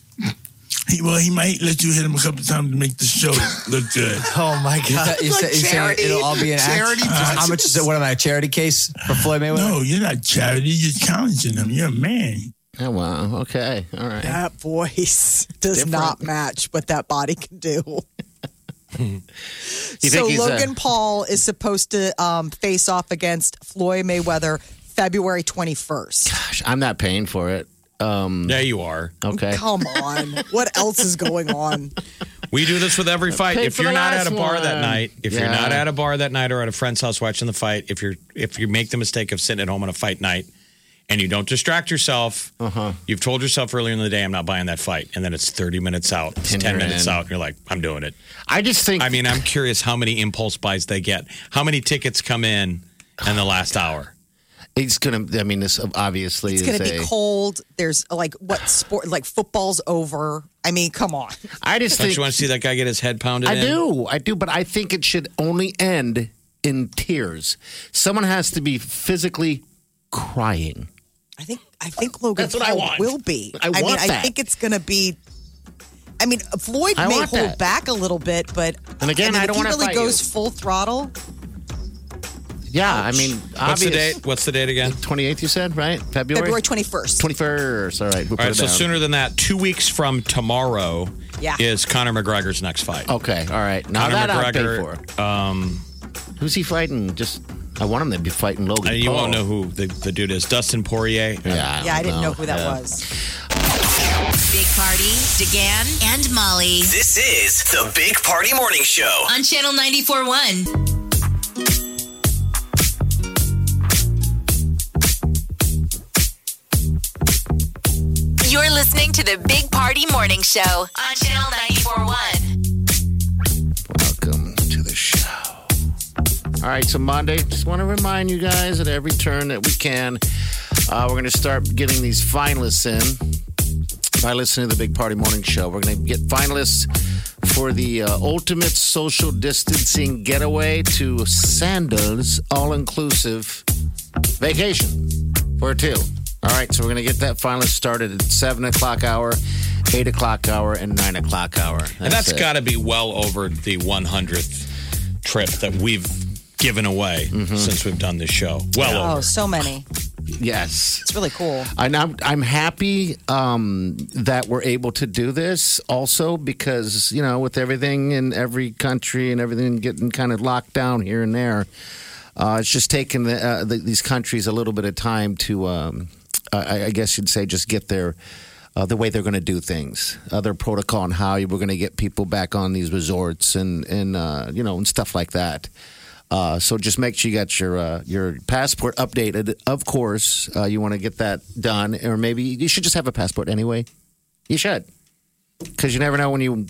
[SPEAKER 12] He, well, he might let you hit him a couple times to make the show look good.
[SPEAKER 11] Oh my god! You're, sa- you're saying
[SPEAKER 10] charity-
[SPEAKER 11] it'll all be an
[SPEAKER 10] charity
[SPEAKER 11] act. Uh, How
[SPEAKER 10] matches.
[SPEAKER 11] much is it? What am I? A charity case for Floyd Mayweather?
[SPEAKER 12] No, you're not charity. You're challenging him. You're a man.
[SPEAKER 3] Oh, wow. Okay. All right.
[SPEAKER 5] That voice does
[SPEAKER 3] Different.
[SPEAKER 5] not match what that body can do.
[SPEAKER 3] You
[SPEAKER 5] so
[SPEAKER 3] think he's, uh,
[SPEAKER 5] Logan Paul is supposed to um, face off against Floyd Mayweather February 21st.
[SPEAKER 3] Gosh, I'm not paying for it. Um,
[SPEAKER 4] Yeah, you are.
[SPEAKER 3] okay.
[SPEAKER 5] Come on. what else is going on?
[SPEAKER 4] We do this with every fight.
[SPEAKER 3] Pay
[SPEAKER 4] If
[SPEAKER 3] for
[SPEAKER 4] you're
[SPEAKER 3] the
[SPEAKER 4] not at
[SPEAKER 3] last
[SPEAKER 4] a bar that
[SPEAKER 3] one.
[SPEAKER 4] night, if you're
[SPEAKER 3] Yeah.
[SPEAKER 4] not at a bar that night or at a friend's house watching the fight, if you're if you make the mistake of sitting at home on a fight night and you don't distract yourself,
[SPEAKER 3] Uh-huh.
[SPEAKER 4] you've told yourself earlier in the day, I'm not buying that fight, and then it's 30 minutes out, it's 10
[SPEAKER 3] And you're
[SPEAKER 4] minutes
[SPEAKER 3] in.
[SPEAKER 4] out, and you're like, I'm doing it.
[SPEAKER 3] I just think.
[SPEAKER 4] I mean, I'm curious how many impulse buys they get, how many tickets come in in the last hour.
[SPEAKER 3] It's gonna. I mean, this obviously
[SPEAKER 5] It's
[SPEAKER 3] is
[SPEAKER 5] going to be
[SPEAKER 3] a-
[SPEAKER 5] cold. There's like what sport? Like football's over. I mean, come on.
[SPEAKER 3] I just
[SPEAKER 4] Don't
[SPEAKER 3] think
[SPEAKER 4] you want to see that guy get his head pounded?
[SPEAKER 3] I
[SPEAKER 4] in?
[SPEAKER 3] do, I do, but I think it should only end in tears. Someone has to be physically crying.
[SPEAKER 5] I think I think Logan
[SPEAKER 3] That's what I
[SPEAKER 5] Paul
[SPEAKER 3] want.
[SPEAKER 5] will be.
[SPEAKER 3] I
[SPEAKER 5] mean,
[SPEAKER 3] want
[SPEAKER 5] I
[SPEAKER 3] that.
[SPEAKER 5] think it's going to be. I mean, uh, Floyd
[SPEAKER 3] I
[SPEAKER 5] may
[SPEAKER 3] want
[SPEAKER 5] hold
[SPEAKER 3] that.
[SPEAKER 5] back a little bit, but
[SPEAKER 3] And again,
[SPEAKER 5] mean,
[SPEAKER 3] I
[SPEAKER 5] if
[SPEAKER 3] don't
[SPEAKER 5] he
[SPEAKER 3] wanna
[SPEAKER 5] really
[SPEAKER 3] fight
[SPEAKER 5] goes
[SPEAKER 3] you.
[SPEAKER 5] full throttle.
[SPEAKER 3] Yeah, I mean,
[SPEAKER 4] What's the
[SPEAKER 3] obvious.
[SPEAKER 4] date? What's the date again?
[SPEAKER 3] Twenty eighth, you said, right? February.
[SPEAKER 5] February twenty first.
[SPEAKER 3] twenty first. All right, we'll
[SPEAKER 4] All
[SPEAKER 3] put
[SPEAKER 4] right,
[SPEAKER 3] it
[SPEAKER 4] so
[SPEAKER 3] down.
[SPEAKER 4] sooner than that, two weeks from tomorrow
[SPEAKER 5] Yeah.
[SPEAKER 4] is Conor McGregor's next fight.
[SPEAKER 3] Okay, all right. Now
[SPEAKER 4] Conor
[SPEAKER 3] that I'll
[SPEAKER 4] McGregor.
[SPEAKER 3] pay
[SPEAKER 4] Um,
[SPEAKER 3] for. Who's he fighting? Hmm, Just I want him to be fighting Logan.
[SPEAKER 4] and you
[SPEAKER 3] Paul.
[SPEAKER 4] won't know who the, the dude is. Dustin Poirier.
[SPEAKER 3] Yeah,
[SPEAKER 5] Yeah, I didn't know, who that
[SPEAKER 3] Yeah.
[SPEAKER 5] was.
[SPEAKER 2] Big Party, DeGan, and Molly
[SPEAKER 6] This is the Big Party Morning Show.
[SPEAKER 2] on Channel 94.1. You're listening to the Big Party Morning Show on Channel 94.1.
[SPEAKER 3] Welcome to the show. All right, so Monday, just want to remind you guys at every turn that we can, uh, we're going to start getting these finalists in by listening to the Big Party Morning Show. We're going to get finalists for the uh, ultimate social distancing getaway to Sandals All Inclusive Vacation for two. All right, so we're going to get that finalist started at 7 o'clock hour, 8 o'clock hour, and 9 o'clock hour.
[SPEAKER 4] And that's
[SPEAKER 3] it.
[SPEAKER 4] got to be well over the 100th trip that we've given away
[SPEAKER 3] Mm-hmm.
[SPEAKER 4] since we've done this show. Well
[SPEAKER 5] oh,
[SPEAKER 4] over.
[SPEAKER 5] so many.
[SPEAKER 3] Yes.
[SPEAKER 5] It's really cool.
[SPEAKER 3] And I'm, I'm happy um, that we're able to do this also because, you know, with everything in every country and everything getting kind of locked down here and there, uh, it's just taking the, uh, the, these countries a little bit of time to, um, I, I guess you'd say, just get their. Uh, the way they're going to do things, uh, their protocol, and how we're going to get people back on these resorts and and uh, you know and stuff like that. Uh, so just make sure you got your uh, your passport updated. Of course, uh, you want to get that done, or maybe you should just have a passport anyway. You should, because you never know when you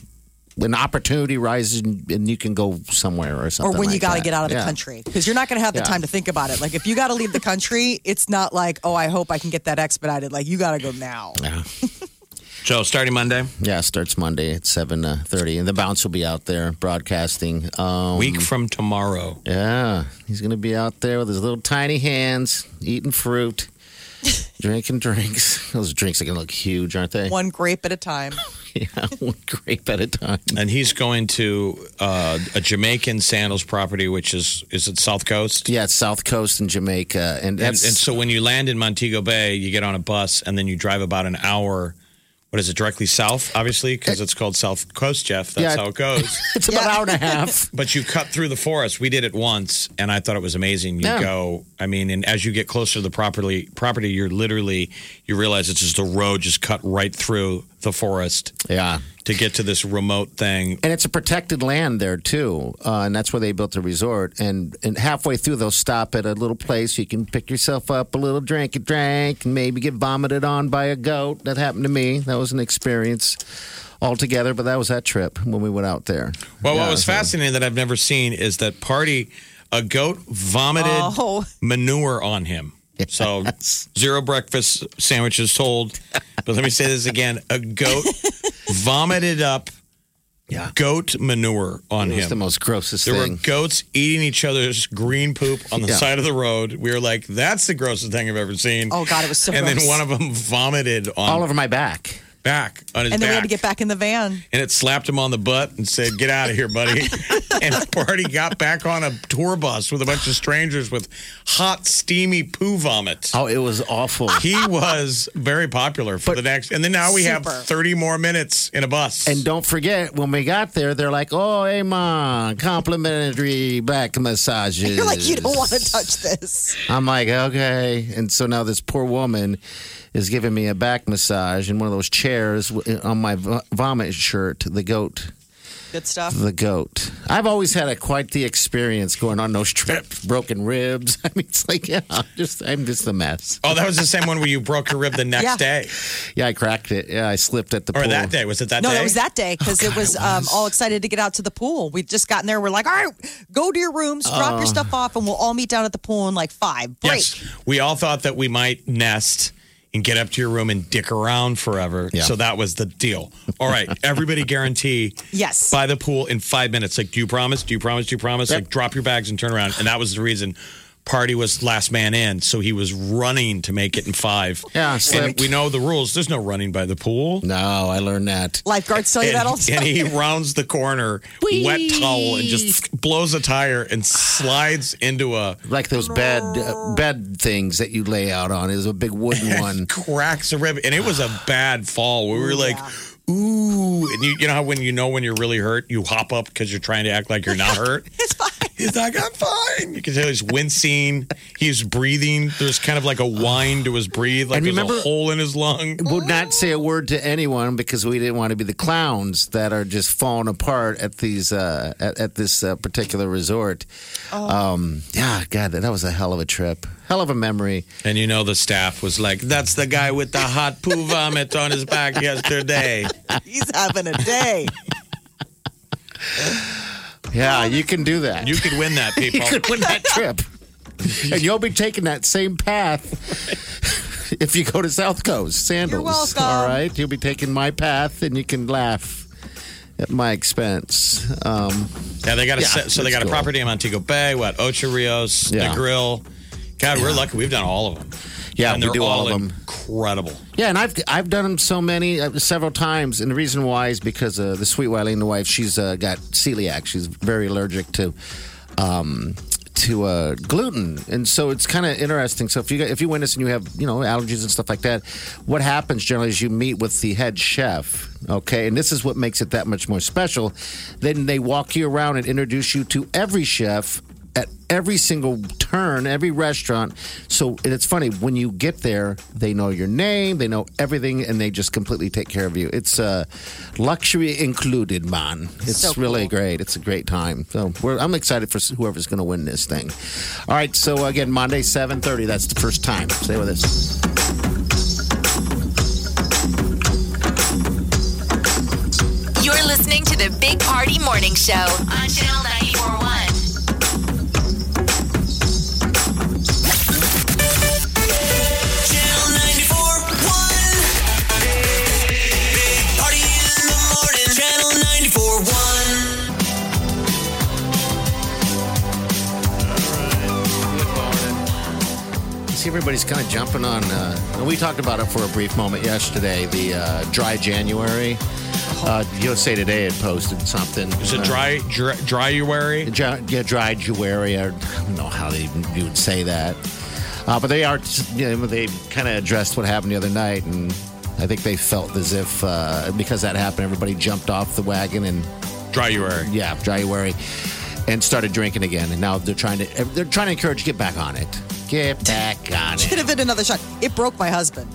[SPEAKER 3] an opportunity rises and, and you can go somewhere or something.
[SPEAKER 5] or when you
[SPEAKER 3] like
[SPEAKER 5] got to
[SPEAKER 3] that.
[SPEAKER 5] get out of the
[SPEAKER 3] Yeah.
[SPEAKER 5] country because you're not going to have the
[SPEAKER 3] Yeah.
[SPEAKER 5] time to think about it. Like if you got to leave the country, it's not like oh, I hope I can get that expedited. Like you got to go now.
[SPEAKER 3] Yeah.
[SPEAKER 4] So starting Monday.
[SPEAKER 3] Yeah, it starts Monday at seven uh, thirty, and the bounce will be out there broadcasting. Um,
[SPEAKER 4] Week from tomorrow.
[SPEAKER 3] Yeah, he's going to be out there with his little tiny hands, eating fruit, drinking drinks. Those drinks are going to look huge, aren't they?
[SPEAKER 5] One grape at a time.
[SPEAKER 3] yeah, one grape at a time.
[SPEAKER 4] And he's going to uh, a Jamaican sandals property, which is is it South Coast?
[SPEAKER 3] Yeah, it's South Coast in Jamaica, uh, and
[SPEAKER 4] And, and
[SPEAKER 3] that's
[SPEAKER 4] so when you land in Montego Bay, you get on a bus and then you drive about an hour. What is it? Directly south, obviously, because it's called South Coast, Jeff. That's
[SPEAKER 3] Yeah.
[SPEAKER 4] how it goes.
[SPEAKER 3] it's about an hour and a half.
[SPEAKER 4] But you cut through the forest. We did it once, and I thought it was amazing. You
[SPEAKER 3] Yeah.
[SPEAKER 4] go, I mean, and as you get closer to the property, property, you're literally you realize it's just a road just cut right through the forest.
[SPEAKER 3] Yeah,
[SPEAKER 4] to get to this remote thing.
[SPEAKER 3] And it's a protected land there too, uh, and that's where they built the resort. And and halfway through, they'll stop at a little place you can pick yourself up a little drink, a drink, and maybe get vomited on by a goat. That happened to me. That was an experience altogether. But that was that trip when we went out there.
[SPEAKER 4] Well, what was fascinating that I've never seen is that party a goat vomited
[SPEAKER 5] Oh.
[SPEAKER 4] manure on him. So zero breakfast sandwiches sold. But let me say this again: a goat vomited up goat manure on
[SPEAKER 3] It was
[SPEAKER 4] him.
[SPEAKER 3] the most grossest
[SPEAKER 4] there
[SPEAKER 3] thing.
[SPEAKER 4] were goats eating each other's green poop on the
[SPEAKER 3] Yeah.
[SPEAKER 4] side of the road. We were like, "That's the grossest thing I've ever seen."
[SPEAKER 5] Oh, God, it was so
[SPEAKER 4] And
[SPEAKER 5] gross.
[SPEAKER 4] then one of them vomited on
[SPEAKER 3] All over my back.
[SPEAKER 4] back on his
[SPEAKER 5] and then
[SPEAKER 4] back
[SPEAKER 5] we had to get back in the van.
[SPEAKER 4] and it slapped him on the butt and said, "Get out of here, buddy." and Party got back on a tour bus with a bunch of strangers with hot, steamy poo vomit.
[SPEAKER 3] Oh, it was awful.
[SPEAKER 4] He was very popular for the next, and then now we have
[SPEAKER 3] Super.
[SPEAKER 4] thirty more minutes in a bus.
[SPEAKER 3] And don't forget, when we got there, they're like, "Oh, hey, mom, complimentary back massages."
[SPEAKER 5] You're like you don't want to touch this.
[SPEAKER 3] I'm like, okay. And so now this poor woman is giving me a back massage in one of those chairs w- uh, on my v- vomit shirt, the goat.
[SPEAKER 5] Good stuff.
[SPEAKER 3] The goat. I've always had a quite the experience going on those trips, broken ribs. I mean, it's like, yeah, I'm just, I'm just a mess.
[SPEAKER 4] oh, that was the same one where you broke your rib the next
[SPEAKER 5] Yeah.
[SPEAKER 4] day,
[SPEAKER 3] Yeah, I cracked it. Yeah, I slipped at the
[SPEAKER 4] or
[SPEAKER 3] pool.
[SPEAKER 4] that day. Was it that
[SPEAKER 5] no,
[SPEAKER 4] day?
[SPEAKER 5] that was that day
[SPEAKER 3] Oh,
[SPEAKER 5] because it was, Um, all excited to get out to the pool. We'd just gotten there. We're like, all right, go to your rooms, drop
[SPEAKER 3] Oh.
[SPEAKER 5] your stuff off, and we'll all meet down at the pool in like five. Break.
[SPEAKER 4] Yes, we all thought that we might nest and get up to your room and dick around forever.
[SPEAKER 3] Yeah.
[SPEAKER 4] So that was the deal. All right, everybody guarantee
[SPEAKER 5] Yes.
[SPEAKER 4] by the pool in five minutes. Like, do you promise? Do you promise? Do you promise? Like, drop your bags and turn around. And that was the reason. Party was last man in, so he was running to make it in five.
[SPEAKER 3] Yeah,
[SPEAKER 4] and
[SPEAKER 3] slipped.
[SPEAKER 4] we know the rules. There's no running by the pool.
[SPEAKER 3] No, I learned that.
[SPEAKER 5] Lifeguards tell you
[SPEAKER 4] And,
[SPEAKER 5] that all the
[SPEAKER 4] and
[SPEAKER 5] time.
[SPEAKER 4] he rounds the corner, wet towel, and just blows a tire and slides into a
[SPEAKER 3] Like those bed uh, bed things that you lay out on. It was a big wooden one.
[SPEAKER 4] cracks a rib, and it was a bad fall. We were like, "Ooh!" And you, you know how when you know when you're really hurt, you hop up because you're trying to act like you're not hurt.
[SPEAKER 5] It's fine.
[SPEAKER 4] He's like, "I'm fine." You can tell he's wincing. He's breathing. There's kind of like a whine to his breathe, like
[SPEAKER 3] And
[SPEAKER 4] there's
[SPEAKER 3] remember-
[SPEAKER 4] a hole in his lung.
[SPEAKER 3] would not say a word to anyone because we didn't want to be the clowns that are just falling apart at these uh, at, at this uh, particular resort. Um, yeah, God, that, that was a hell of a trip, hell of a memory.
[SPEAKER 4] And you know the staff was like, "That's the guy with the hot poo vomit on his back yesterday."
[SPEAKER 5] He's having a day.
[SPEAKER 3] Yeah, you can do that.
[SPEAKER 4] You could win that, people.
[SPEAKER 3] You could win that trip, and you'll be taking that same path. If you go to South Coast Sandals,
[SPEAKER 5] welcome.
[SPEAKER 3] all right, you'll be taking my path, and you can laugh at my expense. Um,
[SPEAKER 4] Yeah, they got a
[SPEAKER 3] Yeah,
[SPEAKER 4] set, so they
[SPEAKER 3] let's
[SPEAKER 4] got a
[SPEAKER 3] go.
[SPEAKER 4] property in Montego Bay. What Ocho Rios,
[SPEAKER 3] Yeah.
[SPEAKER 4] the Grill. God, we're lucky. We've done all of them.
[SPEAKER 3] Yeah,
[SPEAKER 4] and
[SPEAKER 3] we
[SPEAKER 4] they're
[SPEAKER 3] do all
[SPEAKER 4] all,
[SPEAKER 3] of 'em.
[SPEAKER 4] incredible.
[SPEAKER 3] Yeah, and I've I've done them so many uh, several times, and the reason why is because uh, the sweet Wileen, the wife, she's uh, got celiac. She's very allergic to um, to uh, gluten, and so it's kind of interesting. So if you got- if you win this and you have you know allergies and stuff like that, what happens generally is you meet with the head chef, okay, and this is what makes it that much more special. Then they walk you around and introduce you to every chef at every single turn, every restaurant. So and it's funny when you get there, they know your name, they know everything, and they just completely take care of you. It's uh, luxury included, man. It's
[SPEAKER 13] So
[SPEAKER 3] really great. It's a great time. So we're, I'm excited for whoever's going to win this thing. All right. So again, Monday, seven thirty. That's the first time. Stay with us.
[SPEAKER 2] You're listening to the Big Party Morning Show on Channel 941.
[SPEAKER 1] Channel 94.1.
[SPEAKER 3] You see, everybody's kind of jumping on. Uh, and we talked about it for a brief moment yesterday. The uh, dry January. Uh, USA Today had posted something.
[SPEAKER 4] Is it
[SPEAKER 3] Uh,
[SPEAKER 4] dry, dry, dryuary?
[SPEAKER 3] Dry, yeah, dry January. I don't know how they you would say that, uh, but they are. You know, they kind of addressed what happened the other night, and I think they felt as if uh, because that happened, everybody jumped off the wagon and
[SPEAKER 4] dryuary.
[SPEAKER 3] Yeah, dryuary, and started drinking again. And now they're trying to they're trying to encourage get back on it. Get back on it.
[SPEAKER 5] Should have been another shot. It broke my husband.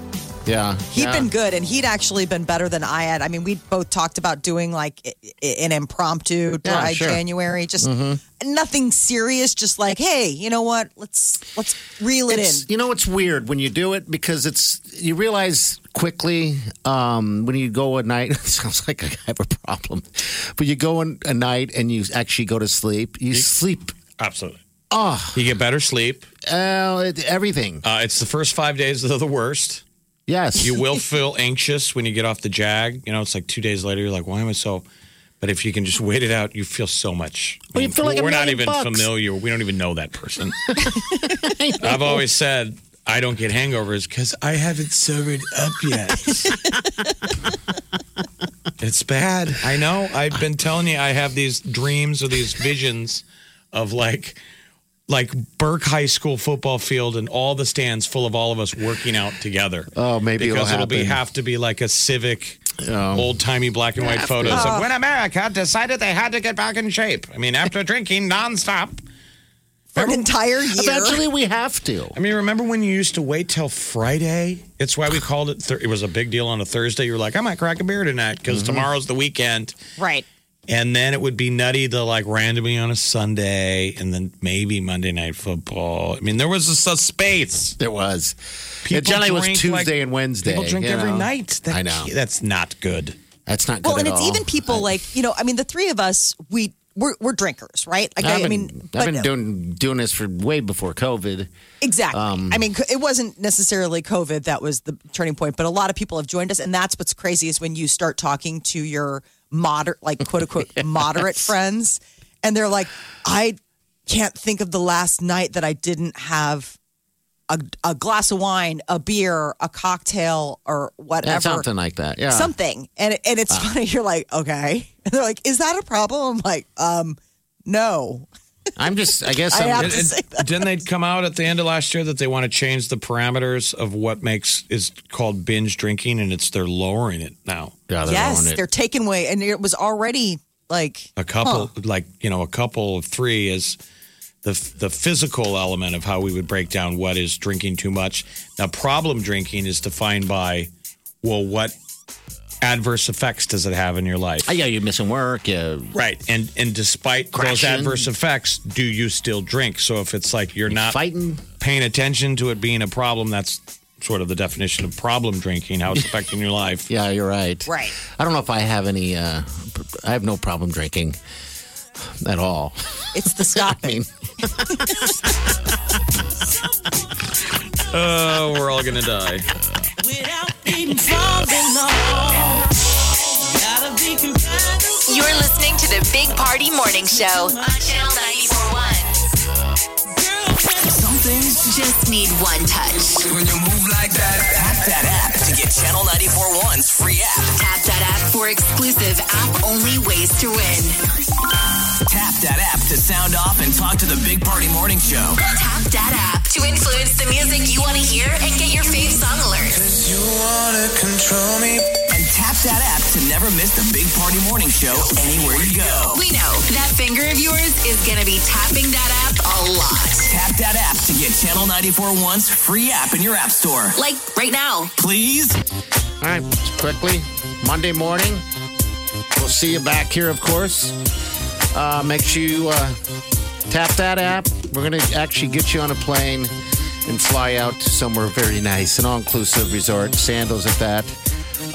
[SPEAKER 3] Yeah,
[SPEAKER 5] He'd
[SPEAKER 3] yeah.
[SPEAKER 5] been good, and he'd actually been better than I had. I mean, we both talked about doing like i- i- an impromptu
[SPEAKER 3] Yeah,
[SPEAKER 5] dry
[SPEAKER 3] sure.
[SPEAKER 5] January, just
[SPEAKER 3] Mhm.
[SPEAKER 5] nothing serious. Just like, hey, you know what? Let's let's reel it
[SPEAKER 3] It's-
[SPEAKER 5] in.
[SPEAKER 3] You know, it's weird when you do it because it's you realize quickly um, when you go at night. It sounds like I have a problem, but you go in a night and you actually go to sleep. You, sleep
[SPEAKER 4] absolutely.
[SPEAKER 3] Oh,
[SPEAKER 4] You get better sleep.
[SPEAKER 3] uh, it- everything.
[SPEAKER 4] Uh, it's the first five days that are the worst.
[SPEAKER 3] Yes.
[SPEAKER 4] You will feel anxious when you get off the jag. You know, it's like two days later, you're like, why am I so. But if you can just wait it out, you feel so much.
[SPEAKER 3] Well, you feel like a
[SPEAKER 4] We're not
[SPEAKER 3] million
[SPEAKER 4] even
[SPEAKER 3] bucks.
[SPEAKER 4] familiar. We don't even know that person. I've always said I don't get hangovers because I haven't sobered up yet. it's bad. I know. I've been telling you I have these dreams or these visions of like like Burke High School football field and all the stands full of all of us working out together.
[SPEAKER 3] Oh, maybe it'll
[SPEAKER 4] because it'll, be
[SPEAKER 3] happen.
[SPEAKER 4] have to be like a civic, old timey black and white
[SPEAKER 3] Yeah.
[SPEAKER 4] photos
[SPEAKER 3] Oh.
[SPEAKER 4] of when America decided they had to get back in shape. I mean, after drinking nonstop.
[SPEAKER 5] For an entire year.
[SPEAKER 3] Eventually, we have to.
[SPEAKER 4] I mean, remember when you used to wait till Friday? It's why we called it. Th- it was a big deal on a Thursday. You were like, I might crack a beer tonight because
[SPEAKER 3] Mhm.
[SPEAKER 4] tomorrow's the weekend.
[SPEAKER 5] Right.
[SPEAKER 4] And then it would be nutty to like randomly on a Sunday and then maybe Monday night football. I mean, there was a, s- space.
[SPEAKER 3] There was. it generally was
[SPEAKER 4] drink,
[SPEAKER 3] Tuesday
[SPEAKER 4] like-
[SPEAKER 3] and Wednesday.
[SPEAKER 4] People drink
[SPEAKER 3] you
[SPEAKER 4] every
[SPEAKER 3] know?
[SPEAKER 4] night. That-
[SPEAKER 3] I know.
[SPEAKER 4] That's not good.
[SPEAKER 3] That's not
[SPEAKER 5] Well, and
[SPEAKER 3] good at
[SPEAKER 5] it's
[SPEAKER 3] all.
[SPEAKER 5] even people like you know. I mean, the three of us, we we're, we're drinkers, right? Like,
[SPEAKER 3] I've
[SPEAKER 5] I,
[SPEAKER 3] been,
[SPEAKER 5] I mean,
[SPEAKER 3] I've
[SPEAKER 5] but-
[SPEAKER 3] been doing doing this for way before COVID.
[SPEAKER 5] Exactly.
[SPEAKER 3] Um,
[SPEAKER 5] I mean, c- it wasn't necessarily COVID that was the turning point, but a lot of people have joined us, and that's what's crazy is when you start talking to your moderate, like quote unquote moderate friends, and they're like, "I can't think of the last night that I didn't have." A, a glass of wine, a beer, a cocktail, or whatever.
[SPEAKER 3] something like that, yeah. Ah.
[SPEAKER 5] Something. And, it- and it's funny. You're like, okay. And they're like, is that a problem? I'm like, um, no.
[SPEAKER 3] I'm just, I guess,
[SPEAKER 5] I
[SPEAKER 3] I'm
[SPEAKER 5] have to
[SPEAKER 3] just-
[SPEAKER 5] say
[SPEAKER 4] Didn't they come out at the end of last year that they want to change the parameters of what makes is called binge drinking, and it's they're lowering it now.
[SPEAKER 3] Yeah,
[SPEAKER 5] yes, they're taking away, and it was already like
[SPEAKER 4] a couple
[SPEAKER 5] huh.
[SPEAKER 4] like you know a couple of three is the the physical element of how we would break down what is drinking too much now problem drinking is defined by well what adverse effects does it have in your life
[SPEAKER 3] yeah you're missing work yeah
[SPEAKER 4] right and and despite those
[SPEAKER 3] Crashing.
[SPEAKER 4] adverse effects do you still drink so if it's like you're not
[SPEAKER 3] fighting
[SPEAKER 4] paying attention to it being a problem that's sort of the definition of problem drinking how it's affecting your life
[SPEAKER 3] yeah you're right
[SPEAKER 5] Right.
[SPEAKER 3] I don't know if I have any. Uh, I have no problem drinking at all.
[SPEAKER 5] It's the stopping.
[SPEAKER 3] I mean,
[SPEAKER 4] oh we're all gonna die
[SPEAKER 2] You're listening to the Big Party Morning Show on Channel 941.
[SPEAKER 6] Some things
[SPEAKER 2] just need one touch.
[SPEAKER 6] When you move like that, tap that app to get Channel 941's free app.
[SPEAKER 2] Tap that app for exclusive app only ways to win.
[SPEAKER 6] Tap that app to sound off and talk to the Big Party Morning Show.
[SPEAKER 2] Tap that app to influence the music you want to hear and get your fave song alerts.
[SPEAKER 6] And tap that app to never miss the Big Party Morning Show anywhere you go.
[SPEAKER 2] We know that finger of yours is going to be tapping that app a lot.
[SPEAKER 6] Tap that app to get Channel 941's free app in your app store.
[SPEAKER 2] Like right now.
[SPEAKER 6] Please.
[SPEAKER 3] All right, just quickly, Monday morning. We'll see you back here, of course. Uh, make sure you uh, tap that app. We're going to actually get you on a plane and fly out to somewhere very nice, an all inclusive resort, sandals at that.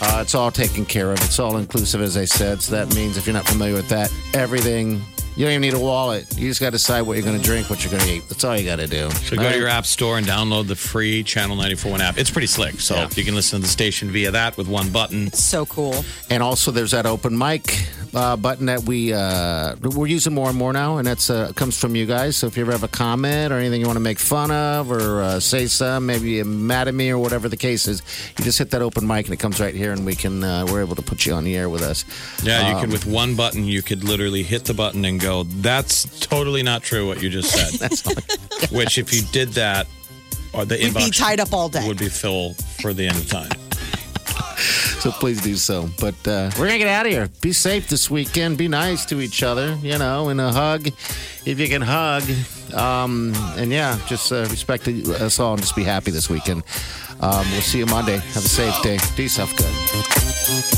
[SPEAKER 3] Uh, it's all taken care of. It's all inclusive, as I said. So that means if you're not familiar with that, everything, you don't even need a wallet. You just got to decide what you're going to drink, what you're going to eat. That's all you got to do.
[SPEAKER 4] So go to your app store and download the free Channel 941 app. It's pretty slick. So you can listen to the station via that with one button.
[SPEAKER 5] So cool.
[SPEAKER 3] And also, there's that open mic uh, button that we uh, we're using more and more now, and that's uh, comes from you guys. So if you ever have a comment or anything you want to make fun of or uh, say some, maybe you're mad at me or whatever the case is, you just hit that open mic and it comes right here, and we can uh, we're able to put you on the air with us.
[SPEAKER 4] Yeah, you
[SPEAKER 3] Um,
[SPEAKER 4] can with one button, you could literally hit the button and go, that's totally not true what you just said. Which, if you did that, or the
[SPEAKER 5] We'd be
[SPEAKER 4] inbox
[SPEAKER 5] tied up all day.
[SPEAKER 4] would be full for the end of time.
[SPEAKER 3] So please do so. But uh, we're gonna get out of here. Be safe this weekend. Be nice to each other. You know, and a hug if you can hug. Um, and yeah, just uh, respect us all and just be happy this weekend. Um, we'll see you Monday. Have a safe day. Do yourself good.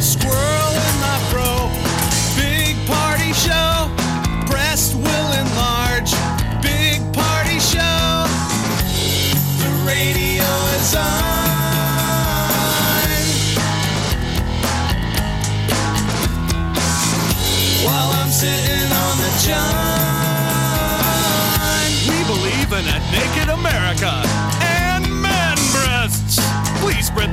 [SPEAKER 13] Squirrel in my bro. Big party show. Breast will enlarge. Big party show. The radio is on. While I'm sitting on the john.
[SPEAKER 14] We believe in a naked America and man breasts. Please spread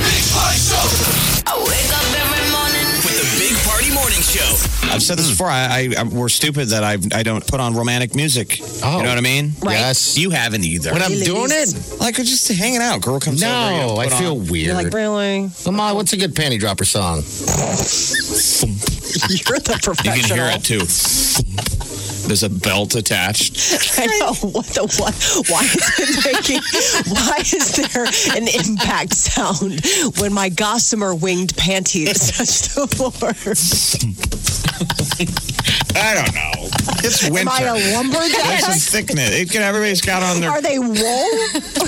[SPEAKER 13] Big party show.
[SPEAKER 2] I wake Oh, up every morning.
[SPEAKER 6] With the Big Party Morning Show.
[SPEAKER 4] I've said
[SPEAKER 3] Hmm.
[SPEAKER 4] this before. I, I, I we're stupid that I I don't put on romantic music.
[SPEAKER 3] Oh.
[SPEAKER 4] you know what I mean?
[SPEAKER 3] Right. Yes.
[SPEAKER 4] You haven't either.
[SPEAKER 3] When I'm doing it,
[SPEAKER 4] like we're just hanging out. Girl comes
[SPEAKER 3] no,
[SPEAKER 4] over. you
[SPEAKER 3] I
[SPEAKER 4] put
[SPEAKER 3] feel
[SPEAKER 4] on-
[SPEAKER 3] weird.
[SPEAKER 5] really?
[SPEAKER 3] Come on, what's a good panty dropper song?
[SPEAKER 5] You're the professional.
[SPEAKER 4] You can hear it too. There's a belt attached.
[SPEAKER 5] I know what the what? Why is it making? why is there an impact sound when my gossamer winged panties touch the floor?
[SPEAKER 4] I don't know. It's winter.
[SPEAKER 5] Am I a lumberjack?
[SPEAKER 4] There's a thickness. It can, everybody's got on their
[SPEAKER 5] Are they wool?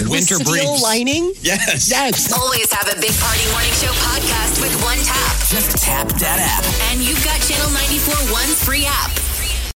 [SPEAKER 4] winter
[SPEAKER 5] Steel
[SPEAKER 4] briefs.
[SPEAKER 5] lining?
[SPEAKER 4] Yes.
[SPEAKER 5] Yes.
[SPEAKER 2] Always have a Big Party Morning Show podcast with one tap.
[SPEAKER 6] Just tap that app.
[SPEAKER 2] And you've got Channel 94.1's free app.